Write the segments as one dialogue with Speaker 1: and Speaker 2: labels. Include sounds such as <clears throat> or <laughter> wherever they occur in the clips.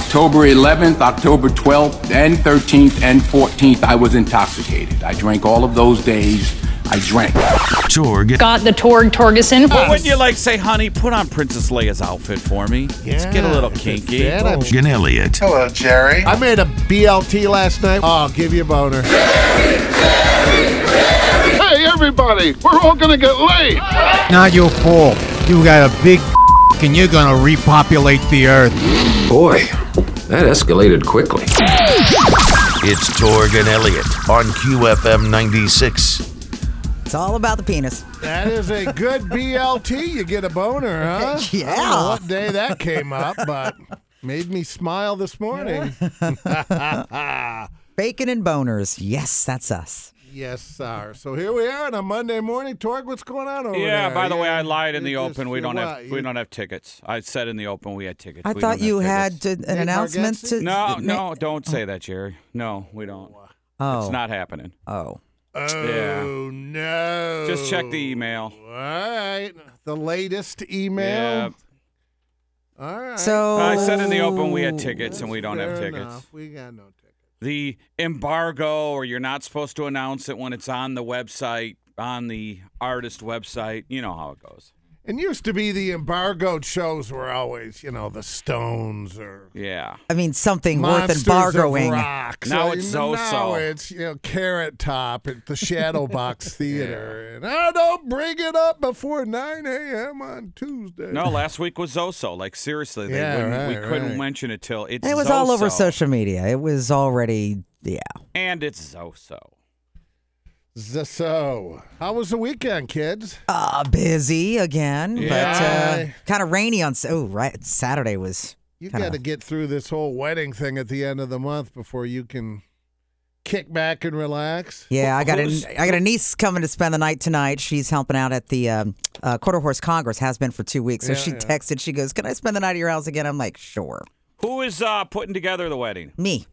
Speaker 1: October 11th, October 12th, and 13th, and 14th, I was intoxicated. I drank all of those days. I drank.
Speaker 2: Torg.
Speaker 3: Got the Torg Torgeson.
Speaker 4: But wouldn't you like say, honey, put on Princess Leia's outfit for me? Let's get a little kinky.
Speaker 5: Dad, I'm-
Speaker 2: Gan Elliott.
Speaker 6: Hello, Jerry.
Speaker 5: I made a BLT last night. Oh, I'll give you a boner.
Speaker 7: Hey, everybody, we're all gonna get laid.
Speaker 8: Not your fault. You got a big and you're gonna repopulate the earth.
Speaker 9: Boy, that escalated quickly.
Speaker 2: It's Torg and Elliott on QFM 96.
Speaker 10: It's all about the penis.
Speaker 5: That is a good
Speaker 10: <laughs>
Speaker 5: BLT. You get a boner, huh? I don't know
Speaker 10: Yeah.
Speaker 5: what day that came up, but made me smile this morning.
Speaker 10: <laughs> Bacon and boners. Yes, that's us.
Speaker 5: yes, sir. So here we are on a Monday morning. Torg, what's going on over
Speaker 4: Yeah.
Speaker 5: there?
Speaker 4: By the way, I lied in
Speaker 5: you
Speaker 4: the
Speaker 5: just-
Speaker 4: open. We
Speaker 5: you
Speaker 4: don't
Speaker 5: what?
Speaker 4: have we
Speaker 5: You-
Speaker 4: don't have tickets. I said in the open we had tickets.
Speaker 10: I
Speaker 4: We
Speaker 10: thought
Speaker 4: don't
Speaker 10: you
Speaker 4: have
Speaker 10: had
Speaker 4: tickets.
Speaker 10: to, an announcement
Speaker 5: Bargatze?
Speaker 10: to.
Speaker 4: No,
Speaker 10: ma-
Speaker 4: no, don't say that, Jerry. No, we don't.
Speaker 10: Oh,
Speaker 4: It's not happening.
Speaker 10: oh.
Speaker 5: Oh, no.
Speaker 4: Just check the email.
Speaker 5: All right. The latest
Speaker 4: Yeah.
Speaker 5: email. All right.
Speaker 10: So
Speaker 4: I said in the open we had tickets and we don't
Speaker 5: Fair
Speaker 4: have tickets.
Speaker 5: enough. We got no tickets.
Speaker 4: The embargo, or you're not supposed to announce it when it's on the website, on the artist website. You know how it goes.
Speaker 5: And used to be the embargoed shows were always, you know, the Stones or
Speaker 4: Yeah.
Speaker 10: I mean something
Speaker 5: Monsters
Speaker 10: worth embargoing.
Speaker 5: Of rock.
Speaker 4: Now
Speaker 5: so,
Speaker 4: it's
Speaker 5: you know,
Speaker 4: so-so.
Speaker 5: Now it's you know Carrot Top at the
Speaker 4: <laughs>
Speaker 5: Shadow Box Theater, and I don't bring it up before 9 a.m. on Tuesday. <laughs>
Speaker 4: No, last week was Zoso. Like seriously, they
Speaker 5: Yeah,
Speaker 4: wouldn't, we
Speaker 5: right,
Speaker 4: couldn't
Speaker 5: right.
Speaker 4: mention it till it's.
Speaker 10: It was all over
Speaker 4: Zoso.
Speaker 10: social media. It was already yeah.
Speaker 4: and it's Zoso.
Speaker 5: Z- so how was the weekend, kids?
Speaker 10: Uh, busy again,
Speaker 5: Yeah.
Speaker 10: but uh, kind of rainy on. s- Oh, right. Saturday was.
Speaker 5: You
Speaker 10: kinda-
Speaker 5: got to get through this whole wedding thing at the end of the month before you can kick back and relax.
Speaker 10: Yeah, I got
Speaker 4: who's-
Speaker 10: a I got a niece coming to spend the night tonight. She's helping out at the um, uh, Quarter Horse Congress. Has been for two weeks. So
Speaker 5: Yeah,
Speaker 10: she
Speaker 5: yeah.
Speaker 10: texted. She goes, "Can I spend the night at your house again?" I'm like, "Sure."
Speaker 4: Who is uh, putting together the wedding?
Speaker 10: Me.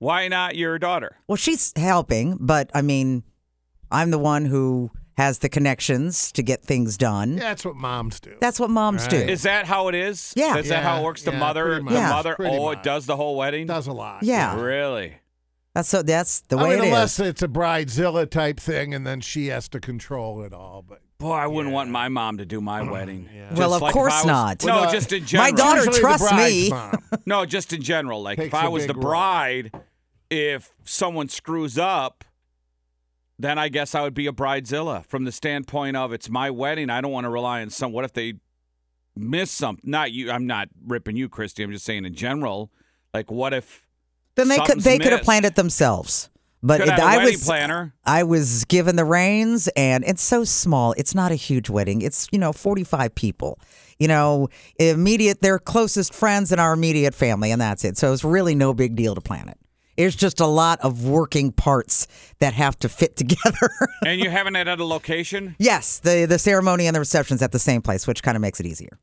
Speaker 4: Why not your daughter?
Speaker 10: Well, she's helping, but I mean, I'm the one who has the connections to get things done.
Speaker 5: That's what moms do.
Speaker 10: That's what moms do.
Speaker 4: Is that how it is?
Speaker 10: Yeah.
Speaker 4: Is that how it works? The
Speaker 5: Yeah,
Speaker 4: mother,
Speaker 5: pretty
Speaker 4: the
Speaker 5: much.
Speaker 10: Yeah.
Speaker 4: mother.
Speaker 5: Pretty
Speaker 4: oh, it
Speaker 5: much.
Speaker 4: does the whole wedding.
Speaker 5: does a lot.
Speaker 10: Yeah.
Speaker 4: Really?
Speaker 10: That's so. That's the way
Speaker 5: I mean,
Speaker 10: it is.
Speaker 5: unless it's a bridezilla type thing, and then she has to control it all. But
Speaker 4: Boy, I wouldn't want my mom to do
Speaker 5: <clears throat>
Speaker 4: my wedding. Just
Speaker 10: Well, of
Speaker 4: like if
Speaker 10: course
Speaker 4: I was-
Speaker 10: not.
Speaker 4: No,
Speaker 5: Well, no,
Speaker 4: just in
Speaker 5: my
Speaker 4: general.
Speaker 10: daughter-
Speaker 5: Usually the
Speaker 10: trusts me.
Speaker 5: bride's mom.
Speaker 10: <laughs>
Speaker 4: No, just in general. Like if
Speaker 5: Takes
Speaker 4: I
Speaker 5: a
Speaker 4: was the
Speaker 5: big role.
Speaker 4: bride, if someone screws up, then I guess I would be a bridezilla from the standpoint of it's my wedding. I don't want to rely on some. What if they miss something? Not you. I'm not ripping you, Christy. I'm just saying in general. Like what if?
Speaker 10: then they could
Speaker 4: something's
Speaker 10: they could have
Speaker 4: missed?
Speaker 10: planned it themselves. But
Speaker 4: Could
Speaker 10: it-
Speaker 4: have a
Speaker 10: I
Speaker 4: wedding
Speaker 10: was
Speaker 4: planner.
Speaker 10: I was given the reins, and it's so small. It's not a huge wedding. It's you know forty five people. You know, immediate their closest friends and our immediate family, and that's it. So it's really no big deal to plan it. It's just a lot of working parts that have to fit <laughs> together.
Speaker 4: and you haven't had at a location.
Speaker 10: yes, the the ceremony and the receptions at the same place, which kind of makes it easier.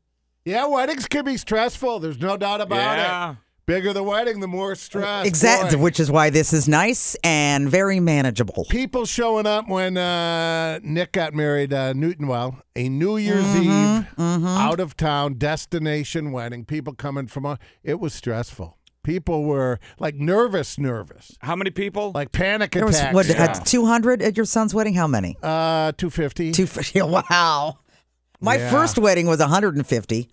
Speaker 5: Yeah, weddings can be stressful. There's no doubt about
Speaker 4: Yeah.
Speaker 5: it. Bigger the wedding, the more stress.
Speaker 10: exactly,
Speaker 5: Boy,
Speaker 10: which is why this is nice and very manageable.
Speaker 5: People showing up when uh, Nick got married, uh, Newtonwell, a New Year's Eve out of town destination wedding. People coming from, all- it was stressful. People were like nervous, nervous,
Speaker 4: How many people?
Speaker 5: like panic
Speaker 10: There was
Speaker 5: attacks.
Speaker 10: what two hundred at your son's wedding. How many?
Speaker 5: uh, 250.
Speaker 10: Two <laughs> fifty. Wow. My
Speaker 5: Yeah.
Speaker 10: first wedding was 150.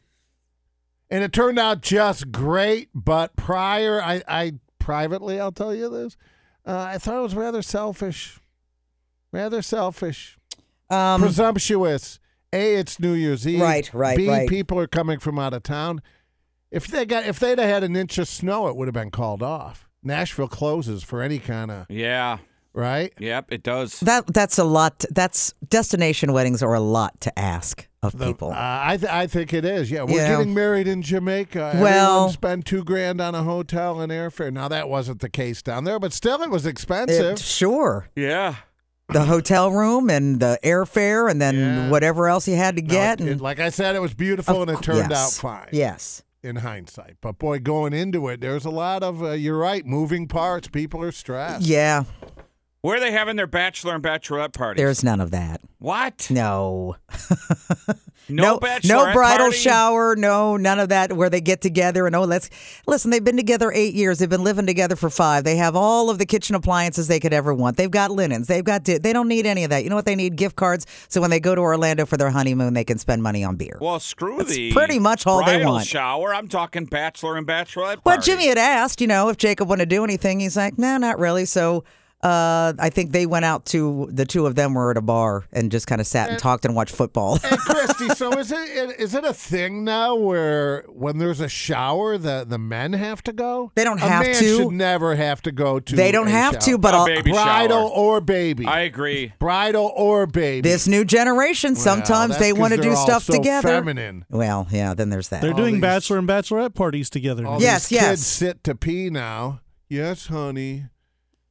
Speaker 5: and it turned out just great. But prior, I, I privately, I'll tell you this, uh, I thought it was rather selfish, rather selfish,
Speaker 10: Um,
Speaker 5: presumptuous. A, it's New Year's Eve.
Speaker 10: Right, right,
Speaker 5: B,
Speaker 10: right.
Speaker 5: people are coming from out of town. If they got, if they'd have had an inch of snow, it would have been called off. Nashville closes for any kind of
Speaker 4: yeah.
Speaker 5: right.
Speaker 4: Yep. It does.
Speaker 10: that that's a lot. That's destination weddings are a lot to ask of
Speaker 5: The-
Speaker 10: people.
Speaker 5: uh, I th- I think it is. Yeah, we're
Speaker 10: Yeah.
Speaker 5: getting married in Jamaica.
Speaker 10: Well-
Speaker 5: Everyone spend two grand on a hotel and airfare. Now that wasn't the case down there, but still, it was expensive.
Speaker 10: It- sure,
Speaker 4: Yeah.
Speaker 10: the hotel room and the airfare, and then
Speaker 5: Yeah.
Speaker 10: whatever else you had to
Speaker 5: No,
Speaker 10: get.
Speaker 5: it-
Speaker 10: and,
Speaker 5: it- like I said, it was beautiful and it turned out
Speaker 10: Yes.
Speaker 5: fine
Speaker 10: Yes.
Speaker 5: in hindsight. But boy, going into it, there's a lot of uh, you're right, moving parts. People are stressed.
Speaker 10: Yeah.
Speaker 4: Where are they having their bachelor and bachelorette parties?
Speaker 10: There's none of that.
Speaker 4: what?
Speaker 10: No.
Speaker 4: <laughs> No
Speaker 10: no
Speaker 4: bachelorette
Speaker 10: bridal
Speaker 4: party?
Speaker 10: shower, no none of that where they get together and oh let's listen, they've been together eight years, they've been living together for five. They have all of the kitchen appliances they could ever want. They've got linens, they've got di- they don't need any of that. You know what they need? Gift cards. So when they go to Orlando for their honeymoon, they can spend money on beer.
Speaker 4: Well, screw
Speaker 10: That's
Speaker 4: the
Speaker 10: pretty much all they
Speaker 4: bridal
Speaker 10: want.
Speaker 4: Shower. I'm talking bachelor and bachelorette.
Speaker 10: Well,
Speaker 4: party.
Speaker 10: Jimmy had asked, you know, if Jacob wanted to do anything. He's like, no, not really. So uh, I think they went out to the two of them were at a bar and just kind of sat and talked and watched football.
Speaker 5: <laughs>
Speaker 10: <laughs>
Speaker 5: Hey, Christy, so is it is it a thing now where when there's a shower, the the men have to go?
Speaker 10: They don't
Speaker 5: a
Speaker 10: have
Speaker 5: man
Speaker 10: to.
Speaker 5: Should never have to go to.
Speaker 10: they don't
Speaker 5: a
Speaker 10: have
Speaker 5: shower.
Speaker 10: to, but
Speaker 4: A
Speaker 10: I'll-
Speaker 4: baby
Speaker 5: bridal
Speaker 4: shower.
Speaker 5: or baby.
Speaker 4: I agree.
Speaker 5: bridal or baby.
Speaker 10: this new generation, sometimes
Speaker 5: that's
Speaker 10: they want to
Speaker 5: 'cause
Speaker 10: do
Speaker 5: they're all
Speaker 10: stuff
Speaker 5: so
Speaker 10: together.
Speaker 5: feminine.
Speaker 10: Well, yeah, then there's that.
Speaker 3: They're doing
Speaker 5: these-
Speaker 3: bachelor and bachelorette parties together.
Speaker 5: All
Speaker 3: now.
Speaker 10: Yes,
Speaker 5: these
Speaker 10: yes.
Speaker 5: Kids sit to pee now. Yes, honey.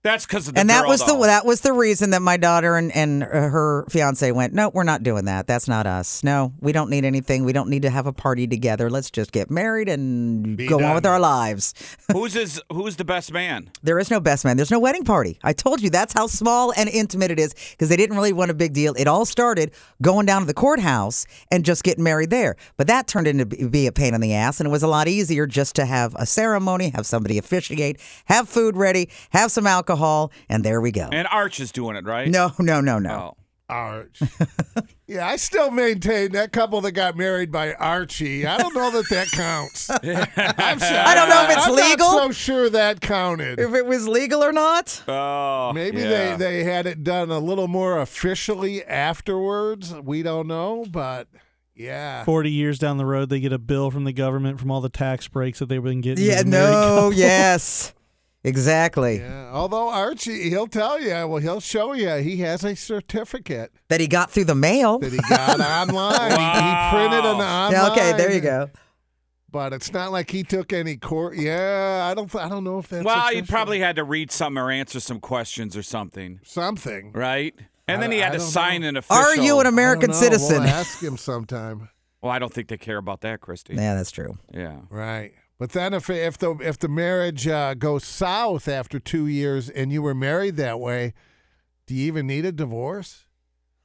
Speaker 4: That's because of the
Speaker 10: and that
Speaker 4: girl,
Speaker 10: was the
Speaker 4: though.
Speaker 10: that was the reason that my daughter and and uh, her fiance went. No, we're not doing that. That's not us. No, we don't need anything. We don't need to have a party together. Let's just get married and go on
Speaker 5: done.
Speaker 10: with our lives.
Speaker 4: <laughs> who's is who's the best man?
Speaker 10: There is no best man. There's no wedding party. I told you that's how small and intimate it is because they didn't really want a big deal. It all started going down to the courthouse and just getting married there. But that turned into be be a pain in the ass, and it was a lot easier just to have a ceremony, have somebody officiate, have food ready, have some alcohol, and there we go.
Speaker 4: And Arch is doing it, right?
Speaker 10: Oh. No, no, no, no.
Speaker 4: Oh.
Speaker 5: Arch. yeah, I still maintain that couple that got married by Archie. I don't know that that
Speaker 10: <laughs>
Speaker 5: counts. I'm sorry.
Speaker 10: I don't know if it's
Speaker 5: I'm
Speaker 10: legal.
Speaker 5: Not so sure that counted.
Speaker 10: If it was legal or not?
Speaker 4: <laughs> Oh,
Speaker 5: Maybe
Speaker 4: yeah.
Speaker 5: they, they had it done a little more officially afterwards. We don't know, but yeah.
Speaker 3: 40 years down the road, they get a bill from the government from all the tax breaks that they've been getting.
Speaker 10: Yeah,
Speaker 3: as a married
Speaker 10: no, <laughs>
Speaker 3: couple.
Speaker 10: yes.
Speaker 4: <laughs>
Speaker 10: Exactly.
Speaker 5: Yeah, Although Archie, he'll tell you, well, he'll show you. He has a certificate
Speaker 10: That he got through the mail.
Speaker 5: that he
Speaker 10: <laughs>
Speaker 5: got online. He- He printed an
Speaker 4: Wow.
Speaker 5: online.
Speaker 10: okay, there you go.
Speaker 5: But it's not like he took any court. Yeah, I don't. I don't know if that's
Speaker 4: Well, he
Speaker 5: official.
Speaker 4: probably had to read some or answer some questions or something,
Speaker 5: something.
Speaker 4: right? And then he
Speaker 5: I-
Speaker 4: had
Speaker 5: I
Speaker 4: to
Speaker 5: don't
Speaker 4: sign
Speaker 5: know.
Speaker 4: an official.
Speaker 10: Are you an
Speaker 5: I don't
Speaker 10: American
Speaker 5: know.
Speaker 10: citizen?
Speaker 5: We'll ask him sometime.
Speaker 4: Well, I don't think they care about that, Christy.
Speaker 10: Yeah, that's true.
Speaker 4: Yeah.
Speaker 5: Right. But then if if the if the marriage uh, goes south after two years and you were married that way, do you even need a divorce?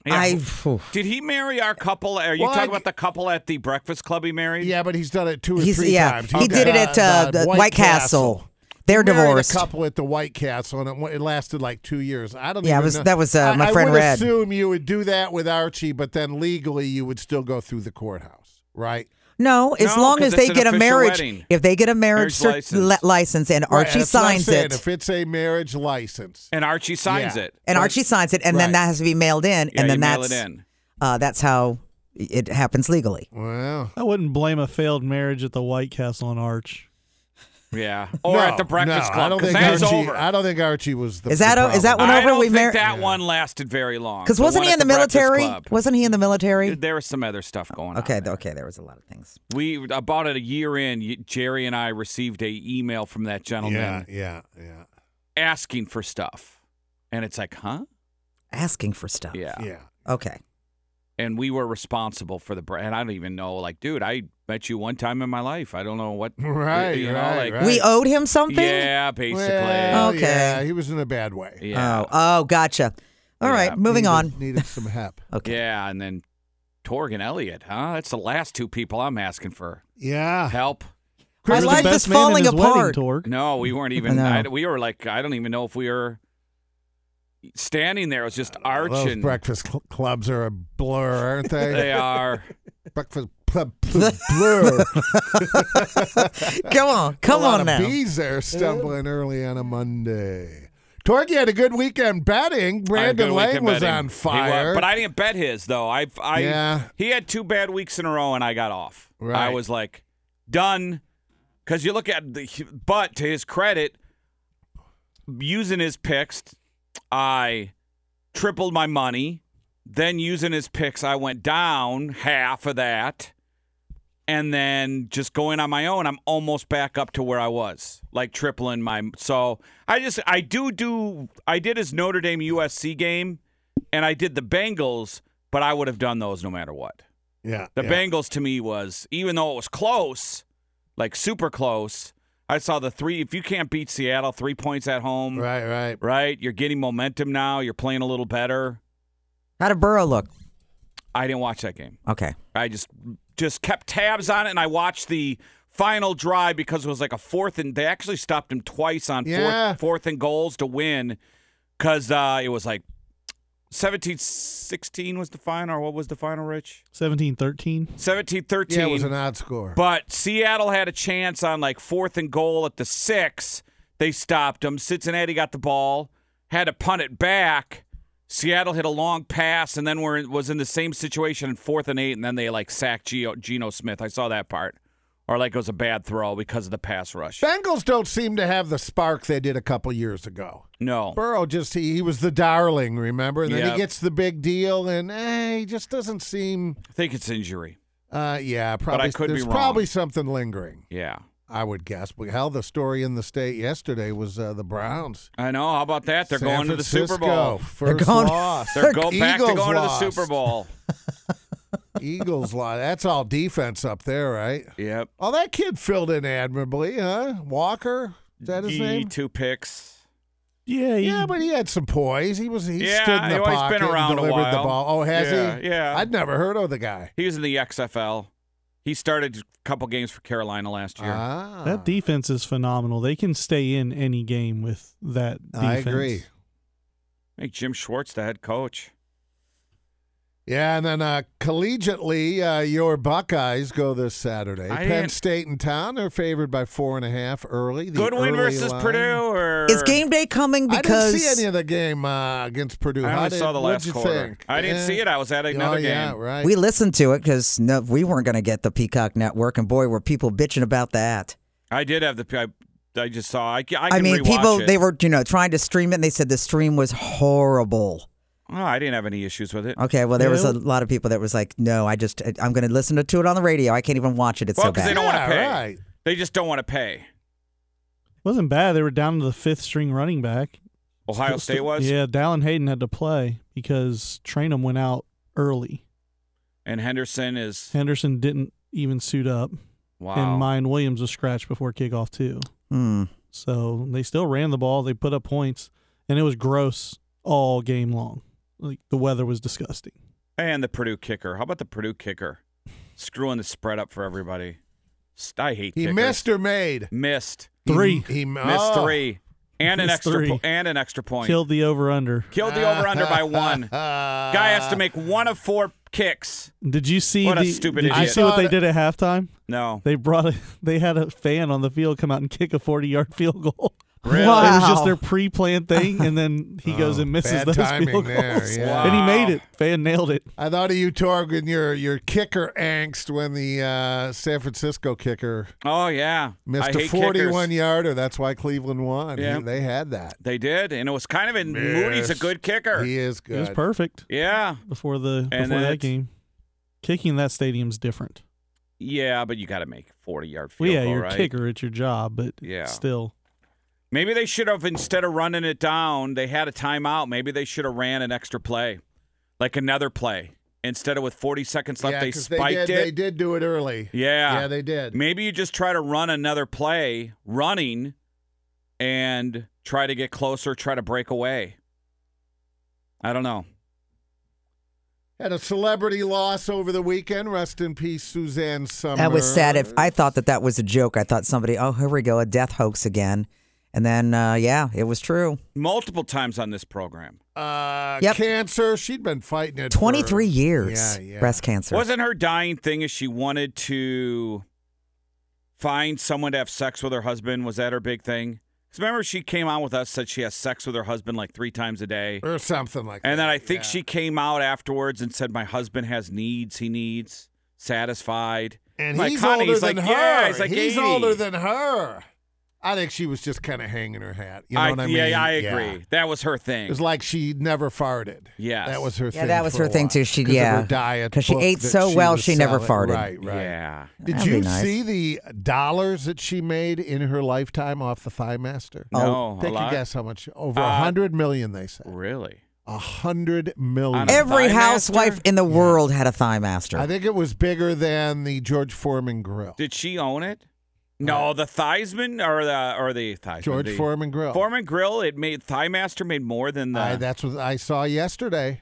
Speaker 4: Yeah,
Speaker 10: I.
Speaker 4: who- Did he marry our couple? Are you
Speaker 5: Well, I-
Speaker 4: talking about the couple at the Breakfast Club he married?
Speaker 5: Yeah, but he's done it two or
Speaker 10: He's,
Speaker 5: three
Speaker 10: yeah,
Speaker 5: times.
Speaker 10: he did it at uh, the White, Castle. They're
Speaker 5: He married
Speaker 10: divorced.
Speaker 5: A couple at the White Castle, and it, wa- it lasted like two years. I don't.
Speaker 10: Yeah, it
Speaker 5: even
Speaker 10: was-
Speaker 5: know.
Speaker 10: that was, uh,
Speaker 5: I-
Speaker 10: my
Speaker 5: I
Speaker 10: friend
Speaker 5: would
Speaker 10: Red.
Speaker 5: assume you would do that with Archie, but then legally you would still go through the courthouse, right?
Speaker 10: No, as
Speaker 4: No,
Speaker 10: long
Speaker 4: 'cause
Speaker 10: as they
Speaker 4: it's an
Speaker 10: get a
Speaker 4: official
Speaker 10: marriage,
Speaker 4: wedding.
Speaker 10: if they get a marriage,
Speaker 4: Marriage
Speaker 10: cert- li-
Speaker 4: license.
Speaker 10: license and
Speaker 5: Right,
Speaker 10: Archie
Speaker 5: that's what I'm
Speaker 10: signs
Speaker 5: saying.
Speaker 10: it,
Speaker 5: If it's a marriage license,
Speaker 4: And Archie signs
Speaker 5: Yeah.
Speaker 4: it.
Speaker 10: and Archie signs it, and then
Speaker 5: Right.
Speaker 10: that has to be mailed in,
Speaker 4: Yeah,
Speaker 10: and then
Speaker 4: you mail
Speaker 10: that's
Speaker 4: it in.
Speaker 10: Uh, that's how it happens legally.
Speaker 5: well,
Speaker 3: I wouldn't blame a failed marriage at the White Castle on Arch.
Speaker 4: Yeah. Or
Speaker 5: no,
Speaker 4: at the Breakfast
Speaker 5: no, I
Speaker 4: Club.
Speaker 5: don't
Speaker 4: 'cause
Speaker 5: think
Speaker 4: that is
Speaker 5: Archie,
Speaker 4: over.
Speaker 5: I don't think Archie was the.
Speaker 10: Is that
Speaker 5: the
Speaker 10: o- is that
Speaker 5: problem.
Speaker 10: one
Speaker 4: I
Speaker 10: over
Speaker 4: don't
Speaker 10: we
Speaker 4: think
Speaker 10: mar-
Speaker 4: that one lasted very long.
Speaker 10: Because
Speaker 4: the
Speaker 10: wasn't
Speaker 4: one
Speaker 10: he
Speaker 4: at
Speaker 10: in the
Speaker 4: Breakfast
Speaker 10: military?
Speaker 4: Club.
Speaker 10: Wasn't he in the military?
Speaker 4: There was some other stuff going on.
Speaker 10: Okay,
Speaker 4: there.
Speaker 10: okay, there was a lot of things.
Speaker 4: We about a year in, y- Jerry and I received a email from that gentleman
Speaker 5: Yeah, yeah, yeah,
Speaker 4: asking for stuff, and it's like, huh?
Speaker 10: Asking for stuff.
Speaker 4: Yeah.
Speaker 5: yeah.
Speaker 10: Okay.
Speaker 4: And we were responsible for the brand. I don't even know. Like, dude, I met you one time in my life. I don't know what.
Speaker 5: <laughs> Right,
Speaker 4: You know,
Speaker 5: right,
Speaker 4: like.
Speaker 5: right.
Speaker 10: We owed him something.
Speaker 4: Yeah, basically.
Speaker 5: Well,
Speaker 10: Okay.
Speaker 5: yeah, he was in a bad way.
Speaker 4: yeah.
Speaker 10: Oh, oh, gotcha. All
Speaker 4: Yeah,
Speaker 10: right, moving
Speaker 5: Needed-
Speaker 10: on.
Speaker 5: <laughs> Needed some help.
Speaker 10: Okay.
Speaker 4: Yeah, and then Torg and Elliot, huh? That's the last two people I'm asking for
Speaker 5: Yeah.
Speaker 4: help.
Speaker 10: I
Speaker 3: He's the
Speaker 10: like
Speaker 3: best
Speaker 10: this
Speaker 3: man in
Speaker 10: falling
Speaker 3: his wedding,
Speaker 10: apart.
Speaker 3: Torg.
Speaker 4: No, we
Speaker 10: <laughs>
Speaker 4: weren't even.
Speaker 10: No.
Speaker 4: I, we were like, I don't even know if we were standing there. It was just Arch
Speaker 5: Those
Speaker 4: and
Speaker 5: breakfast cl- clubs are a blur, aren't they?
Speaker 4: they are.
Speaker 5: Breakfast club pl- blur.
Speaker 10: Come on, come
Speaker 5: a lot
Speaker 10: on
Speaker 5: of
Speaker 10: now.
Speaker 5: Bees there stumbling early on a Monday. Torgy had a good weekend betting.
Speaker 4: I had a good
Speaker 5: Brandon Lang
Speaker 4: weekend
Speaker 5: was
Speaker 4: betting.
Speaker 5: on
Speaker 4: He
Speaker 5: fire.
Speaker 4: was, but I didn't bet his though. I, I,
Speaker 5: Yeah.
Speaker 4: he had two bad weeks in a row, and I got off. I
Speaker 5: Right.
Speaker 4: was like, done. Because you look at the, but to his credit, using his picks, I tripled my money. Then using his picks, I went down half of that. And then just going on my own, I'm almost back up to where I was, like tripling my. So I just, I do do, I did his Notre Dame USC game and I did the Bengals, but I would have done those no matter what.
Speaker 5: yeah.
Speaker 4: The
Speaker 5: yeah.
Speaker 4: Bengals to me was, even though it was close, like super close, I saw the three. If you can't beat Seattle, three points at home,
Speaker 5: Right, right.
Speaker 4: right? You're getting momentum now. You're playing a little better.
Speaker 10: How did Burrow look?
Speaker 4: I didn't watch that game.
Speaker 10: Okay.
Speaker 4: I just just kept tabs on it, and I watched the final drive because it was like a fourth and they actually stopped him twice on
Speaker 5: Yeah.
Speaker 4: fourth, fourth and goals to win because uh, it was like 17-16 was the final or what was the final rich
Speaker 3: 17 13.
Speaker 4: 17-13
Speaker 5: Yeah, it was an odd score.
Speaker 4: but Seattle had a chance on like fourth and goal at the six. They stopped them. Cincinnati got the ball, had to punt it back. Seattle hit a long pass, and then were was in the same situation in fourth and eight, and then they like sacked Geo, Geno Smith. I saw that part, or like it was a bad throw because of the pass rush.
Speaker 5: Bengals don't seem to have the spark they did a couple years ago.
Speaker 4: No,
Speaker 5: Burrow just he, he was the darling, remember? And then
Speaker 4: Yeah.
Speaker 5: he gets the big deal and eh, he just doesn't seem
Speaker 4: I think it's injury.
Speaker 5: uh yeah, probably
Speaker 4: I could be
Speaker 5: there's
Speaker 4: wrong.
Speaker 5: probably something lingering,
Speaker 4: Yeah,
Speaker 5: I would guess. But hell the story in the state yesterday was uh, the Browns.
Speaker 4: I know. How about that? They're
Speaker 5: San
Speaker 4: going to the Super
Speaker 5: Francisco,
Speaker 4: Bowl.
Speaker 5: First
Speaker 10: going-
Speaker 5: loss.
Speaker 4: They're go back to
Speaker 5: Eagles
Speaker 4: going
Speaker 5: lost.
Speaker 4: to the Super Bowl.
Speaker 5: Eagles loss. That's all defense up there, right?
Speaker 4: yep.
Speaker 5: Oh, that kid filled in admirably, huh? Walker? Is that his
Speaker 4: Gee,
Speaker 5: name?
Speaker 4: Two picks.
Speaker 3: Yeah, he-
Speaker 5: Yeah, but he had some poise. He was he
Speaker 4: Yeah,
Speaker 5: stood in
Speaker 4: he
Speaker 5: the
Speaker 4: always
Speaker 5: pocket
Speaker 4: been around a
Speaker 5: and delivered
Speaker 4: while.
Speaker 5: the ball. Oh, has
Speaker 4: Yeah,
Speaker 5: he?
Speaker 4: yeah.
Speaker 5: I'd never heard of the guy.
Speaker 4: He was in the XFL. He started a couple games for Carolina last year.
Speaker 5: Ah,
Speaker 3: that defense is phenomenal. They can stay in any game with that
Speaker 5: I
Speaker 3: defense.
Speaker 5: agree.
Speaker 4: I think Jim Schwartz, the head coach.
Speaker 5: Yeah, and then uh, collegiately, uh, your Buckeyes go this Saturday.
Speaker 4: I
Speaker 5: Penn
Speaker 4: didn't-
Speaker 5: State and town are favored by four and a half early. The
Speaker 4: Good win
Speaker 5: early
Speaker 4: versus
Speaker 5: line.
Speaker 4: Purdue, or
Speaker 10: Is game day coming
Speaker 5: I
Speaker 10: because
Speaker 5: didn't see any of the game uh, against Purdue.
Speaker 4: I
Speaker 5: How
Speaker 4: only
Speaker 5: did-
Speaker 4: saw the
Speaker 5: what'd
Speaker 4: last
Speaker 5: you
Speaker 4: quarter.
Speaker 5: think?
Speaker 4: I didn't
Speaker 5: Yeah.
Speaker 4: see it. I was at
Speaker 5: oh,
Speaker 4: another game.
Speaker 5: yeah, right.
Speaker 10: we listened to it because no, we weren't going to get the Peacock Network, and boy, were people bitching about that.
Speaker 4: I did have the. I, I just saw. I, I, can
Speaker 10: I mean,
Speaker 4: rewatch
Speaker 10: people
Speaker 4: it.
Speaker 10: they were you know trying to stream it, and they said the stream was horrible.
Speaker 4: Oh, I didn't have any issues with it.
Speaker 10: Okay, well, there was a
Speaker 3: Really?
Speaker 10: lot of people that was like, "No, I just I'm going to listen to it on the radio. I can't even watch it. It's
Speaker 4: Well,
Speaker 10: so
Speaker 4: 'cause
Speaker 10: bad."
Speaker 4: they don't want to
Speaker 5: Yeah,
Speaker 4: pay.
Speaker 5: right.
Speaker 4: They just don't want to pay.
Speaker 3: Wasn't bad. They were down to the fifth string running back.
Speaker 4: Ohio State was,
Speaker 3: Yeah, Dallin Hayden had to play because Trainum went out early.
Speaker 4: and Henderson is
Speaker 3: Henderson didn't even suit up,
Speaker 4: wow.
Speaker 3: and Mayan Williams was scratched before kickoff too.
Speaker 10: Hmm.
Speaker 3: So they still ran the ball. They put up points, and it was gross all game long. Like the weather was disgusting.
Speaker 4: and the Purdue kicker. How about the Purdue kicker screwing the spread up for everybody? St- I hate.
Speaker 5: He
Speaker 4: kickers.
Speaker 5: missed or made
Speaker 4: Missed.
Speaker 3: Three.
Speaker 5: He, he
Speaker 4: Missed
Speaker 5: oh.
Speaker 4: three. And an
Speaker 3: Missed
Speaker 4: extra po-
Speaker 3: three.
Speaker 4: and an extra point.
Speaker 3: Killed the over under.
Speaker 4: Killed the over under
Speaker 5: <laughs>
Speaker 4: by one. Guy has to make one of four kicks.
Speaker 3: Did you see?
Speaker 4: What a
Speaker 3: the-
Speaker 4: stupid
Speaker 3: Did you
Speaker 4: idiot.
Speaker 3: see what they
Speaker 5: I saw
Speaker 3: did at halftime?
Speaker 4: No.
Speaker 3: They brought a, <laughs> they had a fan on the field come out and kick a forty yard field goal.
Speaker 4: Really?
Speaker 3: <laughs>
Speaker 10: Wow.
Speaker 3: It was just their pre planned
Speaker 5: <laughs>
Speaker 3: thing, and then he goes and misses
Speaker 5: Oh, bad
Speaker 3: those
Speaker 5: timing
Speaker 3: field
Speaker 4: <laughs>
Speaker 5: there,
Speaker 3: goals.
Speaker 5: yeah.
Speaker 3: And he
Speaker 4: Wow.
Speaker 3: made it. Fan nailed it.
Speaker 5: I thought of you, Torg, your your kicker angst when the uh, San Francisco kicker
Speaker 4: Oh yeah. I
Speaker 5: missed a
Speaker 4: hate
Speaker 5: 41
Speaker 4: kickers.
Speaker 5: yarder. That's why Cleveland won. He-
Speaker 4: Yeah.
Speaker 5: they had that.
Speaker 4: They did, and it was kind of in Moody's a
Speaker 5: Yes.
Speaker 4: good kicker.
Speaker 5: He is
Speaker 3: It was
Speaker 5: good.
Speaker 3: perfect
Speaker 4: yeah.
Speaker 3: before the
Speaker 4: And
Speaker 3: before
Speaker 4: that's-
Speaker 3: that game. Kicking in that stadium's different.
Speaker 4: Yeah, but you got to make 40 yard
Speaker 3: Well,
Speaker 4: field
Speaker 3: yeah,
Speaker 4: goal,
Speaker 3: you're a
Speaker 4: right?
Speaker 3: kicker at your job, but
Speaker 4: Yeah.
Speaker 3: still.
Speaker 4: Maybe they should have instead of running it down, they had a timeout. Maybe they should have ran an extra play. Like another play. Instead of with 40 seconds left,
Speaker 5: yeah,
Speaker 4: they
Speaker 5: 'cause
Speaker 4: spiked
Speaker 5: did,
Speaker 4: it.
Speaker 5: They did do it early.
Speaker 4: Yeah.
Speaker 5: Yeah, they did.
Speaker 4: Maybe you just try to run another play, running, and try to get closer, try to break away. I don't know.
Speaker 5: Had a celebrity loss over the weekend. Rest in peace, Suzanne Summer.
Speaker 10: That was sad. If I thought that that was a joke, I thought somebody, oh, here we go, a death hoax again. And then, uh, yeah, it was true.
Speaker 4: Multiple times on this program.
Speaker 5: Uh,
Speaker 10: Yep.
Speaker 5: Cancer. She'd been fighting it. for-
Speaker 10: 23 years
Speaker 5: Yeah, yeah.
Speaker 10: breast cancer.
Speaker 4: Wasn't her dying thing is she wanted to find someone to have sex with her husband? Was that her big thing? 'Cause remember she came on with us, said she has sex with her husband like three times a day.
Speaker 5: Or something like
Speaker 4: And
Speaker 5: that.
Speaker 4: then I think
Speaker 5: yeah.
Speaker 4: she came out afterwards and said, My husband has needs he needs satisfied.
Speaker 5: And
Speaker 4: Like,
Speaker 5: he's
Speaker 4: honey,
Speaker 5: older
Speaker 4: he's
Speaker 5: than
Speaker 4: like,
Speaker 5: her.
Speaker 4: yeah, he's like 80.
Speaker 5: older than her. I think she was just kind of hanging her hat. You know
Speaker 4: I,
Speaker 5: what I mean?
Speaker 4: yeah, I agree. That was her thing.
Speaker 5: It was like she never farted.
Speaker 4: Yes.
Speaker 5: that was her.
Speaker 10: Yeah,
Speaker 5: thing
Speaker 10: that was
Speaker 5: for a
Speaker 10: her thing
Speaker 5: while,
Speaker 10: too. She-
Speaker 5: 'cause of
Speaker 10: yeah.
Speaker 5: her diet
Speaker 10: 'Cause she
Speaker 5: book
Speaker 10: ate
Speaker 5: that
Speaker 10: so
Speaker 5: she
Speaker 10: well,
Speaker 5: was
Speaker 10: she never
Speaker 5: selling.
Speaker 10: farted.
Speaker 5: Right, right.
Speaker 4: Yeah.
Speaker 5: Did
Speaker 10: That'd be
Speaker 5: you
Speaker 10: nice.
Speaker 5: see the dollars that she made in her lifetime off the Thigh Master?
Speaker 10: Oh.
Speaker 4: No, a
Speaker 5: Take
Speaker 4: lot?
Speaker 5: a guess how much? Over a
Speaker 4: Uh,
Speaker 5: hundred million, they said.
Speaker 4: Really?
Speaker 5: A hundred million.
Speaker 4: On a-
Speaker 10: Every
Speaker 4: Thigh
Speaker 10: housewife
Speaker 4: master?
Speaker 10: in the world had a thigh master.
Speaker 5: I think it was bigger than the George Foreman grill.
Speaker 4: Did she own it? No, the Theismann or the or the Theismann,
Speaker 5: George
Speaker 4: the
Speaker 5: Foreman grill.
Speaker 4: Foreman Grill. It made Thighmaster made more than the.
Speaker 5: I, that's what I saw yesterday.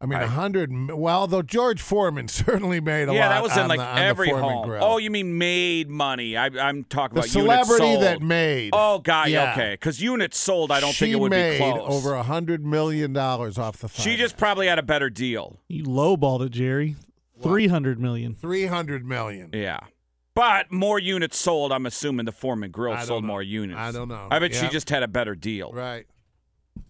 Speaker 5: I mean, a hundred. m- Well, though George Foreman <laughs> certainly made a
Speaker 4: yeah,
Speaker 5: lot.
Speaker 4: that was in
Speaker 5: on
Speaker 4: like
Speaker 5: the- on the
Speaker 4: every
Speaker 5: Foreman
Speaker 4: home.
Speaker 5: Grill.
Speaker 4: Oh, you mean made money? I, I'm talking
Speaker 5: the
Speaker 4: about
Speaker 5: celebrity
Speaker 4: units
Speaker 5: that
Speaker 4: sold.
Speaker 5: made.
Speaker 4: Oh, God,
Speaker 5: Yeah.
Speaker 4: okay. Because units sold, I don't
Speaker 5: she
Speaker 4: think it would
Speaker 5: made
Speaker 4: be close.
Speaker 5: over a hundred million dollars off the.
Speaker 4: she just probably had a better deal.
Speaker 3: You lowballed it, Jerry. Three hundred million.
Speaker 5: three hundred million.
Speaker 4: Yeah. But more units sold. I'm assuming the Foreman Grill
Speaker 5: I don't
Speaker 4: sold
Speaker 5: know.
Speaker 4: more units.
Speaker 5: I don't know.
Speaker 4: I bet she
Speaker 5: Yeah.
Speaker 4: just had a better deal.
Speaker 5: Right.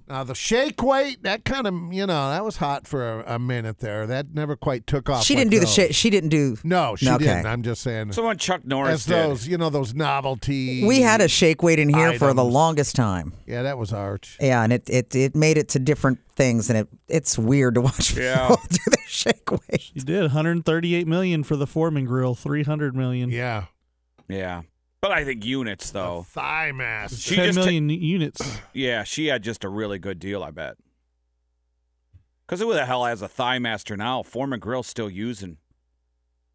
Speaker 5: Now the shake weight, that kind of you know that was hot for a, a minute there. That never quite took off.
Speaker 10: She
Speaker 5: like
Speaker 10: didn't do the
Speaker 5: those.
Speaker 10: shit. She didn't do.
Speaker 5: No, Oh, she
Speaker 10: Okay.
Speaker 5: didn't. I'm just saying.
Speaker 4: Someone Chuck Norris
Speaker 5: as
Speaker 4: did.
Speaker 5: those you know those novelty.
Speaker 10: We had a shake weight in here for the
Speaker 5: Items.
Speaker 10: longest time.
Speaker 5: yeah, that was arch.
Speaker 10: Yeah, and it, it, it made it to different things, and it it's weird to watch
Speaker 4: Yeah.
Speaker 10: people <laughs> do the shake weight.
Speaker 3: You did 138 million for the Foreman Grill, 300 million.
Speaker 5: Yeah,
Speaker 4: Yeah. But I think units though.
Speaker 5: thigh mass.
Speaker 4: She
Speaker 3: 10
Speaker 4: just ta-
Speaker 3: million units.
Speaker 4: yeah, she had just a really good deal, I bet. Cause who the hell has a Thigh Master now? Foreman Grill's still using.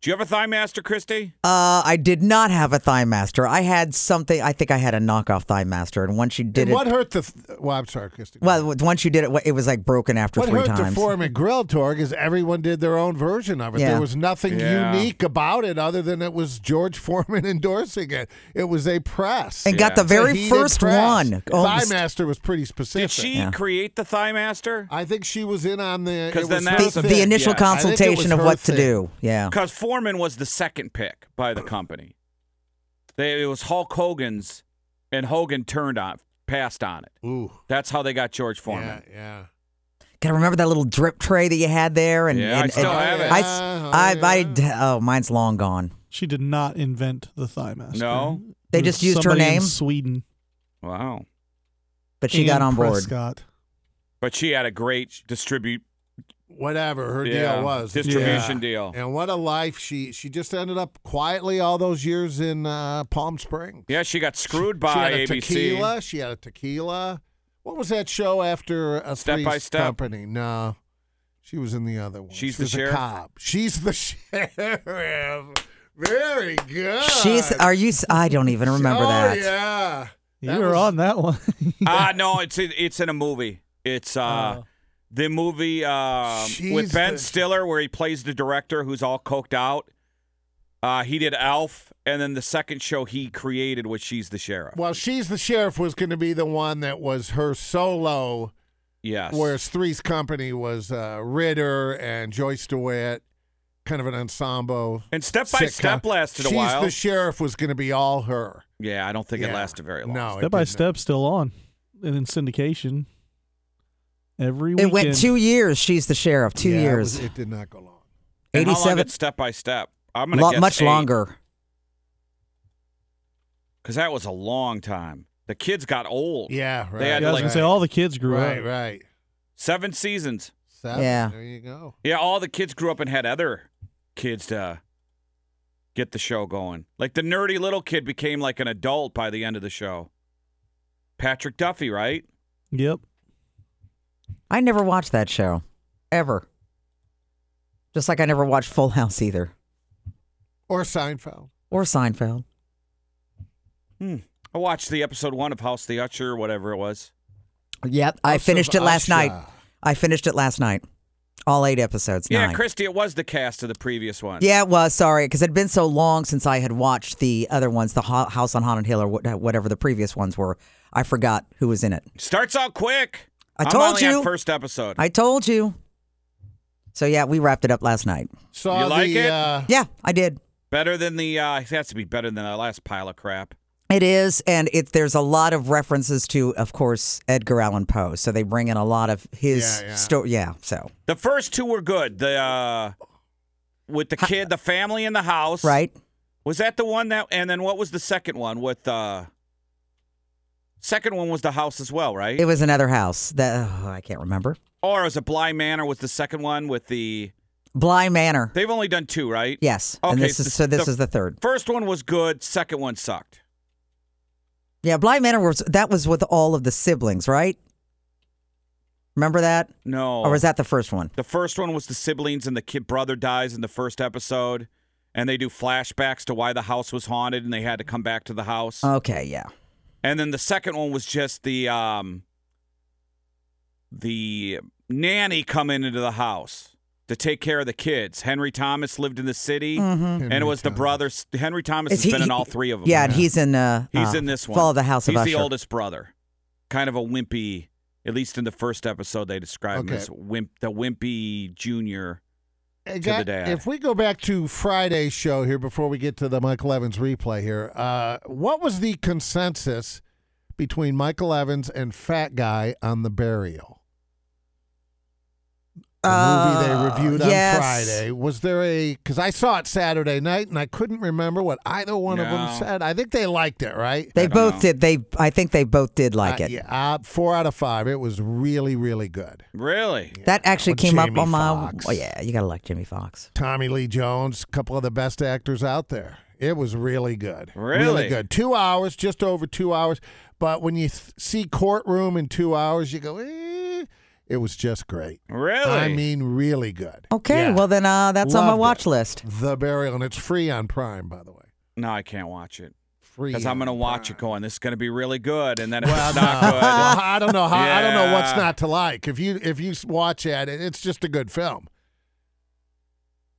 Speaker 4: Do you have a Thigh Master, Christy?
Speaker 10: Uh, I did not have a thigh master. I had something. I think I had a knockoff thigh master, and once you did
Speaker 5: And
Speaker 10: it,
Speaker 5: what hurt the? Th- well, I'm sorry, Christy.
Speaker 10: well, once you did it, it was like broken after
Speaker 5: what
Speaker 10: three
Speaker 5: hurt
Speaker 10: times.
Speaker 5: the Foreman Grill Torg is everyone did their own version of it.
Speaker 10: Yeah.
Speaker 5: There was nothing
Speaker 4: Yeah.
Speaker 5: unique about it other than it was George <laughs> Foreman endorsing it. It was a press.
Speaker 10: and got the
Speaker 5: It's a
Speaker 10: very
Speaker 5: heated
Speaker 10: first
Speaker 5: press.
Speaker 10: one. Oh,
Speaker 5: Thigh
Speaker 10: Almost-
Speaker 5: Master was pretty specific.
Speaker 4: Did she create the Thigh Master?
Speaker 5: I think she was in on the.
Speaker 4: 'Cause
Speaker 5: it
Speaker 4: then
Speaker 5: was
Speaker 4: that
Speaker 5: her
Speaker 4: was a
Speaker 10: the,
Speaker 4: bit-
Speaker 5: thing.
Speaker 10: the
Speaker 4: yeah.
Speaker 10: initial
Speaker 5: I think it was
Speaker 10: consultation of
Speaker 5: her
Speaker 10: what
Speaker 5: thing.
Speaker 10: to do. Yeah.
Speaker 4: Because Foreman was the second pick by the company. They, it was Hulk Hogan's, and Hogan turned on, passed on it.
Speaker 5: Ooh,
Speaker 4: That's how they got George Foreman.
Speaker 5: yeah, yeah.
Speaker 10: Gotta remember that little drip tray that you had there, and,
Speaker 4: Yeah, I
Speaker 10: and-
Speaker 4: still
Speaker 10: and-
Speaker 4: have it.
Speaker 10: I, s-
Speaker 5: Yeah,
Speaker 10: I,
Speaker 5: oh,
Speaker 10: I,
Speaker 5: yeah.
Speaker 10: d- oh, mine's long gone.
Speaker 3: She did not invent the Thigh Master.
Speaker 4: No?
Speaker 10: They
Speaker 3: It was
Speaker 10: just used her
Speaker 3: somebody in
Speaker 10: name?
Speaker 3: Sweden.
Speaker 4: Wow.
Speaker 10: But she got
Speaker 3: Anne
Speaker 10: on board.
Speaker 3: Prescott.
Speaker 4: But she had a great distribute
Speaker 5: Whatever her
Speaker 4: Yeah,
Speaker 5: deal was,
Speaker 4: distribution deal.
Speaker 5: And what a life she she just ended up quietly all those years in uh, Palm Springs.
Speaker 4: Yeah, she got screwed
Speaker 5: she
Speaker 4: by
Speaker 5: had a
Speaker 4: ABC.
Speaker 5: tequila. She had a tequila. What was that show after a
Speaker 4: Step
Speaker 5: Three's
Speaker 4: by Step.
Speaker 5: company? No, she was in the other one.
Speaker 4: She's
Speaker 5: she
Speaker 4: the
Speaker 5: was
Speaker 4: sheriff?
Speaker 5: A cop. She's the sheriff. Very good.
Speaker 10: She's. Are you? s- I don't even remember
Speaker 5: oh,
Speaker 10: that.
Speaker 5: Yeah.
Speaker 3: You
Speaker 5: That
Speaker 3: were
Speaker 5: was-
Speaker 3: on that one.
Speaker 4: Ah, no, it's in, it's in a movie. It's uh, the movie um with
Speaker 5: Oh. She's
Speaker 4: Ben
Speaker 5: the-
Speaker 4: Stiller where he plays the director who's all coked out. Uh, he did Alf, and then the second show he created was She's the Sheriff.
Speaker 5: Well, she's the sheriff was going to be the one that was her solo,
Speaker 4: Yes.
Speaker 5: whereas Three's Company was uh, Ritter and Joyce DeWitt, kind of an ensemble.
Speaker 4: and Step by
Speaker 5: sitcom.
Speaker 4: Step lasted a
Speaker 5: She's
Speaker 4: while.
Speaker 5: the sheriff was going to be all her.
Speaker 4: yeah, I don't think it
Speaker 5: Yeah.
Speaker 4: lasted very long.
Speaker 10: Oh,
Speaker 5: No, it
Speaker 3: Step by
Speaker 5: didn't.
Speaker 3: Step's still on and in syndication every weekend.
Speaker 10: It went two years. She's the sheriff. Two
Speaker 5: Yeah, it
Speaker 10: years.
Speaker 5: was- It, did not go long.
Speaker 4: And how long
Speaker 10: 87
Speaker 4: did Step by Step. I'm gonna
Speaker 10: Lo-
Speaker 4: guess
Speaker 10: much longer.
Speaker 4: because that was a long time. The kids got old.
Speaker 5: Yeah, right.
Speaker 4: They had
Speaker 3: Yeah, I was
Speaker 4: like
Speaker 3: gonna say all the kids grew
Speaker 5: right,
Speaker 3: up.
Speaker 5: right.
Speaker 4: seven seasons.
Speaker 5: Seven.
Speaker 10: Yeah.
Speaker 5: There you go.
Speaker 4: Yeah, all the kids grew up and had other kids to get the show going. Like the nerdy little kid became like an adult by the end of the show. Patrick Duffy, right?
Speaker 3: Yep.
Speaker 10: I never watched that show, ever. Just like I never watched Full House either,
Speaker 5: Or Seinfeld.
Speaker 10: or Seinfeld.
Speaker 4: Hmm. I watched the episode one of House the Usher, whatever it was.
Speaker 10: Yep, I
Speaker 5: House of
Speaker 10: finished it last
Speaker 5: Oh, Usher.
Speaker 10: night. I finished it last night. All eight episodes.
Speaker 4: Yeah,
Speaker 10: nine.
Speaker 4: Christy, it was the cast of the previous one.
Speaker 10: Yeah, it was. Sorry, because it'd been so long since I had watched the other ones, the Ho- House on Haunted Hill or what- whatever the previous ones were. I forgot who was in it.
Speaker 4: Starts out quick.
Speaker 10: I
Speaker 4: I'm
Speaker 10: told
Speaker 4: only on
Speaker 10: you.
Speaker 4: first episode.
Speaker 10: I told you. So yeah, we wrapped it up last night.
Speaker 5: Saw
Speaker 4: You like
Speaker 5: the,
Speaker 4: it?
Speaker 5: Uh,
Speaker 10: Yeah, I did.
Speaker 4: better than the uh it has to be better than the last pile of crap.
Speaker 10: It is, and it there's a lot of references to, of course, Edgar Allan Poe. So they bring in a lot of his
Speaker 5: Yeah, yeah.
Speaker 10: story. Yeah, so
Speaker 4: The first two were good. The uh with the kid, the family in the house.
Speaker 10: right.
Speaker 4: Was that the one that and then what was the second one with uh second one was the house as well, right?
Speaker 10: It was another house that oh, I can't remember.
Speaker 4: or was it Bly Manor was the second one with the
Speaker 10: Bly Manor.
Speaker 4: they've only done two, right?
Speaker 10: Yes, and
Speaker 4: Okay,
Speaker 10: this is so. This
Speaker 4: the
Speaker 10: is the third.
Speaker 4: First one was good, second one sucked.
Speaker 10: Yeah, Bly Manor was that was with all of the siblings, right? Remember that,
Speaker 4: No.
Speaker 10: or was that the first one?
Speaker 4: the first one was the siblings and the kid brother dies in the first episode and they do flashbacks to why the house was haunted and they had to come back to the house.
Speaker 10: Okay, yeah.
Speaker 4: And then the second one was just the um the nanny coming into the house to take care of the kids. Henry Thomas lived in the city,
Speaker 10: Mm-hmm.
Speaker 4: and it was the brothers. Henry Thomas has been in all three of them.
Speaker 10: Yeah, and he's in. Uh,
Speaker 4: He's
Speaker 10: uh,
Speaker 4: in this one.
Speaker 10: Fall of the House
Speaker 4: He's
Speaker 10: of Usher.
Speaker 4: the oldest brother. Kind of a wimpy, at least in the first episode, they describe him
Speaker 5: Okay.
Speaker 4: as wimp, the wimpy junior.
Speaker 5: I
Speaker 4: the dad.
Speaker 5: If we go back to Friday's show here before we get to the Michael Evans replay here, uh, what was the consensus between Michael Evans and Fat Guy on the burial? The movie
Speaker 10: Uh,
Speaker 5: they reviewed
Speaker 10: yes.
Speaker 5: on Friday. Was there a? Because I saw it Saturday night and I couldn't remember what either one of
Speaker 4: No.
Speaker 5: them said. I think they liked it, right?
Speaker 10: They
Speaker 4: don't
Speaker 10: both
Speaker 4: know.
Speaker 10: did. They, I think they both did like
Speaker 5: Uh,
Speaker 10: it.
Speaker 5: yeah, uh, four out of five. It was really, really good.
Speaker 4: Really?
Speaker 10: That actually
Speaker 5: With
Speaker 10: came up
Speaker 5: Jamie
Speaker 10: on my.
Speaker 5: Foxx.
Speaker 10: Oh, yeah, you gotta like Jimmy Fox.
Speaker 5: Tommy Lee Jones, a couple of the best actors out there. It was really good.
Speaker 4: Really?
Speaker 5: good. Two hours, just over two hours. But when you th- see courtroom in two hours, you go, eh, it was just great.
Speaker 4: Really?
Speaker 5: I mean, really good.
Speaker 10: Okay,
Speaker 5: Yeah.
Speaker 10: well then uh, that's on my
Speaker 5: Loved it.
Speaker 10: watch list.
Speaker 5: The Burial, and it's free on Prime, by the way.
Speaker 4: no, I can't watch it
Speaker 5: Free.
Speaker 4: because I'm going to watch it going, this is going to be really good. And then if
Speaker 5: Well,
Speaker 4: it's
Speaker 5: no. <laughs>
Speaker 4: not
Speaker 5: Well, I don't know how. I don't know what's
Speaker 4: Yeah.
Speaker 5: not to like. If you if you s- watch at it, it's just a good film.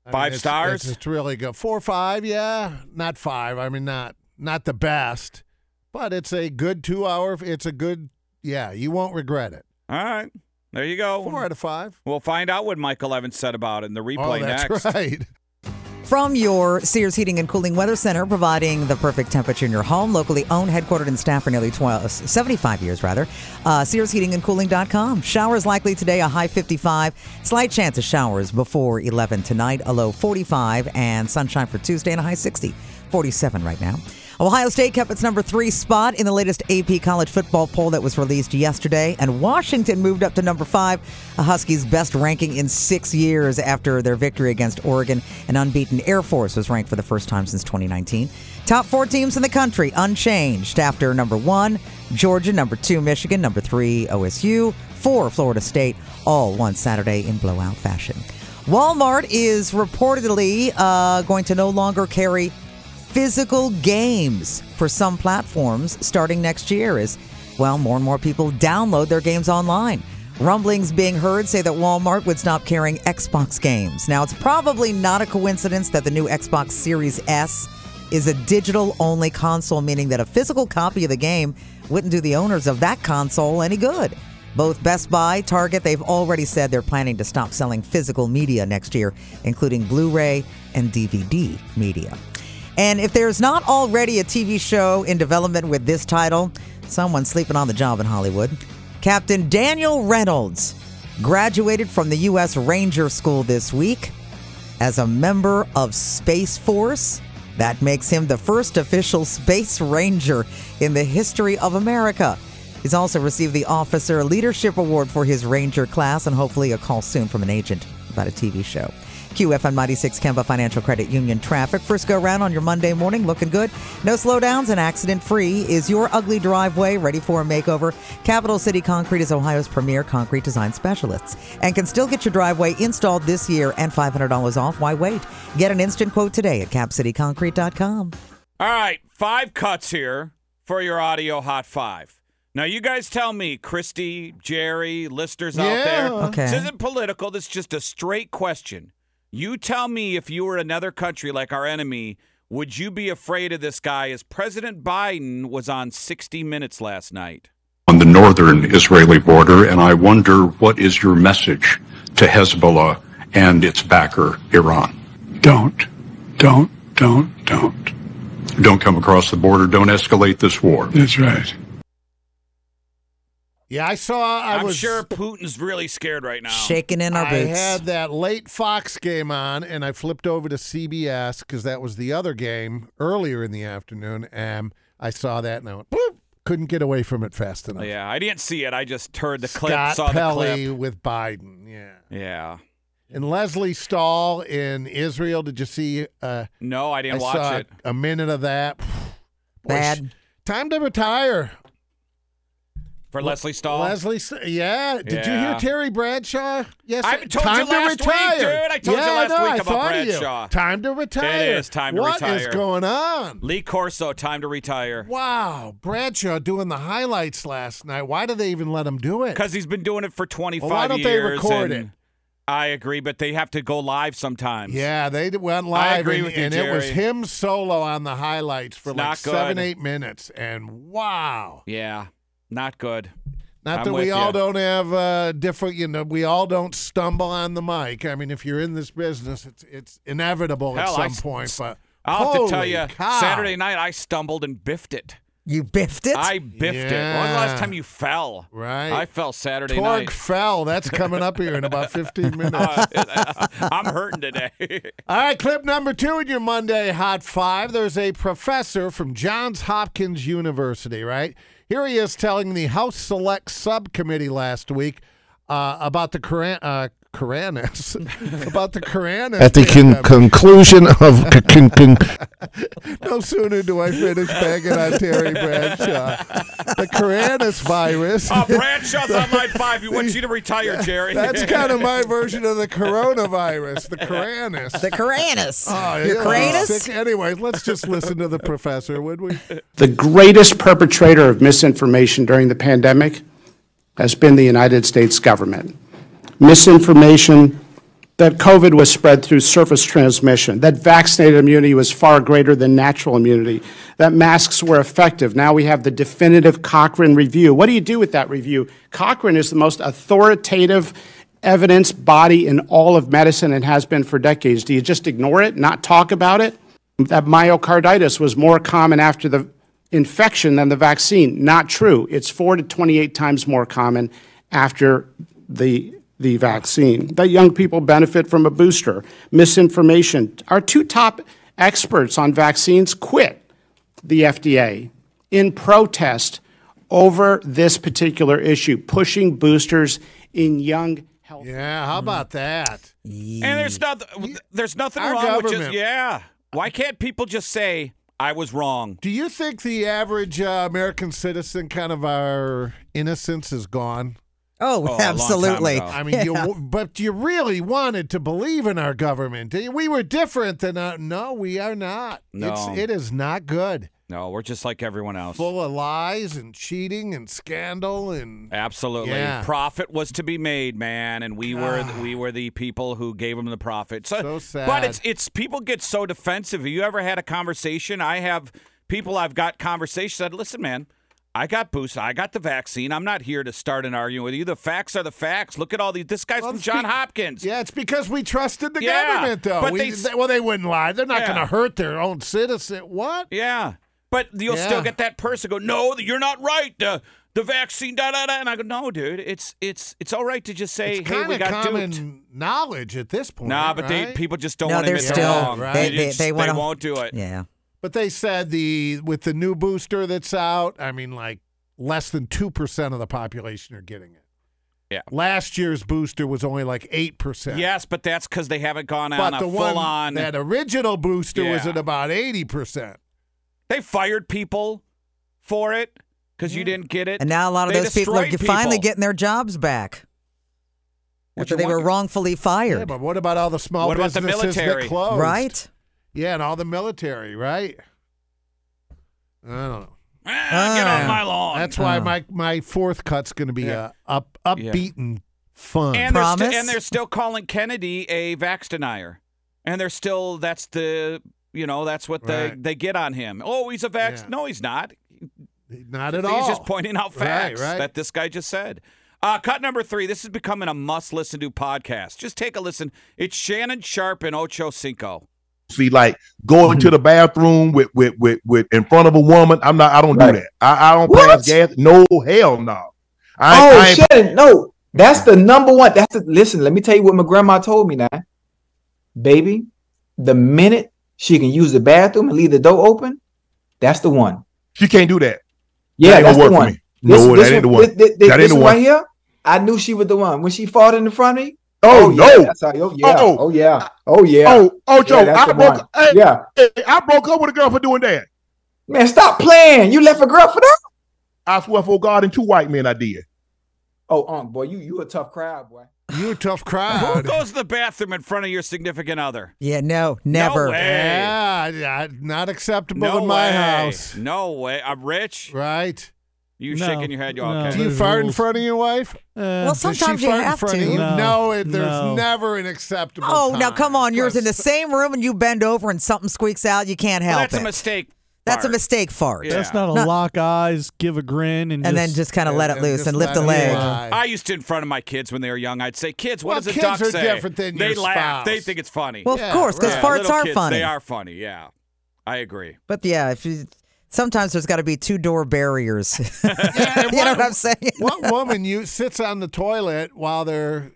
Speaker 5: I mean,
Speaker 4: Five
Speaker 5: it's-
Speaker 4: stars?
Speaker 5: It's, it's really good. Four, five, yeah, not five. I mean, not not the best, but it's a good two hour. It's a good, yeah. You won't regret it.
Speaker 4: good. All right. There you go.
Speaker 5: Four out of five.
Speaker 4: We'll find out what Michael Evans said about it in the replay
Speaker 5: oh, that's
Speaker 4: next.
Speaker 5: right.
Speaker 10: From your Sears Heating and Cooling Weather Center, providing the perfect temperature in your home, locally owned, headquartered in Stafford, nearly 12, 75 years rather. Uh, SearsHeatingandCooling.com. Showers likely today, a high 55. Slight chance of showers before 11 tonight, a low 45, and sunshine for Tuesday and a high 60, 47 right now. Ohio State kept its number three spot in the latest AP college football poll that was released yesterday, and Washington moved up to number five, a Huskies' best ranking in six years after their victory against Oregon. An unbeaten Air Force was ranked for the first time since 2019. Top four teams in the country unchanged after number one, Georgia, number two, Michigan, number three, OSU, four, Florida State, all one Saturday in blowout fashion. Walmart is reportedly uh, going to no longer carry physical games for some platforms starting next year as well more and more people download their games online. Rumblings being heard say that Walmart would stop carrying Xbox games. Now, it's probably not a coincidence that the new Xbox Series S is a digital only console, meaning that a physical copy of the game wouldn't do the owners of that console any good. Both Best Buy, Target, they've already said they're planning to stop selling physical media next year, including Blu ray and DVD media. And if there's not already a TV show in development with this title, someone's sleeping on the job in Hollywood. Captain Daniel Reynolds graduated from the U.S. Ranger School this week as a member of Space Force. That makes him the first official Space Ranger in the history of America. He's also received the Officer Leadership Award for his Ranger class and hopefully a call soon from an agent about a TV show. QFN Mighty 6 Kemba Financial Credit Union traffic. First go round on your Monday morning, looking good. No slowdowns and accident free. Is your ugly driveway ready for a makeover? Capital City Concrete is Ohio's premier concrete design specialists and can still get your driveway installed this year and $500 off. Why wait? Get an instant quote today at capcityconcrete.com.
Speaker 4: All right, five cuts here for your audio hot five. Now, you guys tell me, Christy, Jerry, listeners out there.
Speaker 5: Yeah.
Speaker 10: Okay.
Speaker 4: This isn't political. This is just a straight question. You tell me if you were another country like our enemy, would you be afraid of this guy? As President Biden was on 60 Minutes last night.
Speaker 7: On the northern Israeli border, and I wonder what is your message to Hezbollah and its backer, Iran? Don't, don't, don't, don't. Don't come across the border. Don't escalate this war. That's right.
Speaker 5: Yeah, I saw.
Speaker 4: I
Speaker 5: I
Speaker 4: am
Speaker 5: was
Speaker 4: sure Putin's really scared right now.
Speaker 10: Shaking in our
Speaker 5: I
Speaker 10: boots.
Speaker 5: had that late Fox game on, and I flipped over to CBS because that was the other game earlier in the afternoon, and I saw that, and I went, Bloop! couldn't get away from it fast enough.
Speaker 4: Yeah, I didn't see it. I just heard the clip,
Speaker 5: Scott
Speaker 4: saw the
Speaker 5: Pelley
Speaker 4: clip.
Speaker 5: with Biden, yeah,
Speaker 4: Yeah.
Speaker 5: and Leslie Stahl in Israel. Did you see? Uh,
Speaker 4: No, Oh, I
Speaker 5: I
Speaker 4: didn't watch
Speaker 5: saw
Speaker 4: it.
Speaker 5: a minute of that. Boy, sh-
Speaker 10: Bad.
Speaker 5: Time to retire.
Speaker 4: for Leslie Stahl.
Speaker 5: Leslie, S- yeah. Did you
Speaker 4: Yeah.
Speaker 5: hear Terry Bradshaw? Yes.
Speaker 4: I told
Speaker 5: time
Speaker 4: you last
Speaker 5: to
Speaker 4: week,
Speaker 5: retire.
Speaker 4: dude. I told you
Speaker 5: yeah, I
Speaker 4: last
Speaker 5: know,
Speaker 4: week
Speaker 5: I
Speaker 4: about
Speaker 5: thought of you.
Speaker 4: Bradshaw.
Speaker 5: Time to retire.
Speaker 4: is time to
Speaker 5: What is
Speaker 4: retire.
Speaker 5: going on?
Speaker 4: Lee Corso, time to retire.
Speaker 5: Wow, Bradshaw doing the highlights last night. Why do they even let him do it?
Speaker 4: Because he's been doing it for 25
Speaker 5: Well, why don't they
Speaker 4: years.
Speaker 5: record
Speaker 4: and
Speaker 5: it?
Speaker 4: I agree, but they have to go live sometimes.
Speaker 5: Yeah, they d- went live,
Speaker 4: agree
Speaker 5: and,
Speaker 4: with you,
Speaker 5: and it was
Speaker 4: Jerry.
Speaker 5: him solo on the highlights for
Speaker 4: It's
Speaker 5: like
Speaker 4: not good.
Speaker 5: seven, eight minutes, and wow!
Speaker 4: Yeah. Not good.
Speaker 5: Not
Speaker 4: I'm
Speaker 5: that we
Speaker 4: with
Speaker 5: all
Speaker 4: ya.
Speaker 5: don't have uh, different, you know, we all don't stumble on the mic. I mean, if you're in this business, it's it's inevitable
Speaker 4: Hell, I
Speaker 5: at some
Speaker 4: s-
Speaker 5: point. But
Speaker 4: I'll have to tell
Speaker 5: holy
Speaker 4: you,
Speaker 5: cow.
Speaker 4: Saturday night I stumbled and biffed it.
Speaker 10: You biffed it.
Speaker 4: I biffed it. When was the
Speaker 5: Yeah.
Speaker 4: last time you fell?
Speaker 5: Right.
Speaker 4: I fell Saturday
Speaker 5: Torg
Speaker 4: night.
Speaker 5: fell. That's coming up here in
Speaker 4: <laughs>
Speaker 5: about 15 minutes.
Speaker 4: Uh, I'm hurting today. <laughs>
Speaker 5: All right, clip number two in your Monday Hot Five. There's a professor from Johns Hopkins University, right? Here he is telling the House Select Subcommittee last week uh, about the Koran. Uh, Koranis <laughs> about the Koranis
Speaker 6: At the con- conclusion of
Speaker 5: <laughs>
Speaker 6: c- con- con-
Speaker 5: no sooner do I finish banging on Terry Bradshaw. The Koranis virus.
Speaker 4: Uh,
Speaker 5: <laughs>
Speaker 4: Bradshaw's on line five. He wants you to retire, Jerry. <laughs>
Speaker 5: That's kind of my version of the coronavirus. The Koranis.
Speaker 10: the Caranus.
Speaker 5: Oh,
Speaker 10: Your
Speaker 5: yeah,
Speaker 10: Caranus.
Speaker 5: sick. Anyway, let's just listen to the professor, would we?
Speaker 6: the greatest perpetrator of misinformation during the pandemic has been the United States government. Misinformation that COVID was spread through surface transmission, that vaccinated immunity was far greater than natural immunity, that masks were effective. Now we have the definitive Cochrane review. What do you do with that review? Cochrane is the most authoritative evidence body in all of medicine and has been for decades. Do you just ignore it, not talk about it? that myocarditis was more common after the infection than the vaccine. Not true. It's 4 to 28 times more common after the the vaccine. That young people benefit from a booster. Misinformation. Our two top experts on vaccines quit the FDA in protest over this particular issue, pushing boosters in young healthy
Speaker 5: Yeah, how about that?
Speaker 4: and there's nothing. There's nothing
Speaker 5: Our
Speaker 4: wrong with just
Speaker 5: government-
Speaker 4: yeah. Why can't people just say I was wrong?
Speaker 5: Do you think the average uh, American citizen kind of our innocence is gone?
Speaker 10: Oh,
Speaker 4: a long time
Speaker 10: absolutely.
Speaker 4: ago.
Speaker 5: I mean, you, w- but you really wanted to believe in our government. didn't you? We were different than uh, no, we are not.
Speaker 4: No.
Speaker 5: It's it is not good.
Speaker 4: No, we're just like everyone else.
Speaker 5: Full of lies and cheating and scandal and
Speaker 4: Absolutely,
Speaker 5: Yeah.
Speaker 4: profit was to be made, man, and we were we were the people who gave them the profit. So,
Speaker 5: So sad.
Speaker 4: But it's it's people get so defensive. Have you ever had a conversation? I have people. I've got conversations. Said, listen, man. I got boosted. I got the vaccine. I'm not here to start an argument with you. The facts are the facts. Look at all these. This guy's
Speaker 5: Well,
Speaker 4: from
Speaker 5: it's
Speaker 4: John
Speaker 5: be-
Speaker 4: Hopkins.
Speaker 5: Yeah, it's because we trusted the
Speaker 4: Yeah,
Speaker 5: government, though.
Speaker 4: but
Speaker 5: We-
Speaker 4: they s-
Speaker 5: they- well, they wouldn't lie. They're not
Speaker 4: Yeah.
Speaker 5: going to hurt their own citizen. What?
Speaker 4: Yeah. But you'll
Speaker 5: Yeah.
Speaker 4: still get that person go, no, you're not right. The the vaccine, da da da. And I go, no, dude, it's it's it's all right to just say,
Speaker 5: it's
Speaker 4: hey,
Speaker 5: kind
Speaker 4: we
Speaker 5: of
Speaker 4: got
Speaker 5: common
Speaker 4: duped.
Speaker 5: knowledge at this point.
Speaker 4: Nah, but they
Speaker 5: right?
Speaker 4: people just don't
Speaker 10: No,
Speaker 4: want to
Speaker 10: they're
Speaker 4: admit
Speaker 5: still-
Speaker 4: they're wrong.
Speaker 5: right.
Speaker 10: they- they-
Speaker 4: just-
Speaker 10: they wanna-
Speaker 4: won't do it.
Speaker 10: Yeah.
Speaker 5: But they said the with the new booster that's out. I mean, like less than two percent of the population are getting it.
Speaker 4: Yeah.
Speaker 5: Last year's booster was only like eight percent.
Speaker 4: Yes, but that's because they haven't gone
Speaker 5: But
Speaker 4: on a
Speaker 5: the
Speaker 4: full
Speaker 5: one
Speaker 4: on.
Speaker 5: that original booster was
Speaker 4: Yeah.
Speaker 5: at about eighty percent.
Speaker 4: They fired people for it because you didn't get it.
Speaker 10: And now a lot of
Speaker 4: They
Speaker 10: those people are
Speaker 4: destroyed
Speaker 10: finally
Speaker 4: people.
Speaker 10: getting their jobs back.
Speaker 4: What
Speaker 10: After
Speaker 4: you
Speaker 10: they were
Speaker 4: want-
Speaker 10: wrongfully fired.
Speaker 5: Yeah, but what about all the small
Speaker 4: What about the
Speaker 5: businesses that
Speaker 4: military?
Speaker 5: closed?
Speaker 10: right?
Speaker 5: Yeah, and all the military, right? I don't know.
Speaker 4: Ah, get
Speaker 10: Ah.
Speaker 4: on my lawn.
Speaker 5: That's why
Speaker 10: Oh.
Speaker 5: my my fourth cut's going to be
Speaker 4: Yeah.
Speaker 5: uh, up
Speaker 4: Yeah.
Speaker 5: upbeat and fun.
Speaker 4: and they're, sti-
Speaker 10: Promise?
Speaker 4: and they're still calling Kennedy a vax denier, and they're still that's the you know that's what they
Speaker 5: Right.
Speaker 4: they get on him. Oh, he's a vax.
Speaker 5: Yeah.
Speaker 4: No, he's not.
Speaker 5: Not at
Speaker 4: he's
Speaker 5: all.
Speaker 4: just pointing out
Speaker 5: Right,
Speaker 4: facts
Speaker 5: right.
Speaker 4: that this guy just said. Uh, cut number three. This is becoming a must listen to podcast. Just take a listen. It's Shannon Sharp and Ocho Cinco.
Speaker 6: see like going
Speaker 8: Mm-hmm.
Speaker 6: to the bathroom with with with, with in front of a woman. I'm not. I don't do that. I, I don't pass gas. No hell no. I,
Speaker 8: Oh,
Speaker 6: I ain't-
Speaker 8: Shannon, no. That's the number one. That's the, listen, let me tell you what my grandma told me now. Baby, the minute she can use the bathroom and leave the door open, that's the one.
Speaker 6: You can't do that.
Speaker 8: Yeah,
Speaker 6: that ain't
Speaker 8: that's
Speaker 6: gonna
Speaker 8: the
Speaker 6: work
Speaker 8: one.
Speaker 6: for me. No, that ain't the one.
Speaker 8: This, this, this,
Speaker 6: That ain't the
Speaker 8: one
Speaker 6: one.
Speaker 8: right here, I knew she was the one. When she fought in the front of me,
Speaker 6: Oh,
Speaker 8: yeah,
Speaker 6: no.
Speaker 8: that's how, oh, yeah.
Speaker 6: Oh.
Speaker 8: Oh, yeah. Oh, yeah.
Speaker 6: Oh, oh, Joe,
Speaker 8: that's
Speaker 6: I
Speaker 8: the
Speaker 6: broke.
Speaker 8: one.
Speaker 6: Hey,
Speaker 8: yeah.
Speaker 6: hey, I broke up with a girl for doing that.
Speaker 8: Man, stop playing. You left a girl for that?
Speaker 11: I swear for God, and two white men I did.
Speaker 8: Oh, um, boy, you you a tough crowd, boy.
Speaker 5: You a tough
Speaker 4: Who
Speaker 5: crowd.
Speaker 4: goes to the bathroom in front of your significant other?
Speaker 10: Yeah, no, never.
Speaker 4: No way.
Speaker 5: Yeah, I- I- not acceptable
Speaker 4: No
Speaker 5: in my
Speaker 4: way.
Speaker 5: house.
Speaker 4: No way. I'm rich.
Speaker 5: Right?
Speaker 4: You
Speaker 3: No.
Speaker 4: shaking your head. You
Speaker 3: No.
Speaker 4: okay?
Speaker 5: Do you
Speaker 3: There's
Speaker 5: fart in
Speaker 3: rules.
Speaker 5: front of your wife?
Speaker 3: Uh,
Speaker 10: well,
Speaker 5: Does she
Speaker 10: sometimes you
Speaker 5: fart in
Speaker 10: have
Speaker 5: front of you?
Speaker 10: to.
Speaker 5: No,
Speaker 3: No.
Speaker 5: it, there's
Speaker 3: No.
Speaker 5: never an acceptable.
Speaker 10: Oh, now
Speaker 5: time.
Speaker 10: come on. Yours in the
Speaker 5: Plus-
Speaker 10: same room and you bend over and something squeaks out. You can't
Speaker 4: Well,
Speaker 10: help
Speaker 4: that's
Speaker 10: it.
Speaker 4: a
Speaker 10: <laughs>
Speaker 4: mistake.
Speaker 10: That's a
Speaker 4: Bart.
Speaker 10: mistake fart.
Speaker 4: Yeah.
Speaker 3: That's not a
Speaker 10: No.
Speaker 3: lock eyes, give a grin, and,
Speaker 10: And then just kind of let it loose
Speaker 5: just
Speaker 10: and lift
Speaker 5: let
Speaker 10: a
Speaker 5: it
Speaker 10: leg.
Speaker 5: lie.
Speaker 4: I used to in front of my kids when they were young. I'd say, "Kids, what
Speaker 5: Well,
Speaker 4: does a
Speaker 5: kids
Speaker 4: duck
Speaker 5: are
Speaker 4: say?"
Speaker 5: different than
Speaker 4: they
Speaker 5: your
Speaker 4: laugh. They
Speaker 5: spouse.
Speaker 4: think it's funny.
Speaker 10: Well,
Speaker 5: Yeah,
Speaker 10: of course, because
Speaker 5: right.
Speaker 10: farts
Speaker 4: little
Speaker 10: are
Speaker 4: kids,
Speaker 10: funny.
Speaker 4: They are funny. Yeah, I agree.
Speaker 10: But yeah, if you, sometimes there's got to be two
Speaker 5: <laughs>
Speaker 10: door barriers. <laughs> you know what I'm saying?
Speaker 5: What woman you sits on the toilet while their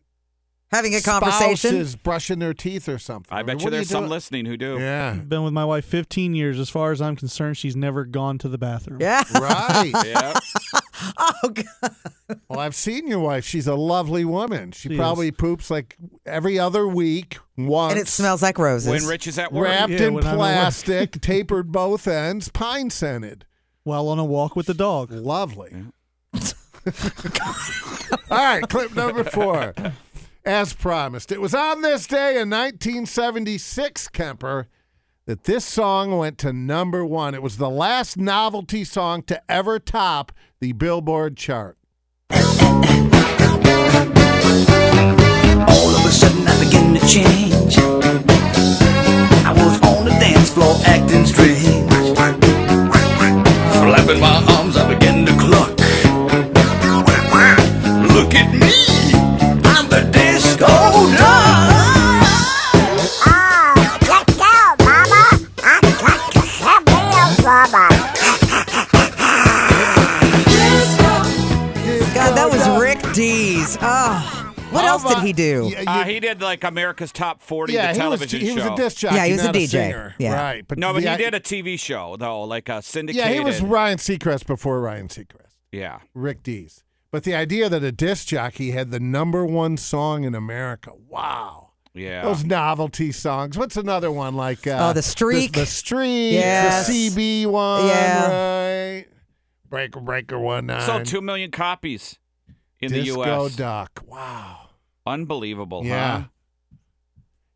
Speaker 10: Having a
Speaker 5: spouse
Speaker 10: conversation.
Speaker 5: is brushing their teeth or something?
Speaker 4: I bet
Speaker 5: What
Speaker 4: you
Speaker 5: do
Speaker 4: there's some
Speaker 5: do?
Speaker 4: listening who do.
Speaker 5: Yeah.
Speaker 3: been with my wife 15 years. As far as I'm concerned, she's never gone to the bathroom.
Speaker 10: yeah.
Speaker 5: <laughs> Right.
Speaker 10: <laughs>
Speaker 4: Yeah.
Speaker 10: Oh, God.
Speaker 5: Well, I've seen your wife. She's a lovely woman. She,
Speaker 3: She is.
Speaker 5: probably poops like every other week once.
Speaker 10: And it smells like roses.
Speaker 4: when Rich is at work,
Speaker 5: wrapped
Speaker 3: Yeah,
Speaker 5: in
Speaker 3: when I'm at work.
Speaker 5: plastic, tapered both ends, pine scented.
Speaker 3: While on a walk with the dog.
Speaker 5: Lovely. All right, clip number four. As promised, it was on this day in 1976, Kemper, that this song went to number one. It was the last novelty song to ever top the Billboard chart.
Speaker 12: All of a sudden I began to change. I was on the dance floor acting strange. Flapping my arms, I began to cluck. Look at me, I'm the disco duck. Let go, mama. I got to have
Speaker 10: God,
Speaker 5: Oh,
Speaker 10: that was Rick Dees. Oh, what
Speaker 5: How
Speaker 10: else did
Speaker 5: about-
Speaker 10: he do?
Speaker 5: Yeah, you-
Speaker 4: uh, he did like America's Top 40,
Speaker 5: yeah,
Speaker 4: the
Speaker 5: he was
Speaker 4: television
Speaker 5: he was
Speaker 4: show.
Speaker 5: a disc jockey.
Speaker 10: Yeah, he was a
Speaker 5: not
Speaker 10: DJ.
Speaker 5: singer.
Speaker 10: Yeah.
Speaker 5: right. But
Speaker 4: no, but
Speaker 5: the-
Speaker 4: he did a TV show though, like a syndicated.
Speaker 5: Yeah, he was Ryan Seacrest before Ryan Seacrest.
Speaker 4: Yeah.
Speaker 5: Rick Dees. But the idea that a disc jockey had the number one song in America. Wow.
Speaker 4: Yeah.
Speaker 5: Those novelty songs. What's another one like? Uh,
Speaker 10: Oh, The Streak.
Speaker 5: The, the streak.
Speaker 10: Yes.
Speaker 5: The CB one.
Speaker 10: Yeah.
Speaker 5: Right. Breaker breaker one nine.
Speaker 4: Sold two million copies in
Speaker 5: Disco
Speaker 4: the U.S.
Speaker 5: Duck. Wow.
Speaker 4: Unbelievable.
Speaker 5: Yeah.
Speaker 4: huh?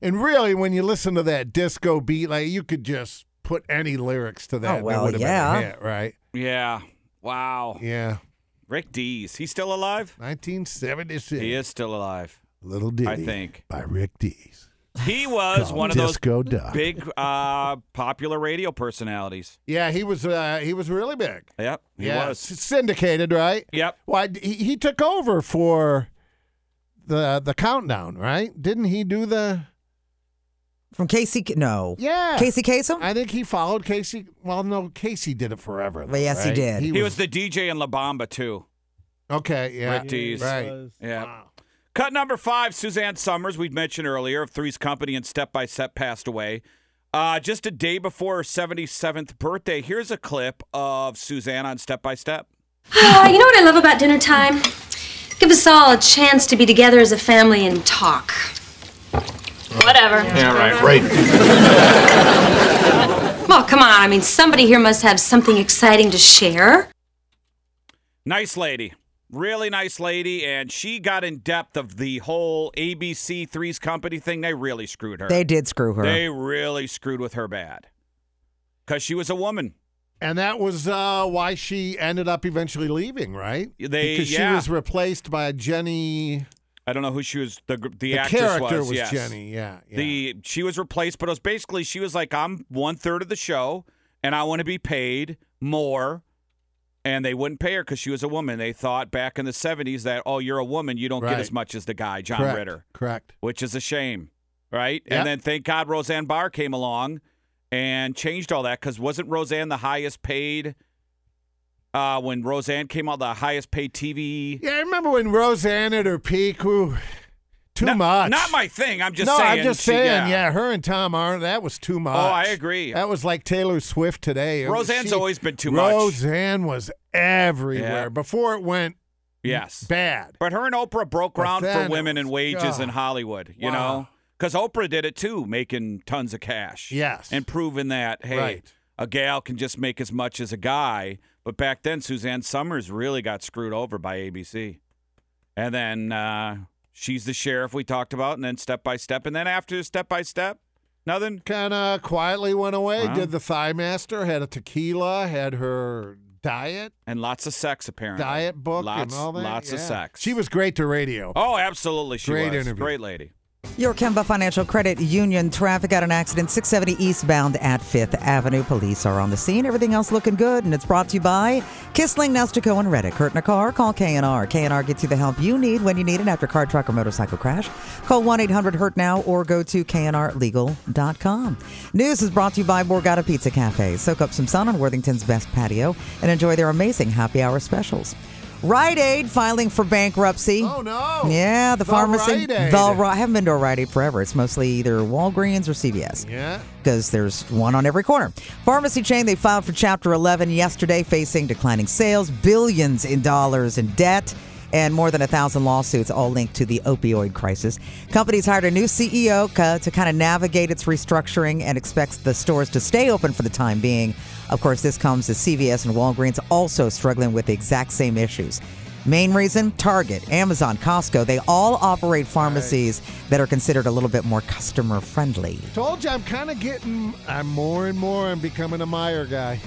Speaker 5: And really, when you listen to that disco beat, like you could just put any lyrics to that. and it
Speaker 10: Oh, well,
Speaker 5: would've been a
Speaker 10: yeah.
Speaker 5: hit, right.
Speaker 4: Yeah. Wow.
Speaker 5: Yeah.
Speaker 4: Rick Dees, he's still alive.
Speaker 5: 1976.
Speaker 4: He is still alive.
Speaker 5: Little Ditty.
Speaker 4: I think.
Speaker 5: By Rick Dees.
Speaker 4: He was
Speaker 5: Called
Speaker 4: one of those
Speaker 5: Disco Duck.
Speaker 4: big uh, popular radio personalities.
Speaker 5: Yeah, he was. Uh, he was really big.
Speaker 4: Yep, he
Speaker 5: yeah,
Speaker 4: was.
Speaker 5: s- syndicated, right?
Speaker 4: Yep.
Speaker 5: Why he, he took over for the the countdown, right? Didn't he do the?
Speaker 10: From Casey. K- No.
Speaker 5: Yeah,
Speaker 10: Casey Kasem?
Speaker 5: I think he followed Casey. Well, no, Casey did it forever. though,
Speaker 10: Well, yes, he
Speaker 5: right?
Speaker 10: did.
Speaker 4: He was the DJ in La Bamba too.
Speaker 5: okay. Yeah,
Speaker 4: Rick Dees.
Speaker 5: Right.
Speaker 4: Yeah. Cut number five, Suzanne Summers, we've mentioned earlier, of Three's Company and Step by Step passed away. Uh, just a day before her 77th birthday, here's a clip of Suzanne on Step by Step.
Speaker 12: Uh, you know what I love about dinner time? Give us all a chance to be together as a family and talk. Whatever. Yeah, right,
Speaker 7: <laughs>
Speaker 12: right. well, come on. I mean, somebody here must have something exciting to share.
Speaker 4: Nice lady. Really nice lady. And she got in depth of the whole ABC Three's Company thing. They really screwed her.
Speaker 10: They did screw her.
Speaker 4: They really screwed with her bad. Because she was a woman.
Speaker 5: And that was uh, why she ended up eventually leaving, right?
Speaker 4: They-
Speaker 5: because she
Speaker 4: yeah.
Speaker 5: was replaced by Jenny.
Speaker 4: I don't know who she was. The, gr- the,
Speaker 5: The,
Speaker 4: actress
Speaker 5: character was,
Speaker 4: yes.
Speaker 5: Jenny. Yeah. yeah.
Speaker 4: The she was replaced, but it was basically she was like, I'm one third of the show, and I want to be paid more. And they wouldn't pay her because she was a woman. They thought back in the '70s that oh, you're a woman, you don't
Speaker 5: Right.
Speaker 4: get as much as the guy, John
Speaker 5: correct,
Speaker 4: Ritter,
Speaker 5: Correct.
Speaker 4: which is a shame, right?
Speaker 5: Yep.
Speaker 4: And then thank God Roseanne Barr came along and changed all that because wasn't Roseanne the highest paid? Uh, when Roseanne came out, the highest paid TV.
Speaker 5: Yeah, I remember when Roseanne at her peak. Ooh, too
Speaker 4: Not-
Speaker 5: much.
Speaker 4: Not my thing. I'm just
Speaker 5: no,
Speaker 4: saying.
Speaker 5: I'm just
Speaker 4: she- Oh,
Speaker 5: saying. yeah. her and Tom Arnold. That was too much.
Speaker 4: I agree.
Speaker 5: That was like Taylor Swift today. It was-
Speaker 4: Roseanne's
Speaker 5: she-
Speaker 4: always been too much.
Speaker 5: Roseanne was everywhere
Speaker 4: Yeah.
Speaker 5: before it went
Speaker 4: Yes.
Speaker 5: bad.
Speaker 4: But her and Oprah broke
Speaker 5: But
Speaker 4: ground
Speaker 5: then
Speaker 4: for
Speaker 5: it
Speaker 4: women and
Speaker 5: was-
Speaker 4: wages in
Speaker 5: God.
Speaker 4: Hollywood, you
Speaker 5: Wow.
Speaker 4: know? Because Oprah did it too, making tons of cash.
Speaker 5: Yes.
Speaker 4: And proving that, hey,
Speaker 5: Right.
Speaker 4: a gal can just make as much as a guy. But back then, Suzanne Summers really got screwed over by ABC. And then uh, she's the sheriff we talked about, and then step by step, and then after step by step, nothing.
Speaker 5: Kind of quietly went away.
Speaker 4: Wow.
Speaker 5: Did the Thigh Master, had a tequila, had her diet,
Speaker 4: And lots of sex, apparently.
Speaker 5: diet book,
Speaker 4: lots,
Speaker 5: and all that.
Speaker 4: Lots of
Speaker 5: Yeah.
Speaker 4: sex.
Speaker 5: She was great to radio.
Speaker 4: Oh, absolutely. She
Speaker 5: Great
Speaker 4: was.
Speaker 5: interview.
Speaker 4: Great lady.
Speaker 10: Your Kemba Financial Credit Union traffic got an accident 670 eastbound at 5th Avenue. Police are on the scene. Everything else looking good, and it's brought to you by Kissling, Nestico, and Reddick. Hurt in a car? Call KNR. KNR gets you the help you need when you need it after car, truck, or motorcycle crash. Call 1-800-HURT now or go to knrlegal.com. News is brought to you by Borgata Pizza Cafe. Soak up some sun on Worthington's best patio and enjoy their amazing happy hour specials. Rite Aid filing for bankruptcy.
Speaker 5: Oh, no.
Speaker 10: Yeah, the,
Speaker 5: The
Speaker 10: pharmacy.
Speaker 5: Rite Aid.
Speaker 10: The Ri- I haven't been to a Rite Aid forever. It's mostly either Walgreens or CVS.
Speaker 5: Yeah.
Speaker 10: Because there's one on every corner. Pharmacy chain, they filed for Chapter 11 yesterday, facing declining sales, billions in dollars in debt, and more than a thousand lawsuits, all linked to the opioid crisis. Company's hired a new CEO ca- to kind of navigate its restructuring and expects the stores to stay open for the time being. Of course, this comes as CVS and Walgreens also struggling with the exact same issues. Main reason Target, Amazon, Costco, they all operate pharmacies that are considered a little bit more customer friendly.
Speaker 5: Told you I'm kind of getting, I'm more and more, I'm becoming a Meyer guy. Uh,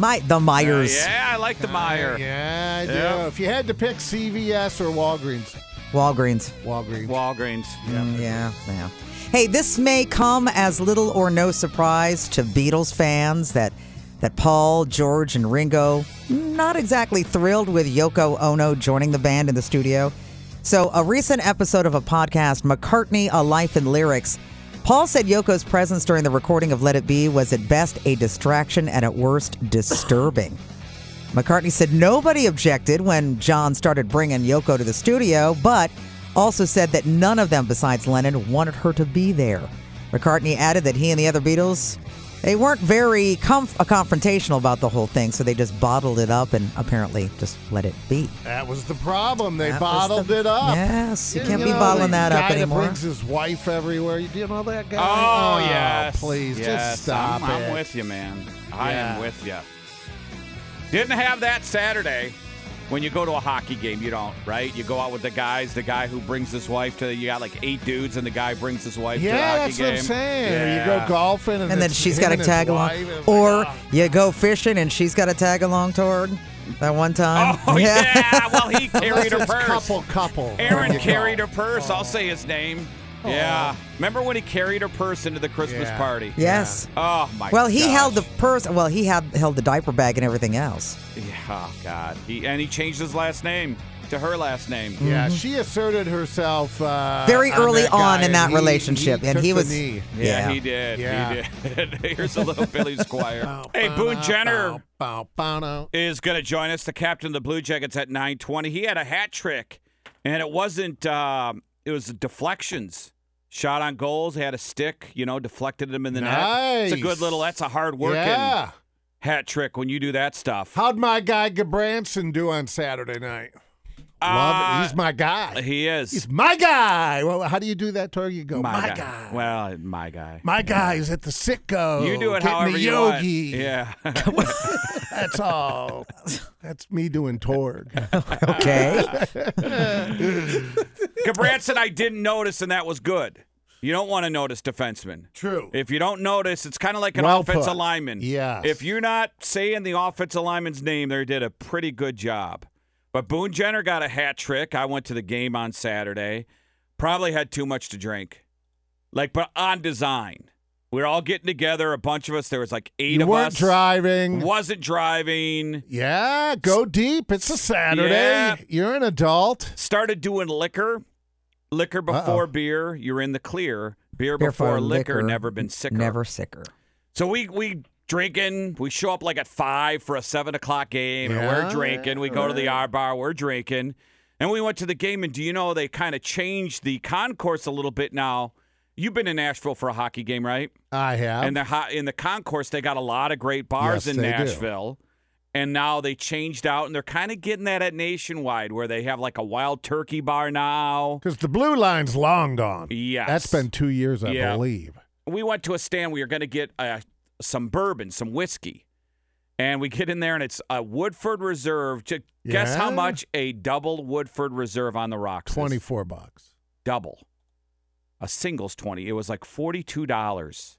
Speaker 10: My, the Myers.
Speaker 4: Uh, Yeah, I like the Meyer.
Speaker 5: Yeah, I do.
Speaker 4: Yeah.
Speaker 5: If you had to pick CVS or Walgreens,
Speaker 10: Walgreens.
Speaker 5: Walgreens.
Speaker 4: Walgreens.
Speaker 10: Mm, Yeah, yeah. Hey, this may come as little or no surprise to Beatles fans that that Paul, George, and Ringo not exactly thrilled with Yoko Ono joining the band in the studio. So, a recent episode of a podcast, McCartney: A Life in Lyrics, Paul said Yoko's presence during the recording of Let It Be was at best a distraction and at worst disturbing. McCartney said nobody objected when John started bringing Yoko to the studio, but also said that none of them besides Lennon wanted her to be there. McCartney added that he and the other Beatles they weren't very comf- uh, confrontational about the whole thing, so they just bottled it up and apparently just let it be.
Speaker 5: That was the problem. They
Speaker 10: That was
Speaker 5: bottled
Speaker 10: the-
Speaker 5: it up.
Speaker 10: Yes, you
Speaker 5: Yeah,
Speaker 10: can't be
Speaker 5: know,
Speaker 10: bottling
Speaker 5: the
Speaker 10: that up
Speaker 5: guy
Speaker 10: anymore.
Speaker 5: That brings his wife everywhere. You do you know that guy?
Speaker 4: Oh, yes.
Speaker 5: Please
Speaker 4: Yes,
Speaker 5: just stop
Speaker 4: I'm,
Speaker 5: it.
Speaker 4: I'm with you, man. I
Speaker 5: Yeah.
Speaker 4: am with you. Didn't have that Saturday. When you go to a hockey game, you don't, right? You go out with the guys, the guy who brings his wife to, you got like eight dudes, and the guy brings his wife to the
Speaker 5: Yeah,
Speaker 4: hockey
Speaker 5: that's
Speaker 4: game.
Speaker 5: what I'm saying. You
Speaker 4: Yeah.
Speaker 5: go golfing, and,
Speaker 10: And then
Speaker 5: it's
Speaker 10: she's
Speaker 5: him
Speaker 10: got to
Speaker 5: and his
Speaker 10: tag along.
Speaker 5: wife, and it's like,
Speaker 10: Or
Speaker 5: oh.
Speaker 10: you go fishing and she's got to tag along toward that one time. <laughs>
Speaker 4: Oh, yeah. Well, he carried her
Speaker 5: Unless it's
Speaker 4: purse.
Speaker 5: couple, couple.
Speaker 4: Aaron
Speaker 5: you
Speaker 4: carried
Speaker 5: call.
Speaker 4: her purse. I'll say his name. Yeah. Remember when he carried her purse into the Christmas
Speaker 5: Yeah.
Speaker 4: party?
Speaker 10: Yes.
Speaker 4: Oh, my
Speaker 10: Well, he
Speaker 4: gosh.
Speaker 10: held the purse. Well, he had held the diaper bag and everything else.
Speaker 4: Yeah, oh, God. He, and he changed his last name to her last name.
Speaker 5: Yeah, she asserted herself uh,
Speaker 10: Mm-hmm. Very early
Speaker 5: that
Speaker 10: on
Speaker 5: guy,
Speaker 10: in that
Speaker 5: and he-
Speaker 10: relationship,
Speaker 5: he
Speaker 10: and
Speaker 5: took
Speaker 10: he
Speaker 5: the
Speaker 10: was-
Speaker 5: knee.
Speaker 4: Yeah,
Speaker 10: Yeah.
Speaker 4: he did.
Speaker 5: Yeah.
Speaker 4: He did. <laughs> Here's a little Billy
Speaker 5: <laughs>
Speaker 4: Squire. hey, Boo Jenner
Speaker 5: Bow, bow, bow.
Speaker 4: is going to join us, the captain of the Blue Jackets at 9:20. He had a hat trick, and it wasn't. Um, it was deflections. Shot on goals, had a stick, you know, deflected him in the net. It's a good
Speaker 5: Nice.
Speaker 4: little. That's a hard working
Speaker 5: Yeah.
Speaker 4: hat trick when you do that stuff.
Speaker 5: How'd my guy Gabranson do on Saturday night?
Speaker 4: Uh,
Speaker 5: Love it. He's my guy.
Speaker 4: He is.
Speaker 5: He's my guy. Well, how do you do that, Tor? You go, my, guy.
Speaker 4: Well, my guy.
Speaker 5: My guy is at the sicko.
Speaker 4: you do it
Speaker 5: getting
Speaker 4: however
Speaker 5: the
Speaker 4: you want.
Speaker 5: yogi.
Speaker 4: Yeah.
Speaker 5: <laughs> That's all. That's me doing Torg.
Speaker 10: Okay.
Speaker 5: <laughs>
Speaker 4: Gabranson, I didn't notice, and that was good. You don't want to notice defensemen.
Speaker 5: True.
Speaker 4: If you don't notice, it's kind of like an
Speaker 5: Well
Speaker 4: offensive
Speaker 5: put.
Speaker 4: lineman.
Speaker 5: Yes.
Speaker 4: If you're not saying the offensive lineman's name, they did a pretty good job. But Boone Jenner got a hat trick. I went to the game on Saturday. Probably had too much to drink. Like, but on design. We were all getting together, a bunch of us. There was like eight
Speaker 5: You
Speaker 4: of
Speaker 5: weren't
Speaker 4: us.
Speaker 5: driving.
Speaker 4: Wasn't driving.
Speaker 5: Yeah, go deep. It's a Saturday.
Speaker 4: Yeah.
Speaker 5: You're an adult.
Speaker 4: started doing liquor. Liquor before beer, you're in the clear. Beer before, liquor, never been sicker.
Speaker 10: Never sicker.
Speaker 4: So we we drinking. We show up like at five for a seven o'clock game, and
Speaker 5: Yeah.
Speaker 4: we're drinking. We go to the R bar, we're drinking, and we went to the game. And do you know they kind of changed the concourse a little bit now? You've been in Nashville for a hockey game, right?
Speaker 5: I have.
Speaker 4: and the ho- in the concourse they got a lot of great bars
Speaker 5: Yes,
Speaker 4: in
Speaker 5: they do.
Speaker 4: Nashville. And now they changed out, and they're kind of getting that at Nationwide, where they have like a wild turkey bar now.
Speaker 5: Because the blue line's long gone.
Speaker 4: Yes.
Speaker 5: That's been two years, I
Speaker 4: Yeah.
Speaker 5: believe.
Speaker 4: we went to a stand. We were going to get a, some bourbon, some whiskey. And we get in there and it's a Woodford Reserve. Ju- Guess how
Speaker 5: Yeah.
Speaker 4: much a double Woodford Reserve on the rocks? is?
Speaker 5: 24 bucks.
Speaker 4: double. A singles 20. It was like $42.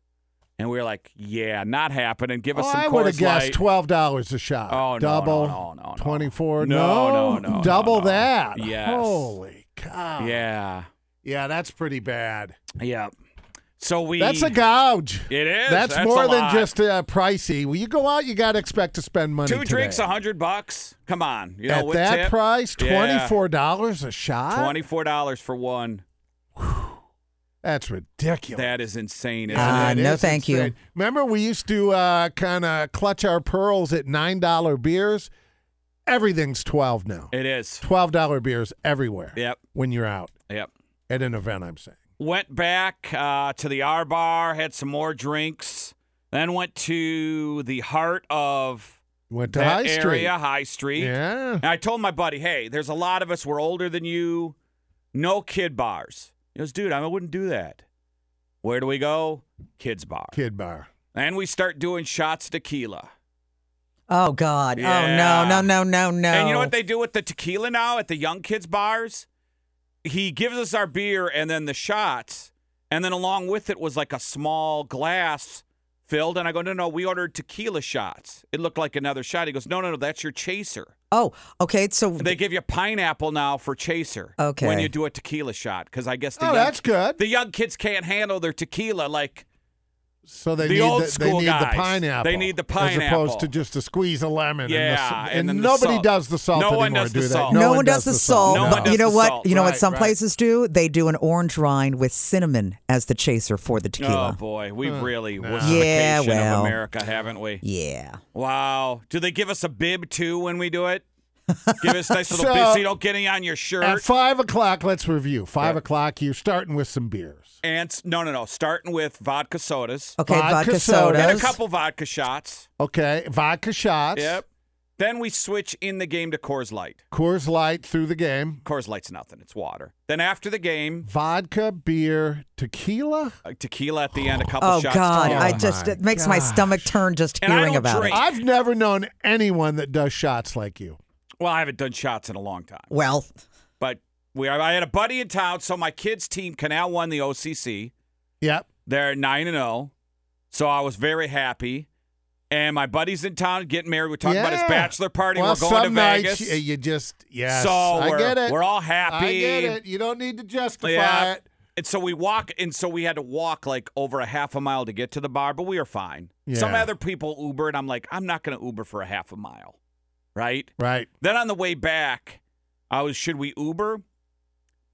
Speaker 4: And we were like, yeah, not happening. Give us
Speaker 5: Oh,
Speaker 4: some
Speaker 5: I would
Speaker 4: Coors
Speaker 5: have guessed
Speaker 4: Light.
Speaker 5: twelve dollars a shot.
Speaker 4: Oh, no,
Speaker 5: double
Speaker 4: no, no, no.
Speaker 5: 24.
Speaker 4: No,
Speaker 5: no,
Speaker 4: no, no, no,
Speaker 5: double
Speaker 4: no.
Speaker 5: that.
Speaker 4: Yes.
Speaker 5: Holy cow!
Speaker 4: Yeah.
Speaker 5: yeah, that's pretty bad.
Speaker 4: Yeah. So we.
Speaker 5: That's a gouge.
Speaker 4: It is.
Speaker 5: That's,
Speaker 4: That's
Speaker 5: more
Speaker 4: a
Speaker 5: than
Speaker 4: lot.
Speaker 5: just uh, pricey. When you go out, you got to expect to spend money.
Speaker 4: Two
Speaker 5: today.
Speaker 4: drinks, a hundred bucks. Come on, you know,
Speaker 5: At
Speaker 4: with
Speaker 5: that
Speaker 4: tip.
Speaker 5: price,
Speaker 4: Yeah.
Speaker 5: twenty four dollars a shot.
Speaker 4: Twenty-four dollars for one.
Speaker 5: That's ridiculous.
Speaker 4: That is insane, isn't
Speaker 10: Ah,
Speaker 4: it?
Speaker 10: no, thank you.
Speaker 5: Right. Remember, we used to uh, kind of clutch our pearls at nine dollar beers. Everything's twelve now.
Speaker 4: It is.
Speaker 5: Twelve dollar beers everywhere.
Speaker 4: Yep.
Speaker 5: When you're out
Speaker 4: Yep.
Speaker 5: at an event, I'm saying.
Speaker 4: Went back uh, to the R Bar, had some more drinks, then went to the heart of
Speaker 5: Went to
Speaker 4: that
Speaker 5: High Street.
Speaker 4: area, High Street.
Speaker 5: Yeah.
Speaker 4: And I told my buddy, hey, there's a lot of us. We're older than you. No kid bars. He goes, dude, I wouldn't do that. Where do we go? Kids bar.
Speaker 5: Kid bar.
Speaker 4: And we start doing shots tequila.
Speaker 10: Oh God!
Speaker 4: Yeah.
Speaker 10: Oh no! No! No! No! No!
Speaker 4: And you know what they do with the tequila now at the young kids bars? He gives us our beer and then the shots, and then along with it was like a small glass filled. And I go, no, no, we ordered tequila shots. It looked like another shot. He goes, no, no, no, that's your chaser.
Speaker 10: oh, okay. So
Speaker 4: They give you pineapple now for chaser.
Speaker 10: Okay.
Speaker 4: When you do a tequila shot, because I guess the
Speaker 5: Oh,
Speaker 4: young,
Speaker 5: that's good.
Speaker 4: The young kids can't handle their tequila like
Speaker 5: So they
Speaker 4: The
Speaker 5: need
Speaker 4: old
Speaker 5: the,
Speaker 4: school
Speaker 5: they need
Speaker 4: guys.
Speaker 5: the pineapple.
Speaker 4: They need the
Speaker 5: as opposed
Speaker 4: pineapple.
Speaker 5: to just to squeeze a lemon. and, the s-
Speaker 4: Yeah, and
Speaker 5: and
Speaker 4: then the
Speaker 5: nobody
Speaker 4: salt.
Speaker 5: does the salt
Speaker 4: No one
Speaker 5: anymore.
Speaker 4: does
Speaker 5: do
Speaker 4: the
Speaker 5: they?
Speaker 4: salt.
Speaker 10: no, one does, the salt.
Speaker 5: No one
Speaker 4: does
Speaker 10: you know
Speaker 4: the
Speaker 10: what?
Speaker 4: salt.
Speaker 10: You know what?
Speaker 4: Right,
Speaker 10: Some
Speaker 4: right.
Speaker 10: places do. They do an orange rind with cinnamon as the chaser for the
Speaker 4: Oh
Speaker 10: tequila.
Speaker 4: boy, we've really nah.
Speaker 10: Yeah, well.
Speaker 4: of America, haven't we?
Speaker 10: Yeah.
Speaker 4: Wow. Do they give us a bib too when we do it?
Speaker 10: <laughs>
Speaker 4: Give us nice little
Speaker 5: So-
Speaker 4: bib so you don't get any on your shirt.
Speaker 5: At five o'clock, let's review. Five o'clock, you're starting with some beers.
Speaker 4: and s- no, no, no. Starting with vodka sodas.
Speaker 10: Okay. Vodka,
Speaker 5: Vodka sodas.
Speaker 10: sodas.
Speaker 4: Then a couple vodka shots.
Speaker 5: Okay, vodka shots.
Speaker 4: Yep. Then we switch in the game to Coors Light.
Speaker 5: Coors Light through the game.
Speaker 4: Coors Light's nothing. It's water. Then after the game,
Speaker 5: Vodka, beer, tequila.
Speaker 4: uh, tequila at the end. A couple
Speaker 10: Oh
Speaker 4: shots.
Speaker 10: God!
Speaker 4: tequila.
Speaker 10: I
Speaker 5: Oh,
Speaker 10: just it makes my stomach turn just
Speaker 4: And I
Speaker 10: hearing
Speaker 4: don't
Speaker 10: about
Speaker 4: drink.
Speaker 10: it.
Speaker 5: I've never known anyone that does shots like you.
Speaker 4: Well, I haven't done shots in a long time.
Speaker 10: Well,
Speaker 4: But we, I had a buddy in town, so my kids' team Canal won the OCC.
Speaker 5: Yep.
Speaker 4: They're nine and zero, so I was very happy. And my buddy's in town getting married. We're talking about his
Speaker 5: Yeah.
Speaker 4: bachelor party.
Speaker 5: Well,
Speaker 4: we're going to
Speaker 5: some nights
Speaker 4: Vegas.
Speaker 5: y- You just yes.
Speaker 4: so
Speaker 5: I
Speaker 4: we're,
Speaker 5: get it.
Speaker 4: we're all happy.
Speaker 5: I get it. You don't need to justify
Speaker 4: Yeah.
Speaker 5: it.
Speaker 4: And so we walk, and so we had to walk like over a half a mile to get to the bar, but we were fine. Some
Speaker 5: Yeah.
Speaker 4: other people Uber, and I'm like, I'm not going to Uber for a half a mile, right?
Speaker 5: Right.
Speaker 4: Then on the way back, I was, should we Uber?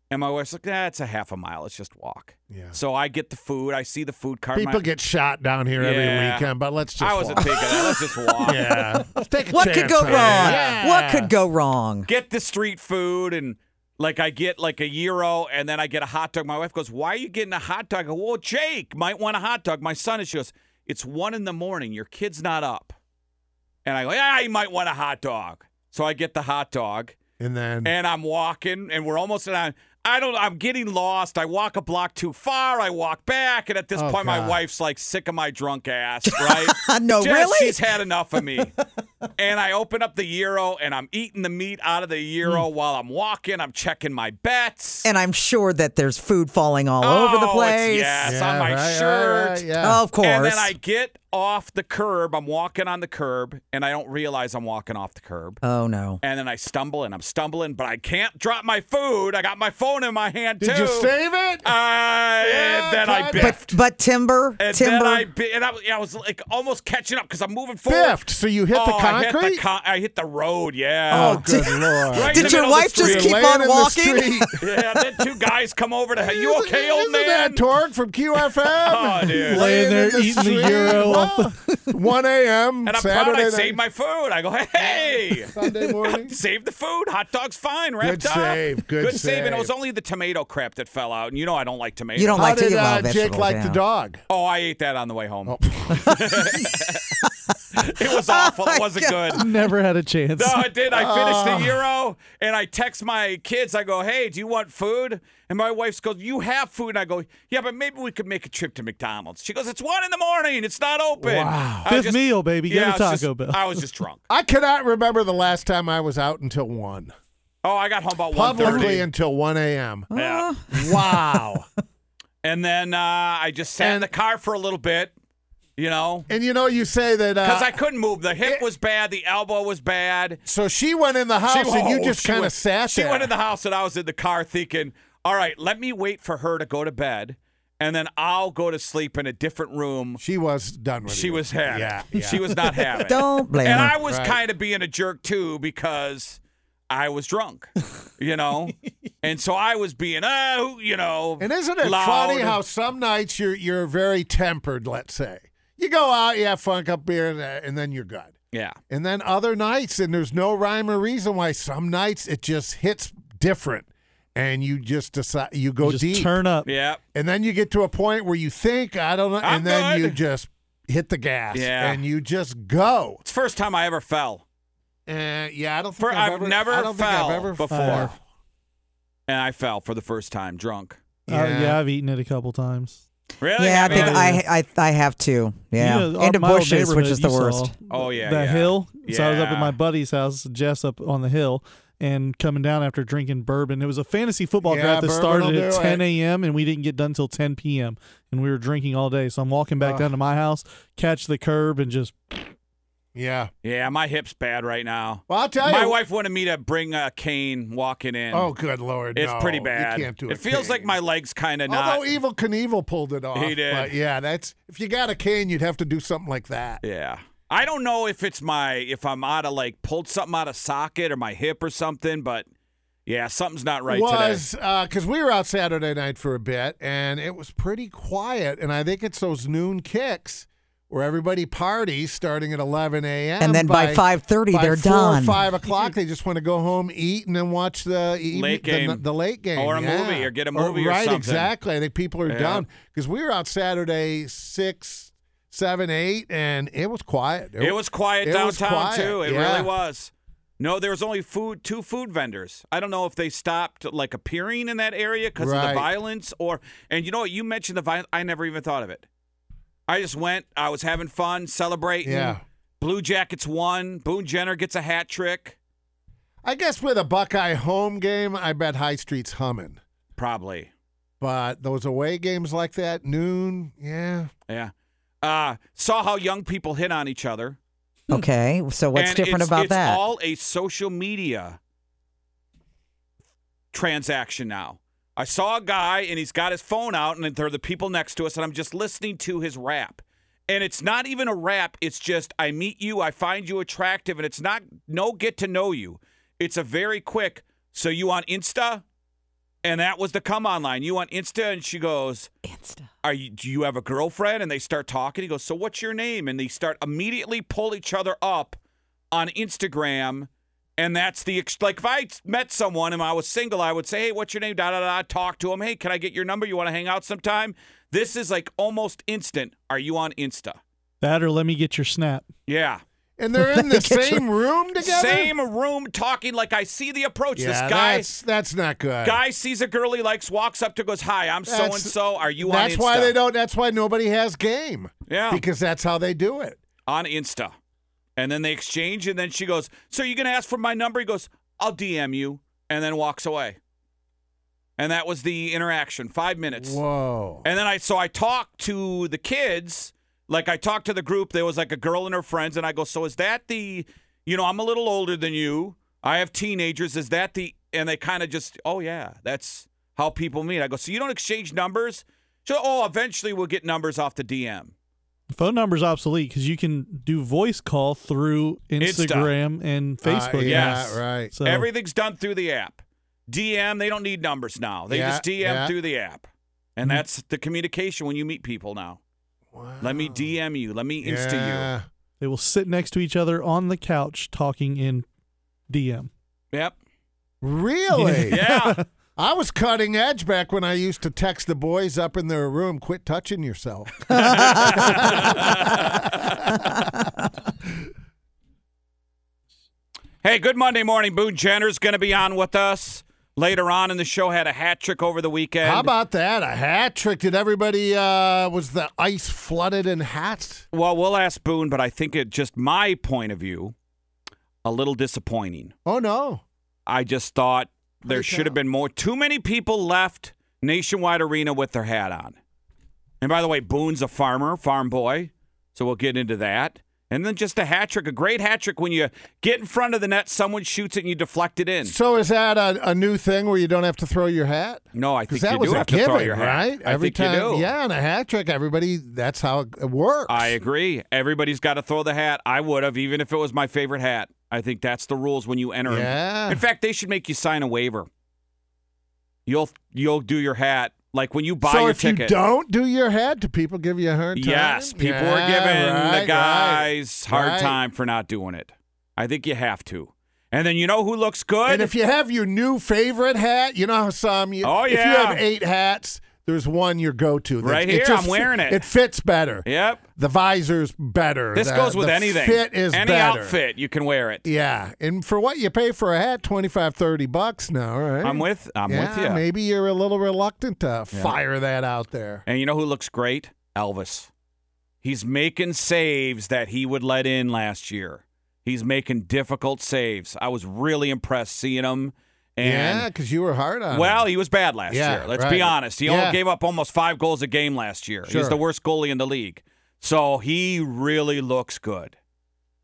Speaker 4: And my wife's like, nah, it's a half a mile. Let's just walk.
Speaker 5: Yeah.
Speaker 4: So I get the food. I see the food cart.
Speaker 5: People
Speaker 4: My-
Speaker 5: get shot down here every
Speaker 4: Yeah.
Speaker 5: weekend, but let's just.
Speaker 4: I wasn't
Speaker 5: walk.
Speaker 4: thinking that. Let's
Speaker 5: <laughs>
Speaker 4: just walk.
Speaker 5: Yeah. Let's take a
Speaker 10: what could
Speaker 5: chance
Speaker 10: go
Speaker 5: on
Speaker 10: wrong?
Speaker 5: it. Yeah.
Speaker 10: What could go wrong?
Speaker 4: Get the street food and like I get like a euro and then I get a hot dog. My wife goes, Why are you getting a hot dog? I go, Well, Jake might want a hot dog. My son is she goes, It's one in the morning. Your kid's not up. And I go, Yeah, he might want a hot dog. So I get the hot dog
Speaker 5: And then
Speaker 4: and I'm walking and we're almost and I I don't I'm getting lost. I walk a block too far. I walk back and at this
Speaker 5: Oh,
Speaker 4: point my
Speaker 5: God.
Speaker 4: wife's like sick of my drunk ass, right?
Speaker 10: <laughs> No,
Speaker 4: Just-
Speaker 10: really?
Speaker 4: She's had enough of me. and I open up the euro and I'm eating the meat out of the euro
Speaker 10: Mm.
Speaker 4: while I'm walking. I'm checking my bets.
Speaker 10: And I'm sure that there's food falling all over the
Speaker 4: Oh, it's-
Speaker 10: place.
Speaker 4: yes,
Speaker 5: Yeah,
Speaker 4: on my
Speaker 5: right, right,
Speaker 4: shirt.
Speaker 5: right, yeah.
Speaker 10: Of course.
Speaker 4: And then I get off the curb. I'm walking on the curb and I don't realize I'm walking off the curb.
Speaker 10: oh no.
Speaker 4: And then I stumble and I'm stumbling, but I can't drop my food. I got my phone in my hand
Speaker 5: did
Speaker 4: too.
Speaker 5: you save it?
Speaker 4: I- and then I
Speaker 5: God.
Speaker 4: biffed.
Speaker 10: But timber,
Speaker 4: and
Speaker 10: timber.
Speaker 4: then I bi- and I, was- I was like almost catching up because I'm moving forward.
Speaker 5: Biffed. So you hit the
Speaker 4: Oh, I hit
Speaker 5: concrete.
Speaker 4: the, con- I hit the road. Yeah.
Speaker 5: oh, good
Speaker 10: <laughs>
Speaker 5: lord!
Speaker 4: Right in the
Speaker 10: Did your
Speaker 4: middle of the
Speaker 10: wife just
Speaker 4: street.
Speaker 10: keep
Speaker 5: Laying in
Speaker 10: on
Speaker 5: the
Speaker 10: walking? <laughs>
Speaker 5: street.
Speaker 4: yeah. Then two guys come over to. You
Speaker 5: Isn't-
Speaker 4: okay, old
Speaker 5: isn't
Speaker 4: man?
Speaker 5: that Torque from QFM? <laughs>
Speaker 4: Oh, dude.
Speaker 3: Laying there eating the gyro off <laughs>
Speaker 5: the 1 a.m.
Speaker 4: and I'm
Speaker 5: Saturday
Speaker 4: proud I
Speaker 5: night,
Speaker 4: saved my food. I go, hey.
Speaker 5: <laughs> Sunday
Speaker 4: <laughs>
Speaker 5: morning.
Speaker 4: Save the food. Hot dog's fine. Wrapped
Speaker 5: Good
Speaker 4: up.
Speaker 5: save, good
Speaker 4: And it was
Speaker 5: save.
Speaker 4: only the tomato crap that fell out. And you know I don't like tomatoes.
Speaker 10: You don't
Speaker 5: How
Speaker 10: like to
Speaker 5: did
Speaker 10: eat
Speaker 5: uh,
Speaker 10: wild
Speaker 5: Jake
Speaker 10: vegetables.
Speaker 5: like <laughs>
Speaker 10: yeah.
Speaker 5: the dog?
Speaker 4: Oh, I ate that on the way home. <laughs> It was
Speaker 10: <laughs>
Speaker 4: awful.
Speaker 10: Oh
Speaker 4: It wasn't good.
Speaker 3: Never had a
Speaker 4: <laughs>
Speaker 3: chance.
Speaker 4: No, I did. I finished
Speaker 5: Oh. Ah.
Speaker 4: the euro, and I text my kids. I go, "Hey, do you want food?" And my wife goes, "You have food." And I go, "Yeah, but maybe we could make a trip to McDonald's." She goes, "It's one in the morning. It's not open."
Speaker 3: Wow.
Speaker 4: I was
Speaker 3: Fifth meal, baby. Get a
Speaker 4: I was just-
Speaker 3: Taco Bell.
Speaker 4: I was just drunk.
Speaker 5: I cannot remember the last time I was out until one
Speaker 4: Oh, I got home about one
Speaker 5: publicly
Speaker 4: thirty.
Speaker 5: until one a.m.
Speaker 10: Uh.
Speaker 4: Yeah.
Speaker 10: <laughs>
Speaker 5: Wow.
Speaker 4: And then uh, I just sat in the car for a little bit. You know,
Speaker 5: and you know you say that uh,
Speaker 4: because I couldn't move. The hip was bad. The elbow was bad.
Speaker 5: So she went in the house and you
Speaker 4: oh,
Speaker 5: just
Speaker 4: she
Speaker 5: kind of
Speaker 4: went-
Speaker 5: sat
Speaker 4: She
Speaker 5: there.
Speaker 4: went in the house and I was in the car thinking, all right, let me wait for her to go to bed and then I'll go to sleep in a different room.
Speaker 5: she was done with
Speaker 4: She
Speaker 5: you.
Speaker 4: was happy.
Speaker 5: Yeah, yeah.
Speaker 4: She was not
Speaker 10: <laughs>
Speaker 4: happy.
Speaker 10: Don't blame
Speaker 4: And
Speaker 10: her.
Speaker 4: I was
Speaker 5: Right.
Speaker 4: kind of being a jerk too because I was drunk, you
Speaker 5: <laughs>
Speaker 4: know? and so I was being, oh, you know.
Speaker 5: And isn't it
Speaker 4: loud.
Speaker 5: funny how some nights you're you're very tempered, let's say. You go out, you have fun, cup of beer, and, uh, and then you're good.
Speaker 4: Yeah.
Speaker 5: And then other nights, and there's no rhyme or reason why some nights it just hits different, and you just decide you go
Speaker 3: Just
Speaker 5: deep,
Speaker 3: turn up.
Speaker 4: Yeah.
Speaker 5: and then you get to a point where you think I don't know,
Speaker 4: I'm
Speaker 5: and then you
Speaker 4: good.
Speaker 5: just hit the gas,
Speaker 4: Yeah.
Speaker 5: and you just go.
Speaker 4: It's the first time I ever fell.
Speaker 5: Uh, yeah, I don't think
Speaker 4: For, I've,
Speaker 5: I've, ever,
Speaker 4: never
Speaker 5: I don't think
Speaker 4: fell
Speaker 5: I've ever
Speaker 4: before.
Speaker 5: fell.
Speaker 4: And I fell for the first time drunk.
Speaker 5: Oh,
Speaker 3: Uh, yeah. I've eaten it a couple times.
Speaker 4: Really?
Speaker 10: Yeah, I
Speaker 4: Have
Speaker 10: think
Speaker 4: you?
Speaker 10: I, I I have to. Yeah,
Speaker 3: You know,
Speaker 10: into
Speaker 3: my old
Speaker 10: bushes, which
Speaker 3: neighborhood,
Speaker 10: is the
Speaker 3: you saw
Speaker 10: worst.
Speaker 4: Oh, yeah,
Speaker 3: that
Speaker 4: yeah.
Speaker 3: hill. So I was up at
Speaker 4: Yeah.
Speaker 3: my buddy's house, Jess up on the hill, and coming down after drinking bourbon. It was a fantasy football
Speaker 5: Yeah,
Speaker 3: draft that
Speaker 5: bourbon will
Speaker 3: started at
Speaker 5: do it.
Speaker 3: 10 a.m. and we didn't get done till 10 p.m. and we were drinking all day. So I'm walking back down to my house, catch the curb, and just
Speaker 5: Yeah.
Speaker 4: Yeah, my hip's bad right now.
Speaker 5: Well, I'll tell you.
Speaker 4: My wife wanted me to bring a cane walking in.
Speaker 5: Oh, good lord!
Speaker 4: it's
Speaker 5: no.
Speaker 4: pretty bad.
Speaker 5: You can't do
Speaker 4: it feels like
Speaker 5: cane.
Speaker 4: my legs kind of not.
Speaker 5: Although Evil Knievel pulled it off.
Speaker 4: He did.
Speaker 5: But yeah, that's if you got a cane, you'd have to do something like that.
Speaker 4: yeah, I don't know if it's my if I'm out of like pulled something out of socket or my hip or something, but yeah, something's not right
Speaker 5: was because we were out Saturday night for a bit, and it was pretty quiet. And I think it's those noon kicks where everybody parties starting at 11 a.m.
Speaker 10: And then by 5:30,
Speaker 5: by
Speaker 10: they're
Speaker 5: four
Speaker 10: done.
Speaker 5: Or five o'clock, they just want to go home, eat, and then watch the evening,
Speaker 4: Late
Speaker 5: the- The,
Speaker 4: game.
Speaker 5: late game
Speaker 4: Or a
Speaker 5: yeah. Oh,
Speaker 4: movie, or get a movie or
Speaker 5: right,
Speaker 4: something.
Speaker 5: exactly. I think people are
Speaker 4: Yeah.
Speaker 5: done because we were out Saturday six, seven, eight, and it was quiet.
Speaker 4: today. It was quiet
Speaker 5: it
Speaker 4: downtown
Speaker 5: was quiet,
Speaker 4: too. It
Speaker 5: yeah.
Speaker 4: really was. No, there was only food two food vendors. I don't know if they stopped like appearing in that area because of
Speaker 5: Right.
Speaker 4: the violence or and you know what you mentioned the violence. I never even thought of it. I just went. I was having fun, celebrating.
Speaker 5: Yeah.
Speaker 4: Blue Jackets won. Boone Jenner gets a hat trick.
Speaker 5: I guess with a Buckeye home game, I bet High Street's humming.
Speaker 4: Probably.
Speaker 5: But those away games like that, noon, yeah.
Speaker 4: Yeah. Uh, saw how young people hit on each other.
Speaker 10: Okay, so what's
Speaker 4: And
Speaker 10: different
Speaker 4: it's-
Speaker 10: about
Speaker 4: it's
Speaker 10: that?
Speaker 4: all a social media transaction now. I saw a guy and he's got his phone out, and there are the people next to us, and I'm just listening to his rap. And it's not even a rap. It's just I meet you, I find you attractive, and it's not no get to know you. It's a very quick. So you on Insta, and that was the come online. You on Insta, and she goes,
Speaker 10: Insta.
Speaker 4: are you do you have a girlfriend and they start talking he goes so what's your name and they start immediately pull each other up on instagram and that's the ex- like if i met someone and i was single i would say hey what's your name da da da talk to him hey can i get your number you want to hang out sometime this is like almost instant are you on insta
Speaker 3: that or let me get your snap.
Speaker 4: yeah
Speaker 5: And
Speaker 3: <laughs>
Speaker 5: they're in the
Speaker 10: Get your-
Speaker 5: same room together?
Speaker 4: same room talking like i see the approach
Speaker 5: Yeah,
Speaker 4: this guy
Speaker 5: that's, that's not good.
Speaker 4: guy sees a girl he likes walks up to goes hi i'm so and
Speaker 5: That's-
Speaker 4: so are you on
Speaker 5: that's
Speaker 4: insta
Speaker 5: why they don't, that's why nobody has game.
Speaker 4: Yeah.
Speaker 5: Because that's how they do it.
Speaker 4: on Insta. And then they exchange, and then she goes, So you're going to ask for my number? He goes, I'll DM you, and then walks away. And that was the interaction five minutes.
Speaker 5: Whoa.
Speaker 4: And then I, so I talked to the kids, like I talked to the group. There was like a girl and her friends, and I go, So is that the, you know, I'm a little older than you. I have teenagers. Is that the, and they kind of just, Oh, yeah, that's how people meet. I go, So you don't exchange numbers? So, oh, eventually we'll get numbers off the DM.
Speaker 3: Phone number's obsolete because you can do voice call through
Speaker 4: Insta.
Speaker 3: Instagram and Facebook.
Speaker 5: Uh, yeah,
Speaker 4: yes.
Speaker 5: right.
Speaker 3: So
Speaker 4: Everything's done through the app. DM, they don't need numbers now. They
Speaker 5: Yeah,
Speaker 4: just DM
Speaker 5: yeah. Mm-hmm.
Speaker 4: through the app. And that's the communication when you meet people now. Let me DM you. Let me Insta
Speaker 5: yeah.
Speaker 3: they will sit next to each other on the couch talking in
Speaker 5: <laughs>
Speaker 3: DM.
Speaker 4: you. Yep. <laughs>
Speaker 5: Really?
Speaker 4: Yeah.
Speaker 5: <laughs> I was cutting edge back when I used to text the boys up
Speaker 4: <laughs>
Speaker 5: in their room, quit touching yourself.
Speaker 4: Hey, good Monday morning. Boone Jenner's going to be on with us later on in the show. Had a hat trick over the weekend.
Speaker 5: How about that? A hat trick. Did everybody, uh, was the ice flooded in hats?
Speaker 4: Well, we'll ask Boone, but I think it just my point of view, a little disappointing.
Speaker 5: Oh, no.
Speaker 4: I just thought there should have been more. Too many people left Nationwide Arena with their hat on. And by the way, Boone's a farmer, farm boy, so we'll get into that. And then just a hat trick, a great hat trick when you get in front of the net, someone shoots it and you deflect it in.
Speaker 5: So is that a, a new thing where you don't have to throw your hat?
Speaker 4: No, I think
Speaker 5: that
Speaker 4: you
Speaker 5: was
Speaker 4: do
Speaker 5: a
Speaker 4: have to
Speaker 5: given,
Speaker 4: throw your hat.
Speaker 5: right?
Speaker 4: I
Speaker 5: Every
Speaker 4: think
Speaker 5: time,
Speaker 4: you do.
Speaker 5: yeah, and a hat trick. Everybody, that's how it works.
Speaker 4: I agree. Everybody's got to throw the hat. I would have, even if it was my favorite hat. I think that's the rules when you enter.
Speaker 5: Yeah.
Speaker 4: In fact, they should make you sign a waiver. You'll you'll do your hat like when you buy
Speaker 5: so
Speaker 4: your
Speaker 5: if
Speaker 4: ticket.
Speaker 5: you don't do your hat, do people give you a hard time?
Speaker 4: yes, people are
Speaker 5: Yeah,
Speaker 4: giving
Speaker 5: right,
Speaker 4: the guys
Speaker 5: right,
Speaker 4: hard
Speaker 5: right.
Speaker 4: time for not doing it. I think you have to. And then you know who looks good?
Speaker 5: And if you have your new favorite hat, you know how some you,
Speaker 4: Oh,
Speaker 5: if you
Speaker 4: yeah.
Speaker 5: have eight hats, there's one your go-to. That-
Speaker 4: Right
Speaker 5: it
Speaker 4: here,
Speaker 5: just
Speaker 4: I'm
Speaker 5: fit-
Speaker 4: wearing it.
Speaker 5: It fits better.
Speaker 4: yep.
Speaker 5: The visor's better.
Speaker 4: This
Speaker 5: The-
Speaker 4: goes with
Speaker 5: the
Speaker 4: anything.
Speaker 5: Fit is
Speaker 4: Any
Speaker 5: better.
Speaker 4: outfit, you can wear it.
Speaker 5: Yeah, and for what you pay for a hat, 25, 30 bucks now, right?
Speaker 4: I'm with I'm
Speaker 5: yeah,
Speaker 4: with you.
Speaker 5: Maybe you're a little reluctant to fire that out there.
Speaker 4: And you know who looks great? Elvis. He's making saves that he would let in last year. He's making difficult saves. I was really impressed seeing him.
Speaker 5: yeah,
Speaker 4: And
Speaker 5: because you were hard on.
Speaker 4: well,
Speaker 5: him.
Speaker 4: he was bad last
Speaker 5: Yeah,
Speaker 4: year. Let's
Speaker 5: right.
Speaker 4: be honest. He
Speaker 5: Yeah.
Speaker 4: only gave up almost five goals a game last year.
Speaker 5: Sure.
Speaker 4: He's the worst goalie in the league. So he really looks good.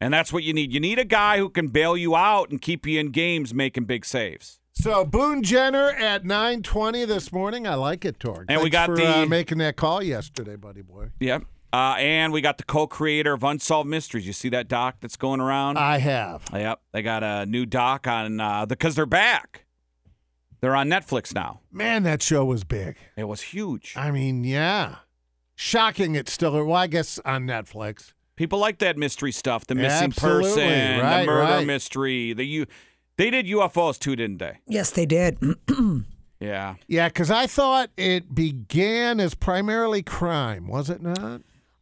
Speaker 4: And that's what you need. You need a guy who can bail you out and keep you in games making big saves.
Speaker 5: So Boone Jenner at nine twenty this morning. I like it, Torg.
Speaker 4: And we
Speaker 5: Thanks
Speaker 4: got
Speaker 5: for,
Speaker 4: the-
Speaker 5: uh, making that call yesterday, buddy boy.
Speaker 4: Yep. Uh, and we got the co-creator of Unsolved Mysteries. You see that doc that's going around?
Speaker 5: I have.
Speaker 4: Yep, they got a new doc on uh, because they're back. They're on Netflix now.
Speaker 5: Man, that show was big.
Speaker 4: It was huge.
Speaker 5: I mean, yeah, shocking. It's still well, I guess on Netflix.
Speaker 4: People like that mystery stuff, the missing
Speaker 5: Absolutely,
Speaker 4: person,
Speaker 5: right,
Speaker 4: the murder
Speaker 5: right.
Speaker 4: mystery. The you, they did UFOs too, didn't they?
Speaker 10: Yes, they did. <clears throat>
Speaker 4: Yeah.
Speaker 5: Yeah, because I thought it began as primarily crime, was it not?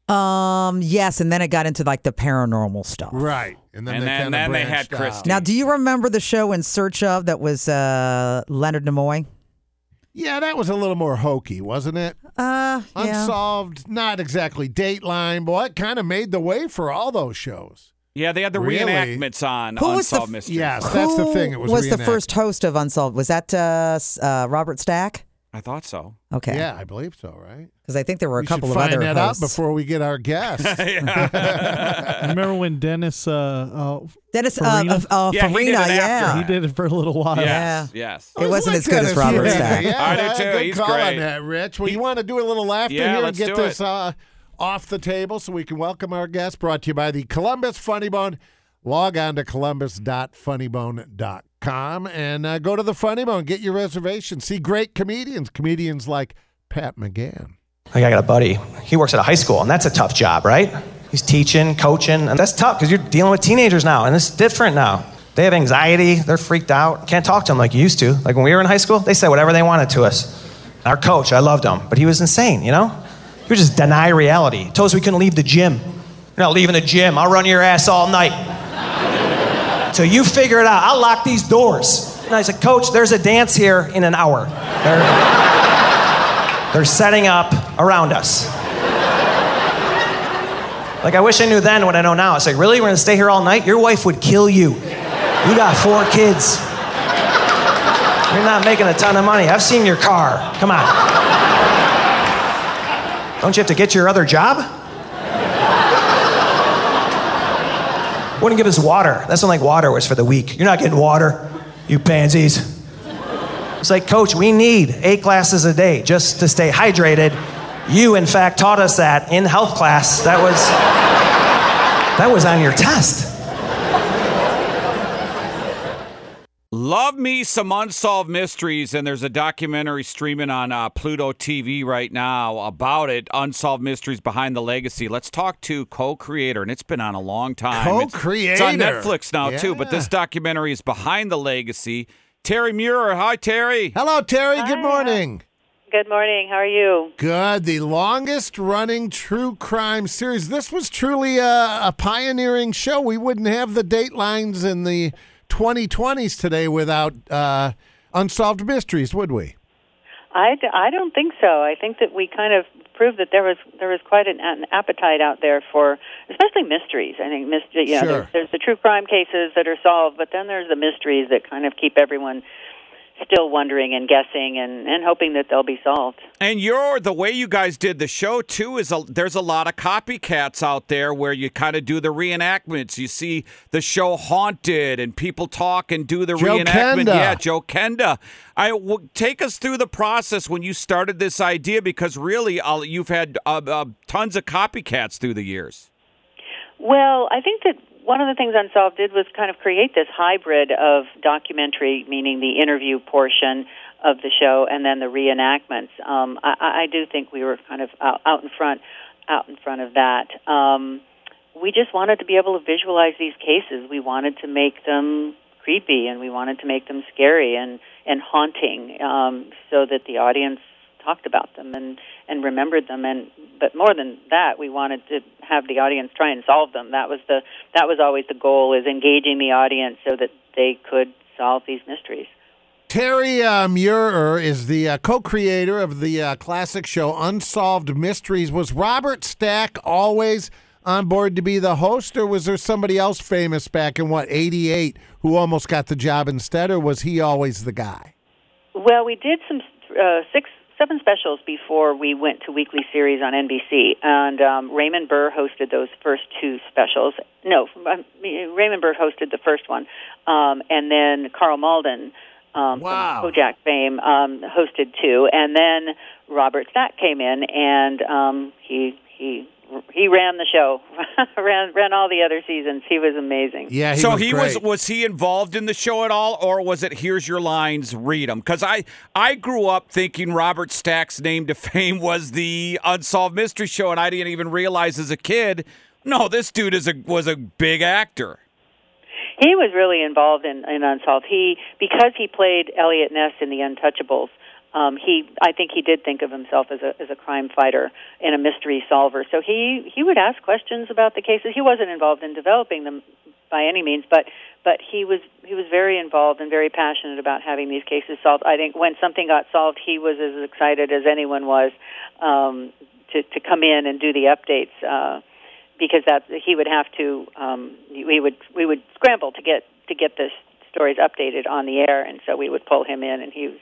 Speaker 10: um, yes, and then it got into like the paranormal stuff.
Speaker 5: Right, and then
Speaker 4: And
Speaker 5: they,
Speaker 4: then-
Speaker 5: kinda
Speaker 4: then they had
Speaker 5: branched out.
Speaker 4: Christie.
Speaker 10: Now, do you remember the show In Search of that was uh, Leonard Nimoy?
Speaker 5: Yeah, that was a little more hokey, wasn't it?
Speaker 10: Uh, yeah.
Speaker 5: Unsolved, not exactly Dateline, but it kind of made the way for all those shows.
Speaker 4: Yeah, they had the
Speaker 5: Really?
Speaker 4: reenactments on
Speaker 10: Who was the
Speaker 4: Unsolved
Speaker 10: f-
Speaker 4: Mysteries.
Speaker 5: Yes, that's the thing. It was,
Speaker 10: Who was the
Speaker 5: reenacted.
Speaker 10: first host of Unsolved? Was that uh, s- uh, Robert Stack?
Speaker 4: I thought so.
Speaker 10: Okay.
Speaker 5: Yeah, I believe so, right?
Speaker 10: Because I think there were a
Speaker 5: We
Speaker 10: couple
Speaker 5: should
Speaker 10: of
Speaker 5: find
Speaker 10: other
Speaker 5: that
Speaker 10: hosts.
Speaker 5: out before we get our guest.
Speaker 4: <laughs>
Speaker 5: <laughs>
Speaker 4: yeah.
Speaker 3: Remember when Dennis, uh, uh,
Speaker 10: Dennis uh,
Speaker 3: Farina?
Speaker 10: uh, uh,
Speaker 4: Yeah, he did
Speaker 10: Farina,
Speaker 4: it
Speaker 10: yeah.
Speaker 4: after.
Speaker 3: he did it for a little while.
Speaker 4: Yes. Yes.
Speaker 10: It
Speaker 5: like
Speaker 10: wasn't as good as
Speaker 5: Dennis
Speaker 10: Robert
Speaker 5: Lee.
Speaker 10: Stack.
Speaker 5: Yeah,
Speaker 4: I do
Speaker 5: yeah,
Speaker 4: too.
Speaker 5: Good
Speaker 4: He's
Speaker 5: call on
Speaker 4: great.
Speaker 5: that, Rich. Well, you want to do a little laughter
Speaker 4: Yeah,
Speaker 5: here and
Speaker 4: let's
Speaker 5: get
Speaker 4: do
Speaker 5: this
Speaker 4: it.
Speaker 5: uh, off the table so we can welcome our guest, brought to you by the Columbus Funny Bone. Log on to columbus.funnybone.com and uh, go to the Funny Bone. Get your reservation. See great comedians, comedians like Pat McGann.
Speaker 13: Like I got a buddy. He works at a high school, and that's a tough job, right? He's teaching, coaching, and that's tough because you're dealing with teenagers now, and it's different now. They have anxiety, they're freaked out, can't talk to them like you used to. Like when we were in high school, they said whatever they wanted to us. Our coach, I loved him, but he was insane, you know? He would just deny reality. Told us we couldn't leave the gym. You're not leaving the gym. I'll run your ass all night <laughs> till you figure it out. I'll lock these doors. And I said, Coach, there's a dance here in an hour. They're, they're setting up around us. Like, I wish I knew then what I know now. It's like, really? We're gonna stay here all night? Your wife would kill you. You got four kids. You're not making a ton of money. I've seen your car. Come on. Don't you have to get your other job? Wouldn't give us water. That's not like water was for the weak. You're not getting water, you pansies. It's like, coach, we need eight glasses a day just to stay hydrated. You, in fact, taught us that in health class. That was that was on your test.
Speaker 4: Love me some unsolved mysteries, and there's a documentary streaming on uh, Pluto TV right now about it. Unsolved mysteries behind the legacy. Let's talk to co-creator, and it's been on a long time. It's- it's, on
Speaker 5: Co-creator.
Speaker 4: Netflix now too. But this documentary is behind the legacy. Terry Muir, hi Terry.
Speaker 5: Hello, Terry. Good morning.
Speaker 14: Good morning. How are you?
Speaker 5: Good. The longest running true crime series. This was truly a, a pioneering show. We wouldn't have the datelines and the 2020s today without uh, unsolved mysteries, would we?
Speaker 14: I, d- I don't think so. I think that we kind of proved that there was there was quite an, an appetite out there for especially mysteries. I think mystery. Yeah,
Speaker 15: Sure.
Speaker 14: there's, there's the true crime cases that are solved, but then there's the mysteries that kind of keep everyone still wondering and guessing and, and hoping that they'll be solved.
Speaker 4: And you're the way you guys did the show too is a, there's a lot of copycats out there where you kind of do the reenactments. You see the show haunted and people talk and do the
Speaker 5: Joe
Speaker 4: reenactment.
Speaker 5: Kenda.
Speaker 4: Yeah, Joe Kenda. I w- take us through the process when you started this idea because really uh, you've had uh, uh, tons of copycats through the years.
Speaker 14: Well, I think that one of the things Unsolved did was kind of create this hybrid of documentary, meaning the interview portion of the show, and then the reenactments. Um, I- I, I do think we were kind of out, out in front, out in front of that. Um, we just wanted to be able to visualize these cases. We wanted to make them creepy, and we wanted to make them scary and and haunting, um, so that the audience talked about them and and remembered them and but more than that we wanted to have the audience try and solve them that was the that was always the goal is engaging the audience so that they could solve these mysteries
Speaker 5: Terry uh, Muirer is the uh, co-creator of the uh, classic show Unsolved Mysteries. Was Robert Stack always on board to be the host, or was there somebody else famous back in what '88 who almost got the job instead, or was he always the guy?
Speaker 14: well we did some uh, six seven specials before we went to weekly series on NBC and um, Raymond Burr hosted those first two specials no um, Raymond Burr hosted the first one um, and then Carl Malden um,
Speaker 16: Wow.
Speaker 14: from Kojak fame um, hosted two, and then Robert Stack came in and um, he he he ran the show, <laughs> ran ran all the other seasons. He was amazing.
Speaker 4: so he was was he involved in the show at all, or was it here's your lines, read them? Because I I grew up thinking Robert Stack's name to <laughs> fame was the Unsolved Mystery Show, and I didn't even realize as a kid. No, this dude is a was a big actor.
Speaker 14: He was really involved in, in Unsolved. He because he played Elliot Ness in The Untouchables. Um, he, I think he did think of himself as a as a crime fighter and a mystery solver. So he he would ask questions about the cases. He wasn't involved in developing them by any means, but but he was he was very involved and very passionate about having these cases solved. I think when something got solved, he was as excited as anyone was um, to to come in and do the updates. Uh, because that he would have to um, we would we would scramble to get to get this stories updated on the air, and so we would pull him in, and he was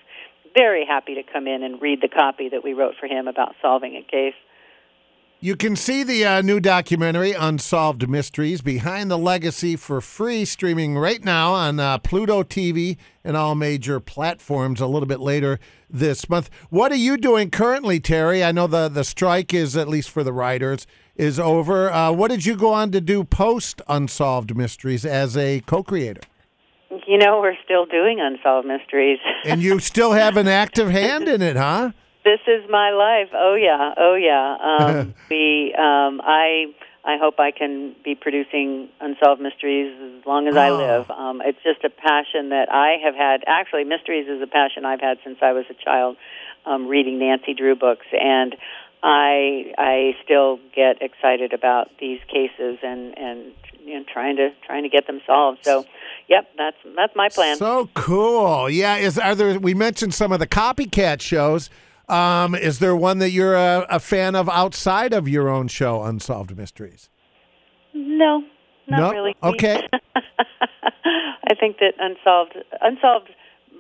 Speaker 14: very happy to come in and read the copy that we wrote for him about solving a case.
Speaker 5: You can see the uh, new documentary, Unsolved Mysteries Behind the Legacy, for free, streaming right now on uh, Pluto TV and all major platforms a little bit later this month. What are you doing currently, Terry? I know the, the strike is, at least for the writers, is over. Uh, what did you go on to do post Unsolved Mysteries as a co creator?
Speaker 14: You know, we're still doing unsolved mysteries.
Speaker 5: And you still have an active hand in it, huh?
Speaker 14: This is my life. Oh yeah, oh yeah. Um, we, um, I, I hope I can be producing unsolved mysteries as long as I
Speaker 17: Oh.
Speaker 14: live. Um, it's just a passion that I have had. Actually, mysteries is a passion I've had since I was a child, um, reading Nancy Drew books, and I, I still get excited about these cases and and you know, trying to trying to get them solved. So, yep, that's that's my plan.
Speaker 5: So cool. Yeah, is are there we mentioned some of the copycat shows. Um, is there one that you're a, a fan of outside of your own show, Unsolved Mysteries?
Speaker 14: No, not
Speaker 5: No?
Speaker 14: really.
Speaker 5: Okay.
Speaker 14: <laughs> I think that unsolved unsolved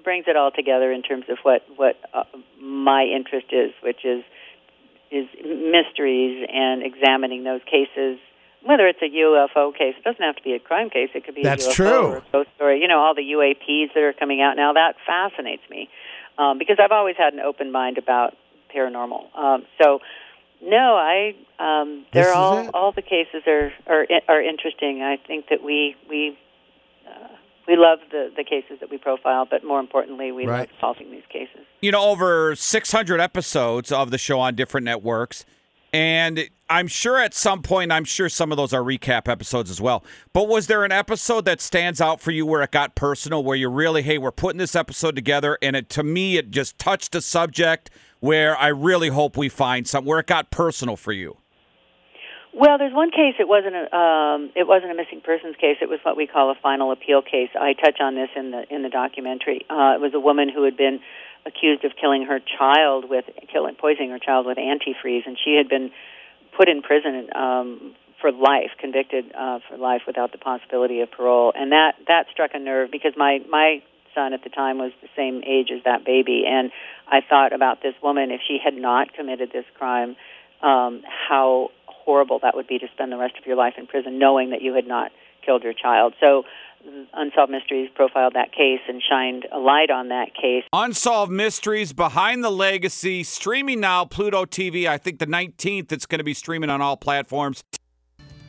Speaker 14: brings it all together in terms of what what uh, my interest is, which is is mysteries and examining those cases. Whether it's a UFO case, it doesn't have to be a crime case. It could be
Speaker 5: That's
Speaker 14: a UFO
Speaker 5: true.
Speaker 14: or a ghost story. You know, all the UAPs that are coming out now that fascinates me um, because I've always had an open mind about paranormal. Um, so no, I um,
Speaker 5: This
Speaker 14: they're
Speaker 5: is
Speaker 14: all
Speaker 5: it?
Speaker 14: all the cases are are are interesting. I think that we we uh, we love the the cases that we profile, but more importantly, we love
Speaker 4: Right.
Speaker 14: solving these cases.
Speaker 4: you know, over 600 episodes of the show on different networks. And I'm sure at some point, I'm sure some of those are recap episodes as well. But was there an episode that stands out for you where it got personal, where you really, hey, we're putting this episode together, and it to me, it just touched a subject where I really hope we find some, where it got personal for you?
Speaker 14: Well, there's one case. It wasn't a um, it wasn't a missing persons case. It was what we call a final appeal case. I touch on this in the in the documentary. Uh, it was a woman who had been accused of killing her child with killing poisoning her child with antifreeze, and she had been put in prison um, for life, convicted uh, for life without the possibility of parole. And that that struck a nerve because my my son at the time was the same age as that baby, and I thought about this woman if she had not committed this crime, um, how horrible that would be to spend the rest of your life in prison knowing that you had not killed your child. So Unsolved Mysteries profiled that case and shined a light on that case.
Speaker 4: Unsolved Mysteries Behind the Legacy, streaming now, Pluto TV. I think the 19th, it's going to be streaming on all platforms.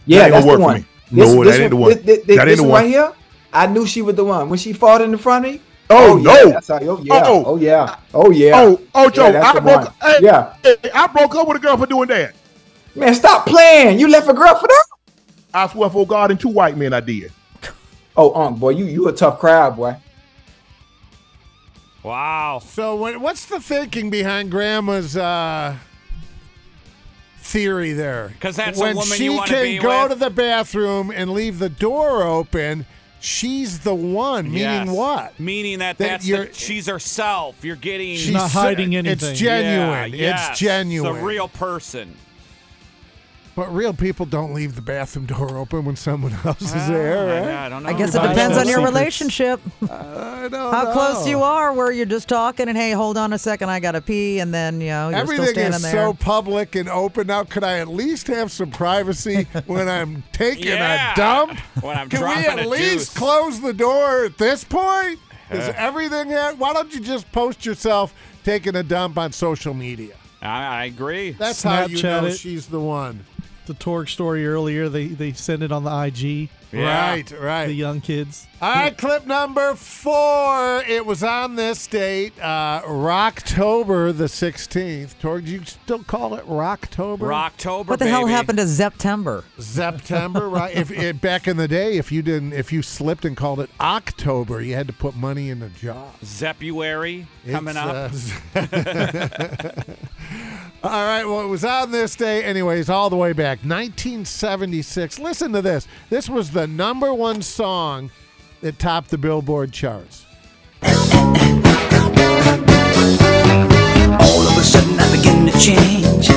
Speaker 8: Yeah,
Speaker 11: ain't gonna
Speaker 8: that's the
Speaker 11: work for
Speaker 8: one.
Speaker 11: me. No, that ain't the one.
Speaker 8: thi- thi- thi-
Speaker 11: That ain't
Speaker 8: this
Speaker 11: the
Speaker 8: one
Speaker 11: one.
Speaker 8: right here. I knew she was the one when she fought in the front of me.
Speaker 11: Oh,
Speaker 8: yeah,
Speaker 11: no.
Speaker 8: that's how, oh yeah,
Speaker 11: Oh.
Speaker 8: oh, yeah, oh yeah.
Speaker 11: Oh, oh,
Speaker 8: Yeah,
Speaker 11: Joe,
Speaker 8: that's
Speaker 11: I
Speaker 8: the
Speaker 11: broke.
Speaker 8: one.
Speaker 11: Hey,
Speaker 8: Yeah,
Speaker 11: hey, I broke up with a girl for doing that.
Speaker 8: Man, stop playing. You left a girl for that?
Speaker 11: I swear for God and two white men, I did.
Speaker 8: Oh, um, boy, you you a tough crowd, boy.
Speaker 4: Wow.
Speaker 5: So, what, what's the thinking behind Grandma's uh, theory there?
Speaker 4: 'Cause that's a
Speaker 5: when
Speaker 4: woman
Speaker 5: she
Speaker 4: you wanna
Speaker 5: can
Speaker 4: be
Speaker 5: go
Speaker 4: with.
Speaker 5: to the bathroom and leave the door open. She's the one. Meaning
Speaker 4: Yes.
Speaker 5: what?
Speaker 4: Meaning that,
Speaker 5: That
Speaker 4: that's
Speaker 5: you're-
Speaker 4: the, she's herself. You're getting
Speaker 5: She's Not hiding se- it's anything. genuine. It's genuine.
Speaker 4: It's a real person.
Speaker 5: But real people don't leave the bathroom <laughs> door open when someone else is there.
Speaker 4: I-
Speaker 5: right?
Speaker 4: Oh I don't
Speaker 10: I guess it
Speaker 5: Everybody
Speaker 10: depends on
Speaker 5: knows
Speaker 10: your
Speaker 5: secrets.
Speaker 10: relationship. How close you are, where you're just talking and hey, hold on a second, I gotta pee, and then you know you're still
Speaker 5: Everything
Speaker 10: standing
Speaker 5: is
Speaker 10: there.
Speaker 5: so public and open now. Could I at least have some privacy when I'm
Speaker 4: <laughs>
Speaker 5: taking
Speaker 4: Yeah.
Speaker 5: a dump?
Speaker 4: When I'm
Speaker 5: Can we
Speaker 4: dropping
Speaker 5: at
Speaker 4: a
Speaker 5: least
Speaker 4: deuce.
Speaker 5: close the door at this point? Is
Speaker 4: Uh.
Speaker 5: everything at, Why don't you just post yourself taking a dump on social media?
Speaker 4: I, I agree.
Speaker 5: That's how you know
Speaker 3: Snapchat it.
Speaker 5: she's the one.
Speaker 3: The Torg story earlier, they they sent it on the IG.
Speaker 5: Yeah. Right, right.
Speaker 3: The young kids.
Speaker 5: All right, clip number four. It was on this date, uh, Rocktober the 16th. Torg, do you still call it Rocktober?
Speaker 4: Rocktober.
Speaker 10: what the hell happened to September?
Speaker 5: September, right?
Speaker 10: <laughs>
Speaker 5: If it, back in the day, if you didn't, if you slipped and called it October, you had to put money in the jar.
Speaker 4: Zepuary coming
Speaker 5: It's,
Speaker 4: up.
Speaker 5: uh,
Speaker 4: <laughs>
Speaker 5: <laughs> All right. Well, it was on this day, anyways, all the way back 1976. Listen to this. This was the number one song that topped the Billboard charts.
Speaker 15: All of a sudden I began to change.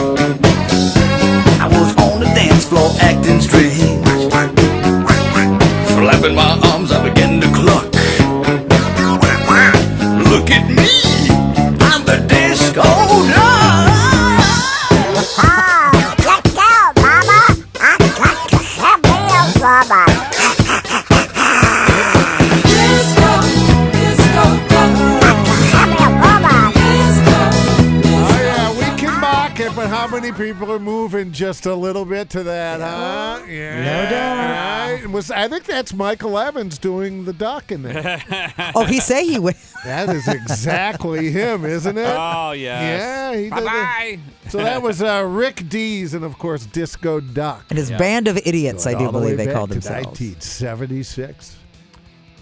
Speaker 15: I was on the dance floor acting strange. Flapping my arms, I began to cluck. Look at me, I'm the disco dog. Let's go, mama. I'd like to have a mama. Disco, disco,
Speaker 5: Oh, yeah. We can mock it, but how many people are moving just a little bit to that, huh? Yeah. No doubt. was, I think that's Michael Evans doing the duck in
Speaker 4: <laughs>
Speaker 5: there.
Speaker 10: Oh, he say he would.
Speaker 5: <laughs> That is exactly him, isn't it?
Speaker 4: Oh, yes.
Speaker 5: Yeah, he did. the-
Speaker 4: Bye-bye.
Speaker 5: So that was uh, Rick Dees and, of course, Disco Duck.
Speaker 10: And his band of idiots, I
Speaker 5: Going
Speaker 10: do
Speaker 5: all the
Speaker 10: believe
Speaker 5: way
Speaker 10: they
Speaker 5: back
Speaker 10: called
Speaker 5: to
Speaker 10: themselves.
Speaker 5: 1976.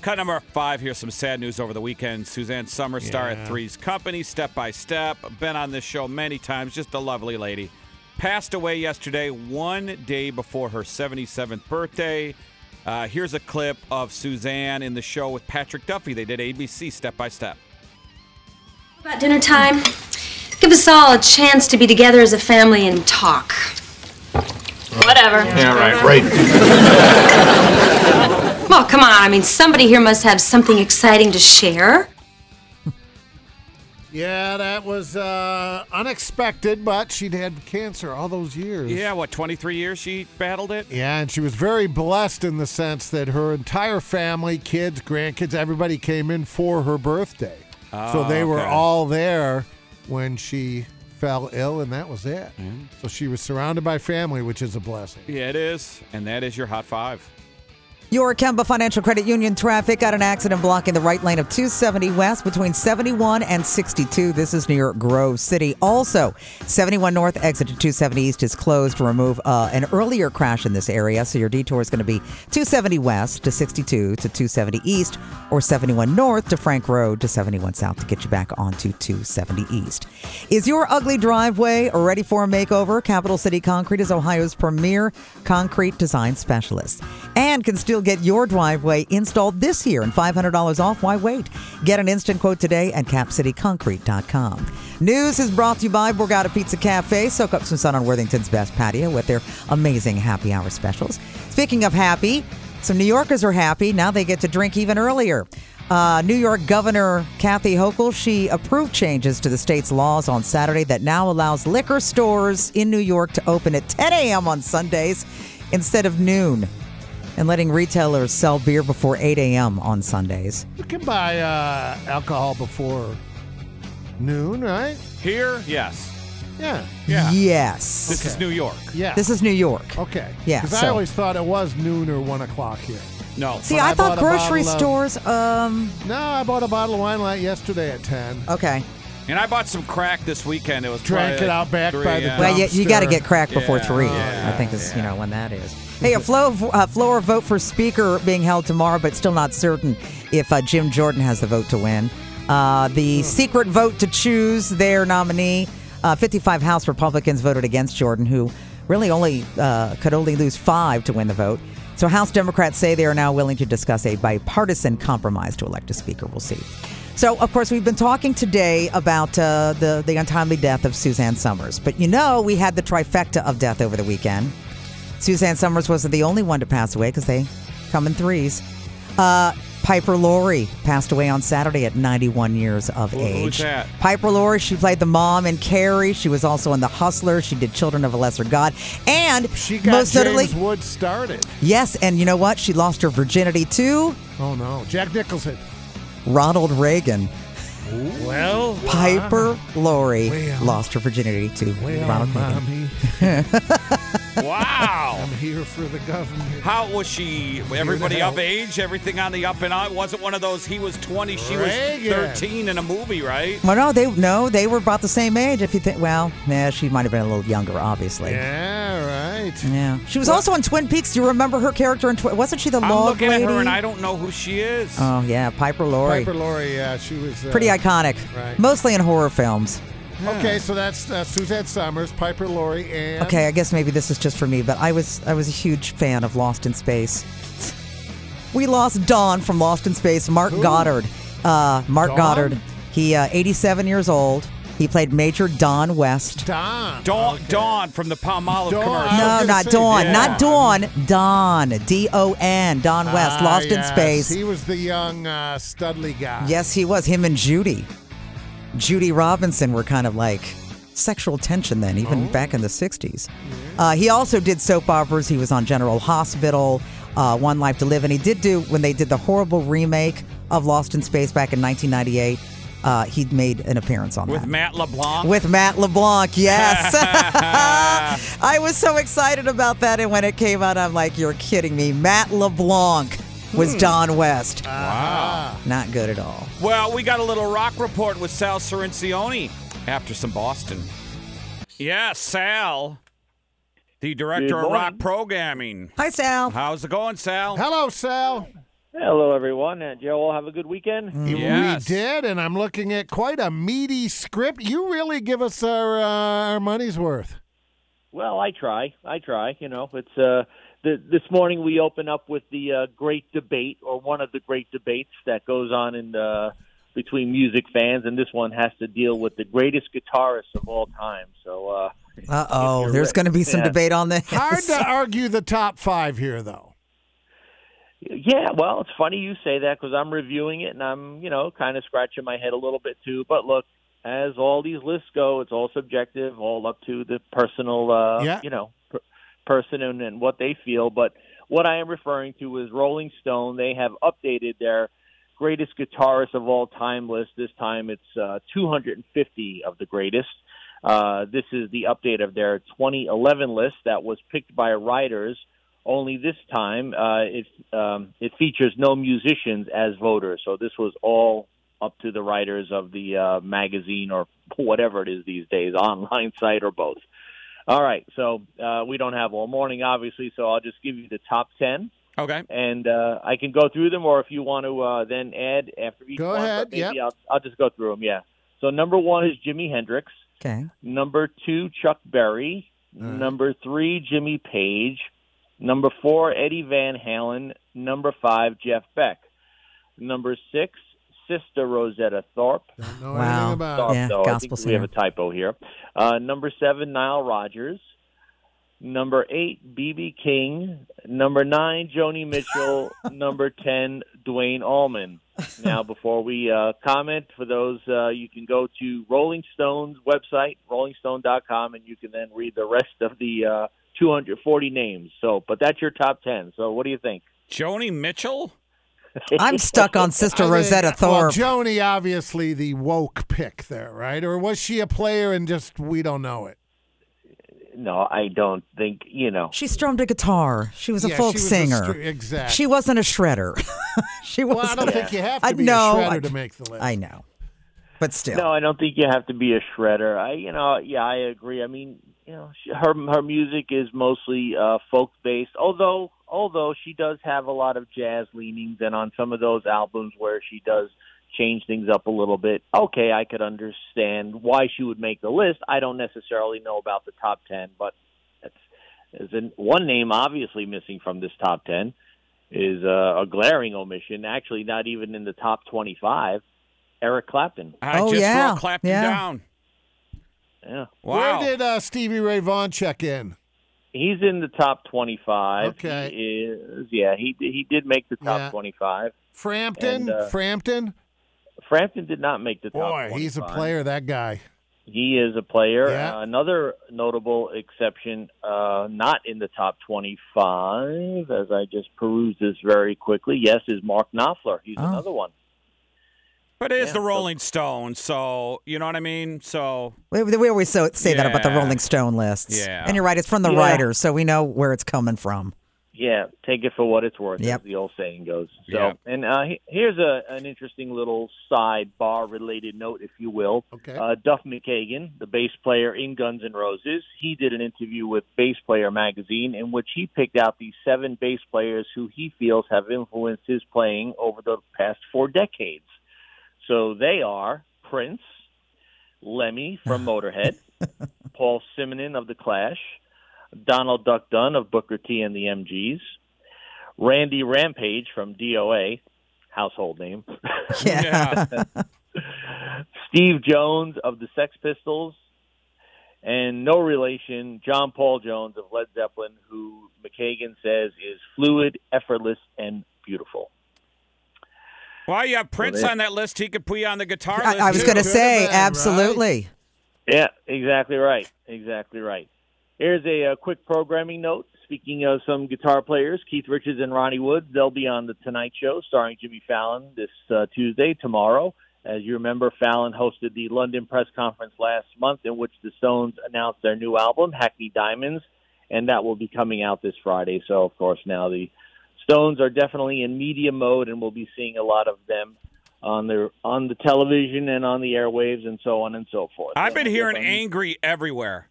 Speaker 4: Cut number five. Here's some sad news over the weekend. Suzanne Summers, star at Three's Company, Step by Step. Been on this show many times. Just a lovely lady. Passed away yesterday, one day before her 77th birthday. Uh, here's a clip of Suzanne in the show with Patrick Duffy. They did ABC Step by Step.
Speaker 12: About dinner time, give us all a chance to be together as a family and talk. Whatever.
Speaker 9: right.
Speaker 12: Well, come on. I mean, somebody here must have something exciting to share.
Speaker 5: Yeah, that was uh, unexpected, but she'd had cancer all those years.
Speaker 4: Yeah, what, 23 years she battled it?
Speaker 5: Yeah, and she was very blessed in the sense that her entire family, kids, grandkids, everybody came in for her birthday. so
Speaker 4: Ah,
Speaker 5: they were
Speaker 4: okay.
Speaker 5: all there when she fell ill, and that was it. So she was surrounded by family, which is a blessing.
Speaker 4: Yeah, it is. And that is your Hot Five.
Speaker 10: Your Kemba Financial Credit Union traffic got an accident blocking the right lane of 270 West between 71 and 62. This is near Grove City. Also, 71 North exit to 270 East is closed to remove uh, an earlier crash in this area. So your detour is going to be 270 West to 62 to 270 East or 71 North to Frank Road to 71 South to get you back onto 270 East. Is your ugly driveway ready for a makeover? Capital City Concrete is Ohio's premier concrete design specialist and can still get your driveway installed this year and $500 off. Why wait? Get an instant quote today at capcityconcrete.com. News is brought to you by Borgata Pizza Cafe. Soak up some sun on Worthington's best patio with their amazing happy hour specials. Speaking of happy, some New Yorkers are happy. Now they get to drink even earlier. Uh, New York Governor Kathy Hochul, she approved changes to the state's laws on Saturday that now allows liquor stores in New York to open at 10 a.m. on Sundays instead of noon and letting retailers sell beer before 8 a.m. on Sundays.
Speaker 5: You can buy uh, alcohol before noon, right?
Speaker 4: Here, yes.
Speaker 5: Yeah.
Speaker 4: Yeah.
Speaker 10: Yes.
Speaker 4: This is New York.
Speaker 5: Yeah.
Speaker 10: This is New York.
Speaker 5: Okay.
Speaker 10: Yeah,
Speaker 5: Because I
Speaker 10: so-
Speaker 5: always thought it was noon or one o'clock here.
Speaker 4: No.
Speaker 10: See, I, thought grocery stores. um.
Speaker 5: No, I bought a bottle of wine like yesterday at ten.
Speaker 10: Okay.
Speaker 4: And I bought some crack this weekend. It was
Speaker 5: Drank
Speaker 4: probably
Speaker 5: it
Speaker 4: like
Speaker 5: out back
Speaker 4: 3
Speaker 5: by the
Speaker 4: a.m.
Speaker 10: Well, you, you got to get cracked before
Speaker 4: Yeah.
Speaker 10: three.
Speaker 4: Yeah.
Speaker 10: I think is you know when that is. Hey, a flow of, uh, floor vote for speaker being held tomorrow, but still not certain if uh, Jim Jordan has the vote to win. Uh, the secret vote to choose their nominee. Uh, 55 House Republicans voted against Jordan, who really only uh, could only lose five to win the vote. So House Democrats say they are now willing to discuss a bipartisan compromise to elect a speaker. We'll see. So, of course, we've been talking today about uh, the the untimely death of Suzanne Summers, but you know we had the trifecta of death over the weekend. Suzanne Summers wasn't the only one to pass away because they come in threes. Uh, Piper Laurie passed away on Saturday at 91 years of
Speaker 4: Who-
Speaker 10: age.
Speaker 4: who's that?
Speaker 10: Piper Laurie, she played the mom in Carrie. She was also in The Hustler. She did Children of a Lesser God, and
Speaker 5: She got
Speaker 10: most
Speaker 5: James
Speaker 10: notably,
Speaker 5: Wood started.
Speaker 10: yes. And you know what? She lost her virginity to
Speaker 5: Oh no, Jack Nicholson.
Speaker 10: Ronald Reagan.
Speaker 5: Well,
Speaker 10: Piper Laurie
Speaker 5: Well.
Speaker 10: lost her virginity to
Speaker 5: Well,
Speaker 10: Ronald
Speaker 5: mommy.
Speaker 10: <laughs> Reagan.
Speaker 4: <laughs> Wow.
Speaker 5: I'm here for the government.
Speaker 4: How was she? Everybody up age, everything on the up and out. Wasn't one of those. He was 20, she
Speaker 5: Reagan.
Speaker 4: was 13 in a movie, right?
Speaker 10: well, no, they no, they were about the same age. If you think, well, yeah, she might have been a little younger, obviously.
Speaker 5: Yeah, right.
Speaker 10: Yeah. She was also in Twin Peaks. Do you remember her character in Twin? Wasn't she the
Speaker 4: I'm
Speaker 10: log
Speaker 4: looking
Speaker 10: lady?
Speaker 4: at her and I don't know who she is.
Speaker 10: Oh yeah, Piper Laurie.
Speaker 5: Piper Laurie, yeah, she was uh,
Speaker 10: Pretty iconic.
Speaker 5: Right.
Speaker 10: Mostly in horror films.
Speaker 5: Okay, so that's uh, Suzette Summers, Piper Laurie, and
Speaker 10: Okay, I guess maybe this is just for me, but I was I was a huge fan of Lost in Space. We lost Don from Lost in Space, Mark Goddard. Uh, Mark
Speaker 4: Don?
Speaker 10: Goddard. He uh, 87 years old. He played Major Don West.
Speaker 5: Don.
Speaker 4: Dawn, Dawn from the Palm Olive commercial.
Speaker 10: No, not Dawn. Not Dawn. Don. D O N. Don West.
Speaker 5: Ah,
Speaker 10: Lost
Speaker 5: yes,
Speaker 10: in Space.
Speaker 5: He was the young uh, Studley guy.
Speaker 10: Yes, he was. Him and Judy. Judy Robinson were kind of like sexual tension then,
Speaker 5: Oh.
Speaker 10: even back in the 60s. Uh, he also did soap operas. He was on General Hospital, uh, One Life to Live. And he did do, when they did the horrible remake of Lost in Space back in 1998, uh, he made an appearance on
Speaker 4: With
Speaker 10: that.
Speaker 4: Matt LeBlanc.
Speaker 10: With Matt LeBlanc, yes. <laughs> I was so excited about that. And when it came out, I'm like, you're kidding me. Matt LeBlanc was
Speaker 4: Hmm.
Speaker 10: Don
Speaker 5: Uh-huh.
Speaker 10: West.
Speaker 4: Wow.
Speaker 10: Not good at all.
Speaker 4: Well, we got a little rock report with Sal Cerencioni after some Boston. Yeah, Sal, the director of
Speaker 16: morning.
Speaker 4: rock programming.
Speaker 10: Hi, Sal.
Speaker 4: How's it going, Sal?
Speaker 5: Hello, Sal.
Speaker 16: Hello, everyone. And Joe, all have a good weekend.
Speaker 5: Mm-hmm. We did, and I'm looking at quite a meaty script. You really give us our uh, our money's worth.
Speaker 16: Well, I try. I try. You know, it's uh, the, this morning we open up with the uh, great debate, or one of the great debates that goes on in the, between music fans, and this one has to deal with the greatest guitarist of all time. So, uh,
Speaker 10: Uh oh, there's going to be some
Speaker 16: Yeah.
Speaker 10: debate on this.
Speaker 5: Hard
Speaker 10: <laughs>
Speaker 5: to argue the top five here, though.
Speaker 16: Yeah, well, it's funny you say that because I'm reviewing it and I'm, you know, kind of scratching my head a little bit too. But look, as all these lists go, it's all subjective, all up to the personal, uh,
Speaker 5: Yeah.
Speaker 16: you know, per- person and, and what they feel. But what I am referring to is Rolling Stone. They have updated their greatest guitarist of all time list. This time it's uh, 250 of the greatest. Uh, this is the update of their 2011 list that was picked by writers Only this time, uh, it um, it features no musicians as voters. So this was all up to the writers of the uh, magazine or whatever it is these days, <laughs> online site or both. All right, so uh, we don't have all morning, obviously. So I'll just give you the top ten.
Speaker 4: Okay.
Speaker 16: And uh, I can go through them, or if you want to uh, then add after each
Speaker 5: Go
Speaker 16: one, but
Speaker 5: ahead,
Speaker 16: maybe
Speaker 5: yep.
Speaker 16: I'll, I'll just go through them. Yeah. So number one is Jimi Hendrix.
Speaker 10: Okay.
Speaker 16: Number two, Chuck Berry. Number three, Jimmy Page. Number four, Eddie Van Halen. Number five, Jeff Beck. Number six, Sister Rosetta Tharpe.
Speaker 5: know
Speaker 10: Wow. anything about
Speaker 16: Tharpe,
Speaker 10: Yeah,
Speaker 16: though. I
Speaker 10: gospel
Speaker 16: think we have a
Speaker 10: singer.
Speaker 16: typo here. Uh, number seven, Nile Rodgers. Number eight, BB King. Number nine, Joni
Speaker 10: <laughs>
Speaker 16: Mitchell. Number ten, Dwayne Allman. Now, before we uh, comment, for those uh, you can go to Rolling Stone's website, rollingstone.com, and you can then read the rest of the uh, 240 names. So, but that's your top ten. So, what do you think?
Speaker 4: Joni
Speaker 16: <laughs>
Speaker 4: Mitchell.
Speaker 10: I'm stuck on Sister Rosetta
Speaker 5: Well,
Speaker 10: Thorpe.
Speaker 5: Joni, obviously the woke pick there, right? Or was she a player and just we don't know it?
Speaker 16: No, I don't think you know.
Speaker 10: She strummed a guitar. She was a
Speaker 5: Yeah,
Speaker 10: folk
Speaker 5: she was a
Speaker 10: singer.
Speaker 5: str- exactly.
Speaker 10: She wasn't a shredder. <laughs> she
Speaker 5: Well, I
Speaker 10: wasn't.
Speaker 5: don't think you have to
Speaker 10: I
Speaker 5: be a
Speaker 10: know,
Speaker 5: shredder
Speaker 10: I-
Speaker 5: to make the list.
Speaker 10: I know, but still.
Speaker 16: No, I don't think you have to be a shredder. I, you know, yeah, I agree. I mean, you know, she, her her music is mostly uh, folk based, although although she does have a lot of jazz leanings, and on some of those albums where she does change things up a little bit. Okay, I could understand why she would make the list. I don't necessarily know about the top ten, but that's there's an, one name obviously missing from this top ten is uh, a glaring omission. Actually, not even in the top twenty-five. Eric Clapton.
Speaker 4: I
Speaker 5: Oh,
Speaker 4: just
Speaker 5: yeah.
Speaker 4: wrote Clapton
Speaker 5: Yeah.
Speaker 4: down.
Speaker 16: Yeah.
Speaker 4: Wow.
Speaker 5: Where did uh, Stevie Ray Vaughan check in?
Speaker 16: He's in the top 25.
Speaker 5: Okay.
Speaker 16: He is, yeah, he he did make the top
Speaker 5: Yeah.
Speaker 16: 25.
Speaker 5: Frampton?
Speaker 16: And, uh,
Speaker 5: Frampton?
Speaker 16: Frampton did not make the top
Speaker 5: Boy,
Speaker 16: 25.
Speaker 5: he's a player, that guy.
Speaker 16: He is a player.
Speaker 5: Yeah.
Speaker 16: Uh, another notable exception, uh, not in the top 25, as I just perused this very quickly, yes, is Mark Knopfler. He's
Speaker 4: Oh.
Speaker 16: another one.
Speaker 4: But it is the Rolling Stones, so you know what I mean. So
Speaker 10: We, we always so, say that about the
Speaker 4: Yeah.
Speaker 10: Rolling Stone lists.
Speaker 4: Yeah.
Speaker 10: And you're right, it's from the
Speaker 4: Yeah.
Speaker 10: writers, so we know where it's coming from.
Speaker 16: Yeah, take it for what it's worth,
Speaker 10: Yep.
Speaker 16: as the old saying goes. So,
Speaker 10: Yep.
Speaker 16: and uh, he- here's a an interesting little sidebar related note, if you will.
Speaker 5: Okay.
Speaker 16: Uh, Duff McKagan, the bass player in Guns N' Roses, he did an interview with Bass Player magazine in which he picked out the seven bass players who he feels have influenced his playing over the past four decades. So they are Prince, Lemmy from Motorhead, Paul Simonon of The Clash, Donald Duck Dunn of Booker T and the MGs, Randy Rampage from DOA, household name.
Speaker 10: Yeah.
Speaker 16: <laughs> Steve Jones of the Sex Pistols, and no relation, John Paul Jones of Led Zeppelin, who McKagan says is fluid, effortless, and beautiful.
Speaker 4: why you have Prince
Speaker 16: they-
Speaker 4: on that list? He could be on the guitar
Speaker 10: I,
Speaker 4: list.
Speaker 10: I was
Speaker 4: too.
Speaker 10: going to say, absolutely.
Speaker 16: Yeah, exactly right. Exactly right. Here's a, uh quick programming note. Speaking of some guitar players, Keith Richards and Ronnie Wood, they'll be on The Tonight Show starring Jimmy Fallon this uh, Tuesday, tomorrow. As you remember, Fallon hosted the London press conference last month in which the Stones announced their new album, Hackney Diamonds, and that will be coming out this Friday. So, of course, now the Stones are definitely in media mode, and we'll be seeing a lot of them on their on the television and on the airwaves and so on and so forth.
Speaker 4: I've been hearing "Angry" everywhere.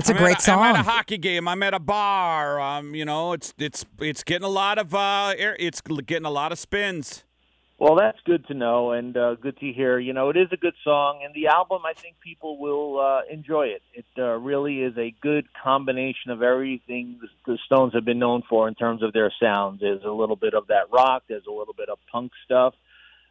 Speaker 10: It's a
Speaker 4: I'm
Speaker 10: great
Speaker 4: at
Speaker 10: song.
Speaker 4: I'm at a hockey game. I'm at a bar. Um, you know, it's it's it's getting a lot of uh, air, it's getting a lot of
Speaker 5: <laughs>
Speaker 4: spins.
Speaker 16: Well, that's good to know and uh, good to hear. You know, it is a good song, and the album, I think people will uh, enjoy it. It uh, really is a good combination of everything the, the Stones have been known for in terms of their sound. There's a little bit of that rock, there's a little bit of punk stuff,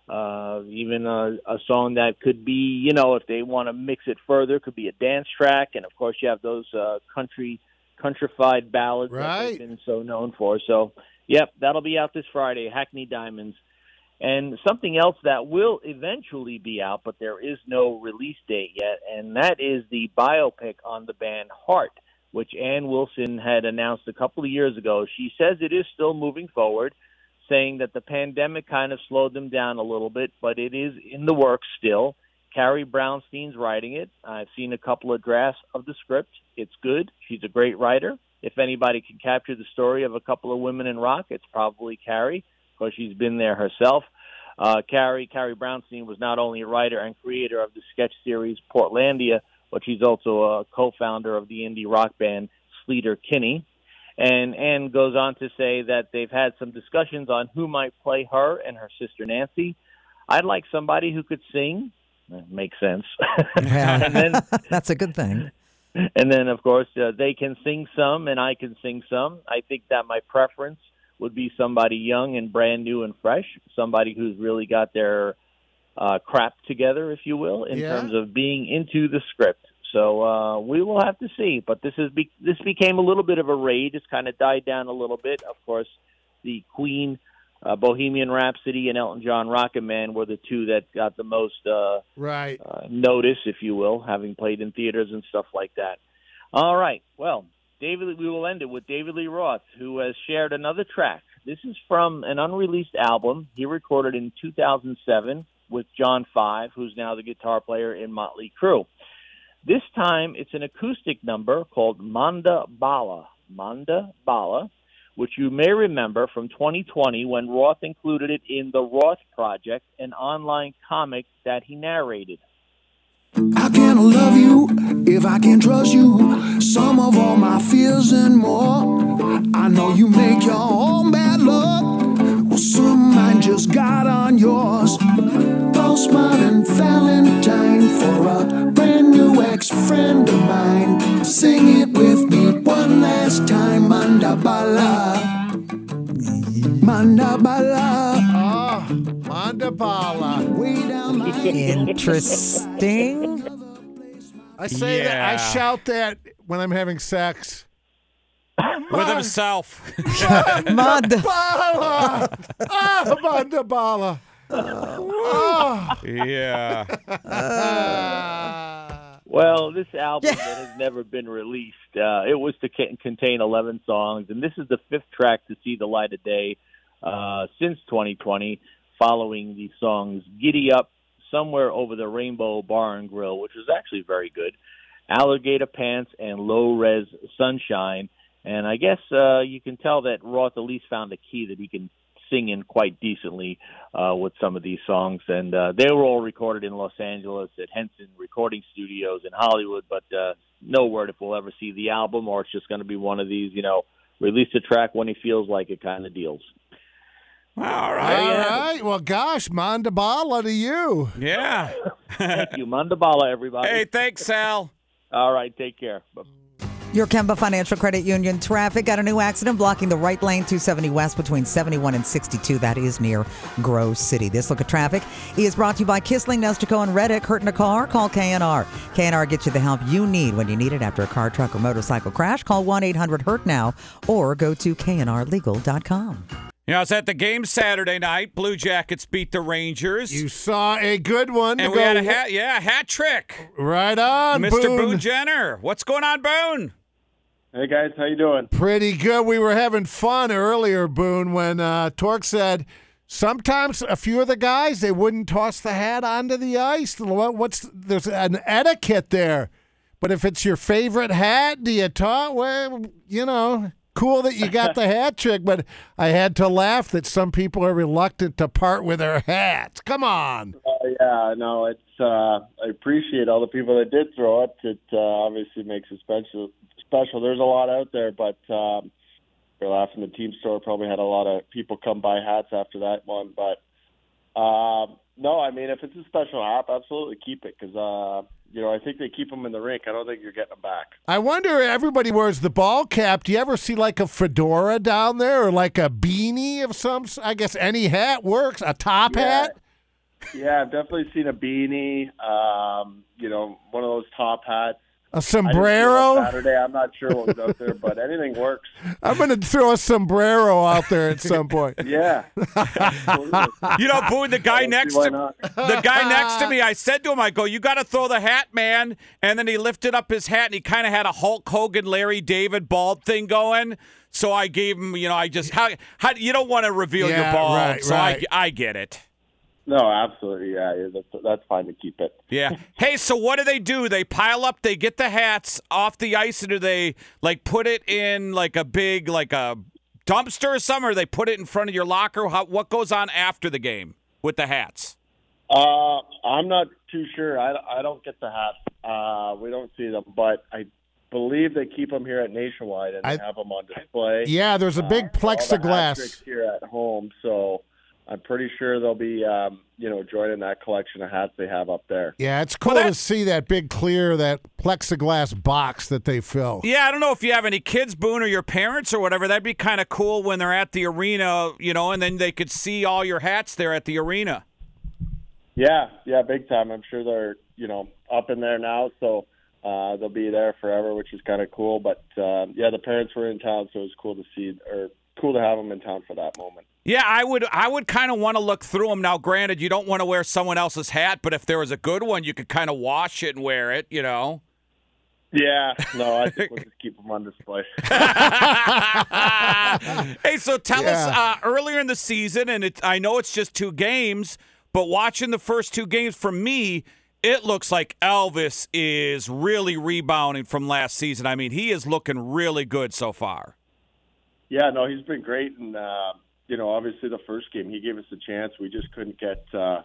Speaker 16: uh, even a, a song that could be, you know, if they want to mix it further, could be a dance track. And of course, you have those uh, country, countrified ballads that they've been so known for. So, yep, that'll be out this Friday, Hackney Diamonds. And something else that will eventually be out, but there is no release date yet, and that is the biopic on the band Heart, which Ann Wilson had announced a couple of years ago. She says it is still moving forward, saying that the pandemic kind of slowed them down a little bit, but it is in the works still. Carrie Brownstein's writing it. I've seen a couple of drafts of the script. It's good. She's a great writer. if anybody can capture the story of a couple of women in rock, it's probably Carrie, because she's been there herself. Uh, Carrie Carrie Brownstein was not only a writer and creator of the sketch series Portlandia, but she's also a co-founder of the indie rock band Sleater Kinney. And Anne goes on to say that they've had some discussions on who might play her and her sister Nancy. I'd like somebody who could sing. That makes sense. <laughs> and then
Speaker 10: <laughs> That's a good thing.
Speaker 16: and then of course uh, they can sing some and I can sing some. I think that my preference would be somebody young and brand new and fresh, somebody who's really got their uh, crap together, if you will, in
Speaker 17: Yeah.
Speaker 16: terms of being into the script. So uh, we will have to see. But this is be- this became a little bit of a raid. It's kind of died down a little bit. Of course, the Queen, uh, Bohemian Rhapsody, and Elton John, Rocket Man were the two that got the most. Uh,
Speaker 5: Right.
Speaker 16: uh, notice, if you will, having played in theaters and stuff like that. All right. Well, David, we will end it with David Lee Roth, who has shared another track. This is from an unreleased album he recorded in 2007 with John Five, who's now the guitar player in Motley Crue. This time, it's an acoustic number called Manda Bala. Manda Bala, which you may remember from 2020 when Roth included it in The Roth Project, an online comic that he narrated.
Speaker 15: How can I love you if I can't trust you? Some of all my fears and more. I know you make your own bad luck. Well, some mine just got on yours. Postmodern Valentine for a brand new ex friend of mine. Sing it with me one last time, Mandabala. Mandabala.
Speaker 5: Ah, Mandapala.
Speaker 15: Way down my
Speaker 10: Interesting.
Speaker 5: I say that. I
Speaker 4: Yeah.
Speaker 5: shout that when I'm having sex.
Speaker 4: with himself.
Speaker 5: Mandabala. ah, Mandabala. Ah.
Speaker 4: yeah.
Speaker 16: Well, this album that has never been released, uh, it was to ca- contain 11 songs, and this is the fifth track to see the light of day uh, since 2020, following the songs Giddy Up, Somewhere Over the Rainbow Bar and Grill, which was actually very good, Alligator Pants, and Low Res Sunshine. And I guess uh, you can tell that Roth at least found a key that he can sing in quite decently uh, with some of these songs. And uh, they were all recorded in Los Angeles at Henson Recording Studios in Hollywood, but uh, no word if we'll ever see the album or it's just going to be one of these, you know, release a track when he feels like it kind of deals.
Speaker 5: All right. Well, gosh, Mandabala to you.
Speaker 4: Yeah.
Speaker 16: <laughs> Thank you. Mandabala, everybody.
Speaker 4: Hey, thanks, Sal.
Speaker 16: All right. Take care. Bye.
Speaker 10: Your Kemba Financial Credit Union traffic got a new accident blocking the right lane 270 West between 71 and 62. That is near Grove City. This look at traffic is brought to you by Kissling, Nestico, and Reddick. Hurting a car? Call KNR. KNR gets you the help you need when you need it after a car, truck, or motorcycle crash. Call 1 800 HURT now or go to knrlegal.com.
Speaker 4: You know, I was at the game Saturday night. Blue Jackets beat the Rangers. You
Speaker 5: saw a good one. to
Speaker 4: And we had a
Speaker 5: go-
Speaker 4: hat, yeah, a hat trick.
Speaker 5: Right on,
Speaker 4: Mr. Boone.
Speaker 5: Boone.
Speaker 4: Jenner. What's going on, Boone?
Speaker 18: Hey guys, how you doing?
Speaker 5: Pretty good. We were having fun earlier, Boone, when uh, Torque said sometimes a few of the guys they wouldn't toss the hat onto the ice. What- What's there's an etiquette there, but if it's your favorite hat, do you toss? Well, you know, cool that you got the hat trick, but I had to laugh that some people are reluctant to part with their hats. Come on.
Speaker 18: Uh, yeah, no, it's. Uh, I appreciate all the people that did throw it. It uh, obviously makes it special. Special. There's a lot out there, but um, we're laughing. The team store probably had a lot of people come buy hats after that one, but um, no, I mean if it's a special hat, absolutely keep it because uh, you know I think they keep them in the rink. I don't think you're getting them back.
Speaker 5: I wonder. Everybody wears the ball cap. Do you ever see like a fedora down there, or like a beanie of some? s- I guess any hat works. A top hat.
Speaker 18: Yeah, I've definitely seen a beanie. Um, you know, one of those top hats.
Speaker 5: A
Speaker 18: I didn't see one
Speaker 5: sombrero?
Speaker 18: Saturday. I'm not sure what was out there, but anything works.
Speaker 5: I'm gonna throw a sombrero out there at some point.
Speaker 18: <laughs>
Speaker 5: <laughs>
Speaker 18: Yeah.
Speaker 4: <laughs> You know, Boone, the guy next
Speaker 18: why
Speaker 4: to the guy next
Speaker 5: <laughs>
Speaker 4: to me, I said to him, I go, You gotta throw the hat, man. And then he lifted up his hat and he kinda had a Hulk Hogan Larry David bald thing going. So I gave him, you know, I just how, how you don't want to reveal
Speaker 5: Yeah,
Speaker 4: your bald.
Speaker 5: right,
Speaker 4: so
Speaker 5: right.
Speaker 4: I I get it.
Speaker 18: No, absolutely. Yeah, yeah, that's that's fine to keep it.
Speaker 4: Yeah. Hey, so what do they do? They pile up, they get the hats off the ice, and do they like put it in like a big like a dumpster or something, or they put it in front of your locker? How, what goes on after the game with the hats?
Speaker 18: Uh, <laughs> I'm not too sure. I, I don't get the hats. Uh, we don't see them, but I believe they keep them here at Nationwide and
Speaker 5: I-
Speaker 18: they have them on display.
Speaker 5: Yeah, there's a big
Speaker 18: for all the
Speaker 5: plexiglass.
Speaker 18: hat-tricks here at home, so I'm pretty sure they'll be um, you know joining that collection of hats they have up there.
Speaker 5: Yeah, it's cool to see that big clear, that plexiglass box that they fill.
Speaker 4: Yeah, I don't know if you have any kids, Boone, or your parents or whatever. That'd be kind of cool when they're at the arena, you know, and then they could see all your hats there at the arena.
Speaker 18: Yeah, yeah, big time. I'm sure they're you know up in there now, so uh, they'll be there forever, which is kind of cool. But um, yeah, the parents were in town, so it was cool to see or cool to have them in town for that moment.
Speaker 4: Yeah, I would. I would kind of want to look through them. Now, granted, you don't want to wear someone else's hat, but if there was a good one, you could kind of wash it and wear it. You know.
Speaker 18: Yeah, no, I think we'll just keep them on display.
Speaker 4: <laughs> hey, so tell us
Speaker 18: Yeah.
Speaker 4: uh, earlier in the season, and it, I know it's just two games, but watching the first two games for me, it looks like Elvis is really rebounding from last season. I mean, he is looking really good so far.
Speaker 18: Yeah, no, he's been great, and uh, you know, obviously the first game he gave us a chance. We just couldn't get uh,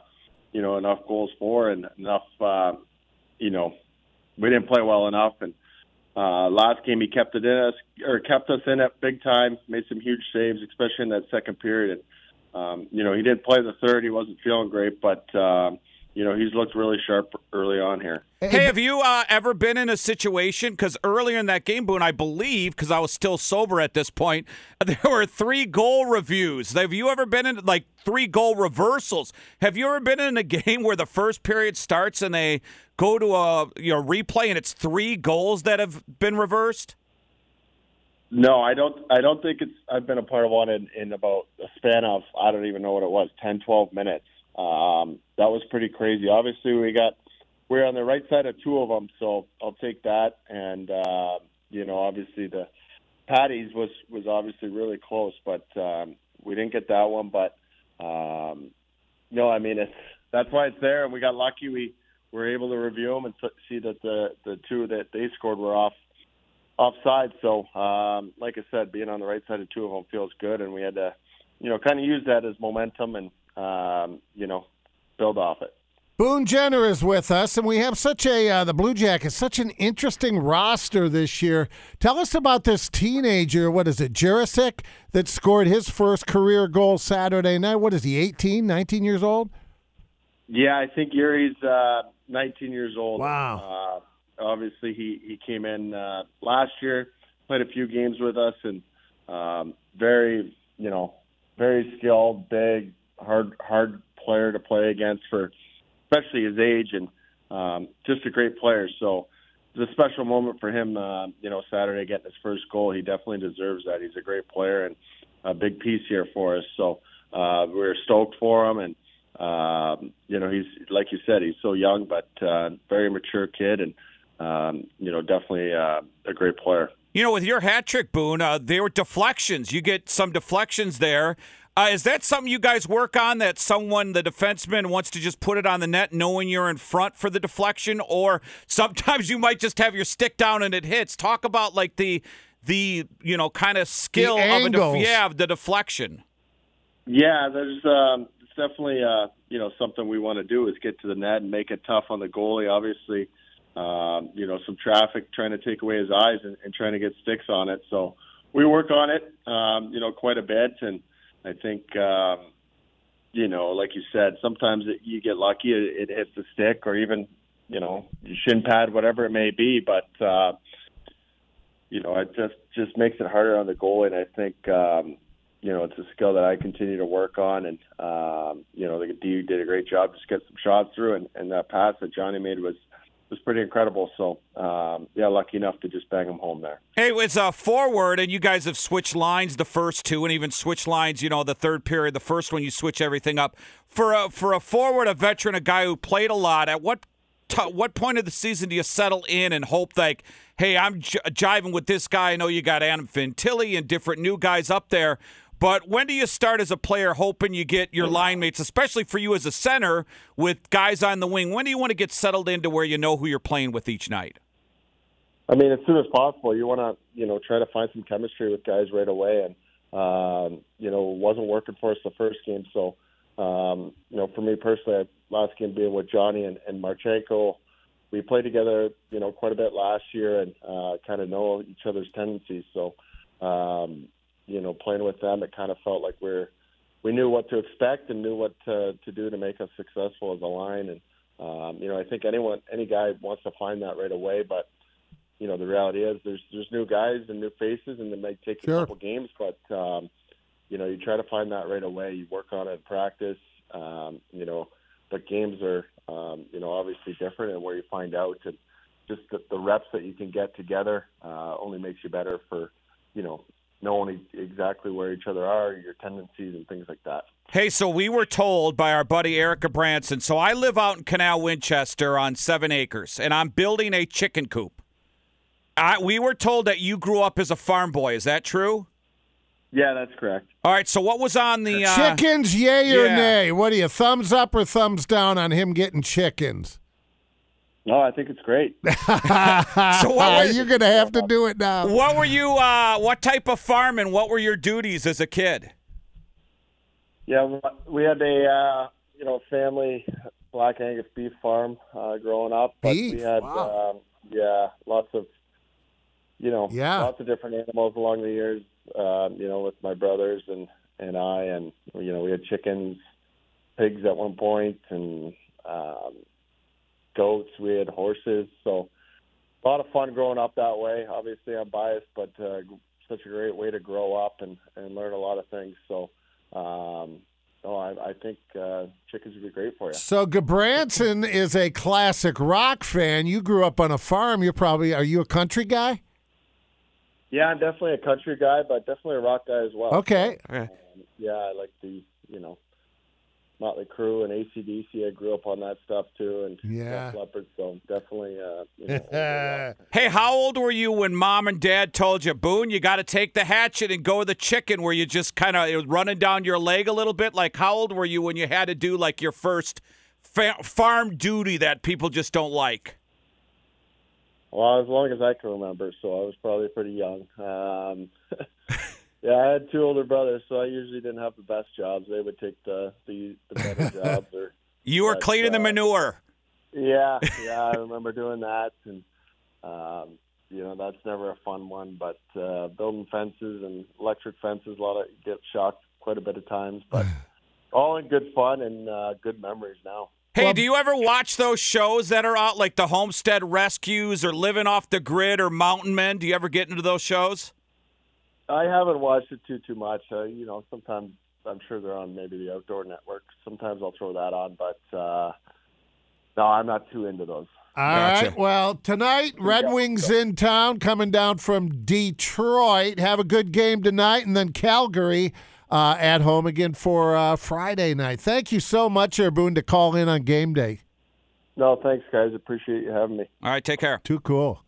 Speaker 18: you know enough goals for and enough. Uh, you know, we didn't play well enough, and uh, last game he kept it in us or kept us in it big time. Made some huge saves, especially in that second period. And um, you know, he didn't play the third. He wasn't feeling great, but um, you know, he's looked really sharp early on here.
Speaker 4: Hey, have you uh, ever been in a situation? Because earlier in that game, Boone, I believe, because I was still sober at this point, <laughs> there were three goal reviews. Have you ever been in like three goal reversals? Have you ever been in a <laughs> game where the first period starts and they go to a you know replay and it's three goals that have been reversed?
Speaker 18: No, I don't. I don't think it's. I've been a part of one in, in about a span of I don't even know what it was, ten, twelve minutes. Um, that was pretty crazy. Obviously, we got we're on the right side of two of them, so I'll take that. And uh, you know, obviously the Patty's was was obviously really close, but um, we didn't get that one. But um, no, I mean it's that's why it's there, and we got lucky. We were able to review them and s- see that the the two that they scored were off offside. So, um, like I said, being on the right side of two of them feels good, and we had to, you know, kind of use that as momentum and, um, you know, build off it.
Speaker 5: Boone Jenner is with us, and we have such a uh, the Blue Jackets, such an interesting roster this year. Tell us about this teenager. What is it, Jurisic, that scored his first career goal Saturday night? What is he, 18, 19 years old?
Speaker 18: Yeah, I think Yuri's uh, 19 years old.
Speaker 5: Wow.
Speaker 18: Uh, obviously, he he came in uh, last year, played a few games with us, and um, very you know very skilled, big, hard hard player to play against for especially his age, and um, just a great player. So it's a special moment for him. Uh, you know, Saturday getting his first goal, he definitely deserves that. He's a great player and a big piece here for us. So uh, we're stoked for him and um, you know, he's like you said, he's so young, but uh, very mature kid, and um, you know, definitely uh, a great player.
Speaker 4: You know, with your hat trick, Boone, uh, there were deflections. You get some deflections there. Uh, is that something you guys work on? That someone, the defenseman, wants to just put it on the net, knowing you're in front for the deflection, or sometimes <laughs> you might just have your stick down and it hits. Talk about like the the you know kind of skill of a def-
Speaker 18: angles.
Speaker 4: yeah of the deflection.
Speaker 18: Yeah, there's um, it's definitely uh, you know something we want to do is get to the net and make it tough on the goalie. Obviously, um, you know some traffic trying to take away his eyes and, and trying to get sticks on it. So we work on it, um, you know, quite a bit, and I think um, you know, like you said, sometimes it, you get lucky, it, it hits the stick or even you know your shin pad, whatever it may be, but. Uh, you know, it just just makes it harder on the goalie, and I think um, you know, it's a skill that I continue to work on. And, um, you know, the D did a great job just get some shots through. And, and that pass that Johnny made was, was pretty incredible. So, um, yeah, lucky enough to just bang him home there.
Speaker 4: Hey, it's a forward, and you guys have switched lines the first two, and even switched lines. You know, the third period, the first one, you switch everything up for a for a forward, a veteran, a guy who played a lot. At what t- what point of the season do you settle in and hope like, hey, I'm j- jiving with this guy. I know you got Adam Fantilli and different new guys up there, But when do you start as a player hoping you get your line mates, especially for you as a center with guys on the wing? When do you want to get settled into where you know who you're playing with each night?
Speaker 18: I mean, as soon as possible, you want to, you know, try to find some chemistry with guys right away. And, um, you know, it wasn't working for us the first game. So, um, you know, for me personally, I- last game being with Johnny and, and Marchenko, we played together, you know, quite a bit last year and uh, kind of know each other's tendencies. So, um, you know, playing with them, it kind of felt like we're, we knew what to expect and knew what to, to do to make us successful as a line. And, um, you know, I think anyone, any guy wants to find that right away, but you know the reality is there's there's new guys and new faces and it might take
Speaker 5: Sure.
Speaker 18: a couple games but um you know you try to find that right away you work on it in practice um you know but games are um you know obviously different and where you find out and just the, the reps that you can get together uh only makes you better for you know knowing e- exactly where each other are your tendencies and things like that
Speaker 4: Hey, so we were told by our buddy Erica Branson. So I live out in Canal Winchester on seven acres, and I'm building a chicken coop. I, we were told that you grew up as a farm boy. Is that true?
Speaker 18: yeah that's correct
Speaker 4: All right. So what was on the uh,
Speaker 5: chickens, yay or
Speaker 4: yeah.
Speaker 5: nay? What do you thumbs up or thumbs down on him getting
Speaker 4: <laughs>
Speaker 5: chickens? <laughs>
Speaker 18: no Oh, i think it's great
Speaker 5: so
Speaker 4: what were-
Speaker 5: you're gonna have to do it now.
Speaker 4: What were you? Uh, what type of farm and what were your duties as a kid?
Speaker 18: Yeah, well, we had a uh, you know family black Angus beef farm uh, growing up, but we
Speaker 5: Beef,
Speaker 18: had
Speaker 5: wow.
Speaker 18: um, yeah lots of you know
Speaker 5: Yeah.
Speaker 18: lots of different animals along the years. Um, you know, with my brothers and and I, and you know we had chickens, pigs at one point, and um, goats. We had horses, so a lot of fun growing up that way. Obviously, I'm biased, but uh, such a great way to grow up and and learn a lot of things. So. Um, oh, I, I think uh, chickens would be great for you.
Speaker 5: So Gabranson is a classic rock fan. You grew up on a farm. You're probably are you a country guy?
Speaker 18: Yeah, I'm definitely a country guy, but definitely a rock guy as well.
Speaker 5: Okay.
Speaker 18: Um, yeah, I like the you know Motley Crue and ACDC. I grew up on that stuff too, and
Speaker 5: Yeah.
Speaker 18: Def Leppard. So definitely, uh,
Speaker 5: <laughs>
Speaker 18: you know,
Speaker 4: Uh, Hey, how old were you when mom and dad told you, Boone, you got to take the hatchet and go to the chicken? Were you just kind of it was running down your leg a little bit? Like, how old were you when you had to do like your first fa- farm duty that people just don't like?
Speaker 18: well, as long as I can remember, so I was probably pretty young. Um, <laughs> yeah, I had two older brothers, so I usually didn't have the best jobs. They would take the the,
Speaker 4: <laughs>
Speaker 18: the better jobs or
Speaker 4: You were
Speaker 18: That's,
Speaker 4: cleaning the
Speaker 18: uh,
Speaker 4: manure. <laughs>
Speaker 18: Yeah, yeah, I remember doing that, and um, you know that's never a fun one. But uh, building fences and electric fences, a lot of get shocked quite a bit of times,
Speaker 4: <sighs>
Speaker 18: but all in good fun and uh, good memories now.
Speaker 4: Hey, do you ever watch those shows that are out, like the Homestead Rescues or Living Off the Grid or Mountain Men? Do you ever get into those shows?
Speaker 18: I haven't watched it too too much. Uh, you know, sometimes I'm sure they're on maybe the Outdoor Network. Sometimes I'll throw that on, but uh, no, I'm not too into those.
Speaker 5: All right. Well, tonight Red Wings in town, coming down from Detroit. Have a good game tonight, and then Calgary uh, at home again for uh, Friday night. Thank you so much, Air Boone, to call in on game day.
Speaker 18: No, thanks, guys. Appreciate you having me.
Speaker 4: All right, take care.
Speaker 5: Too cool.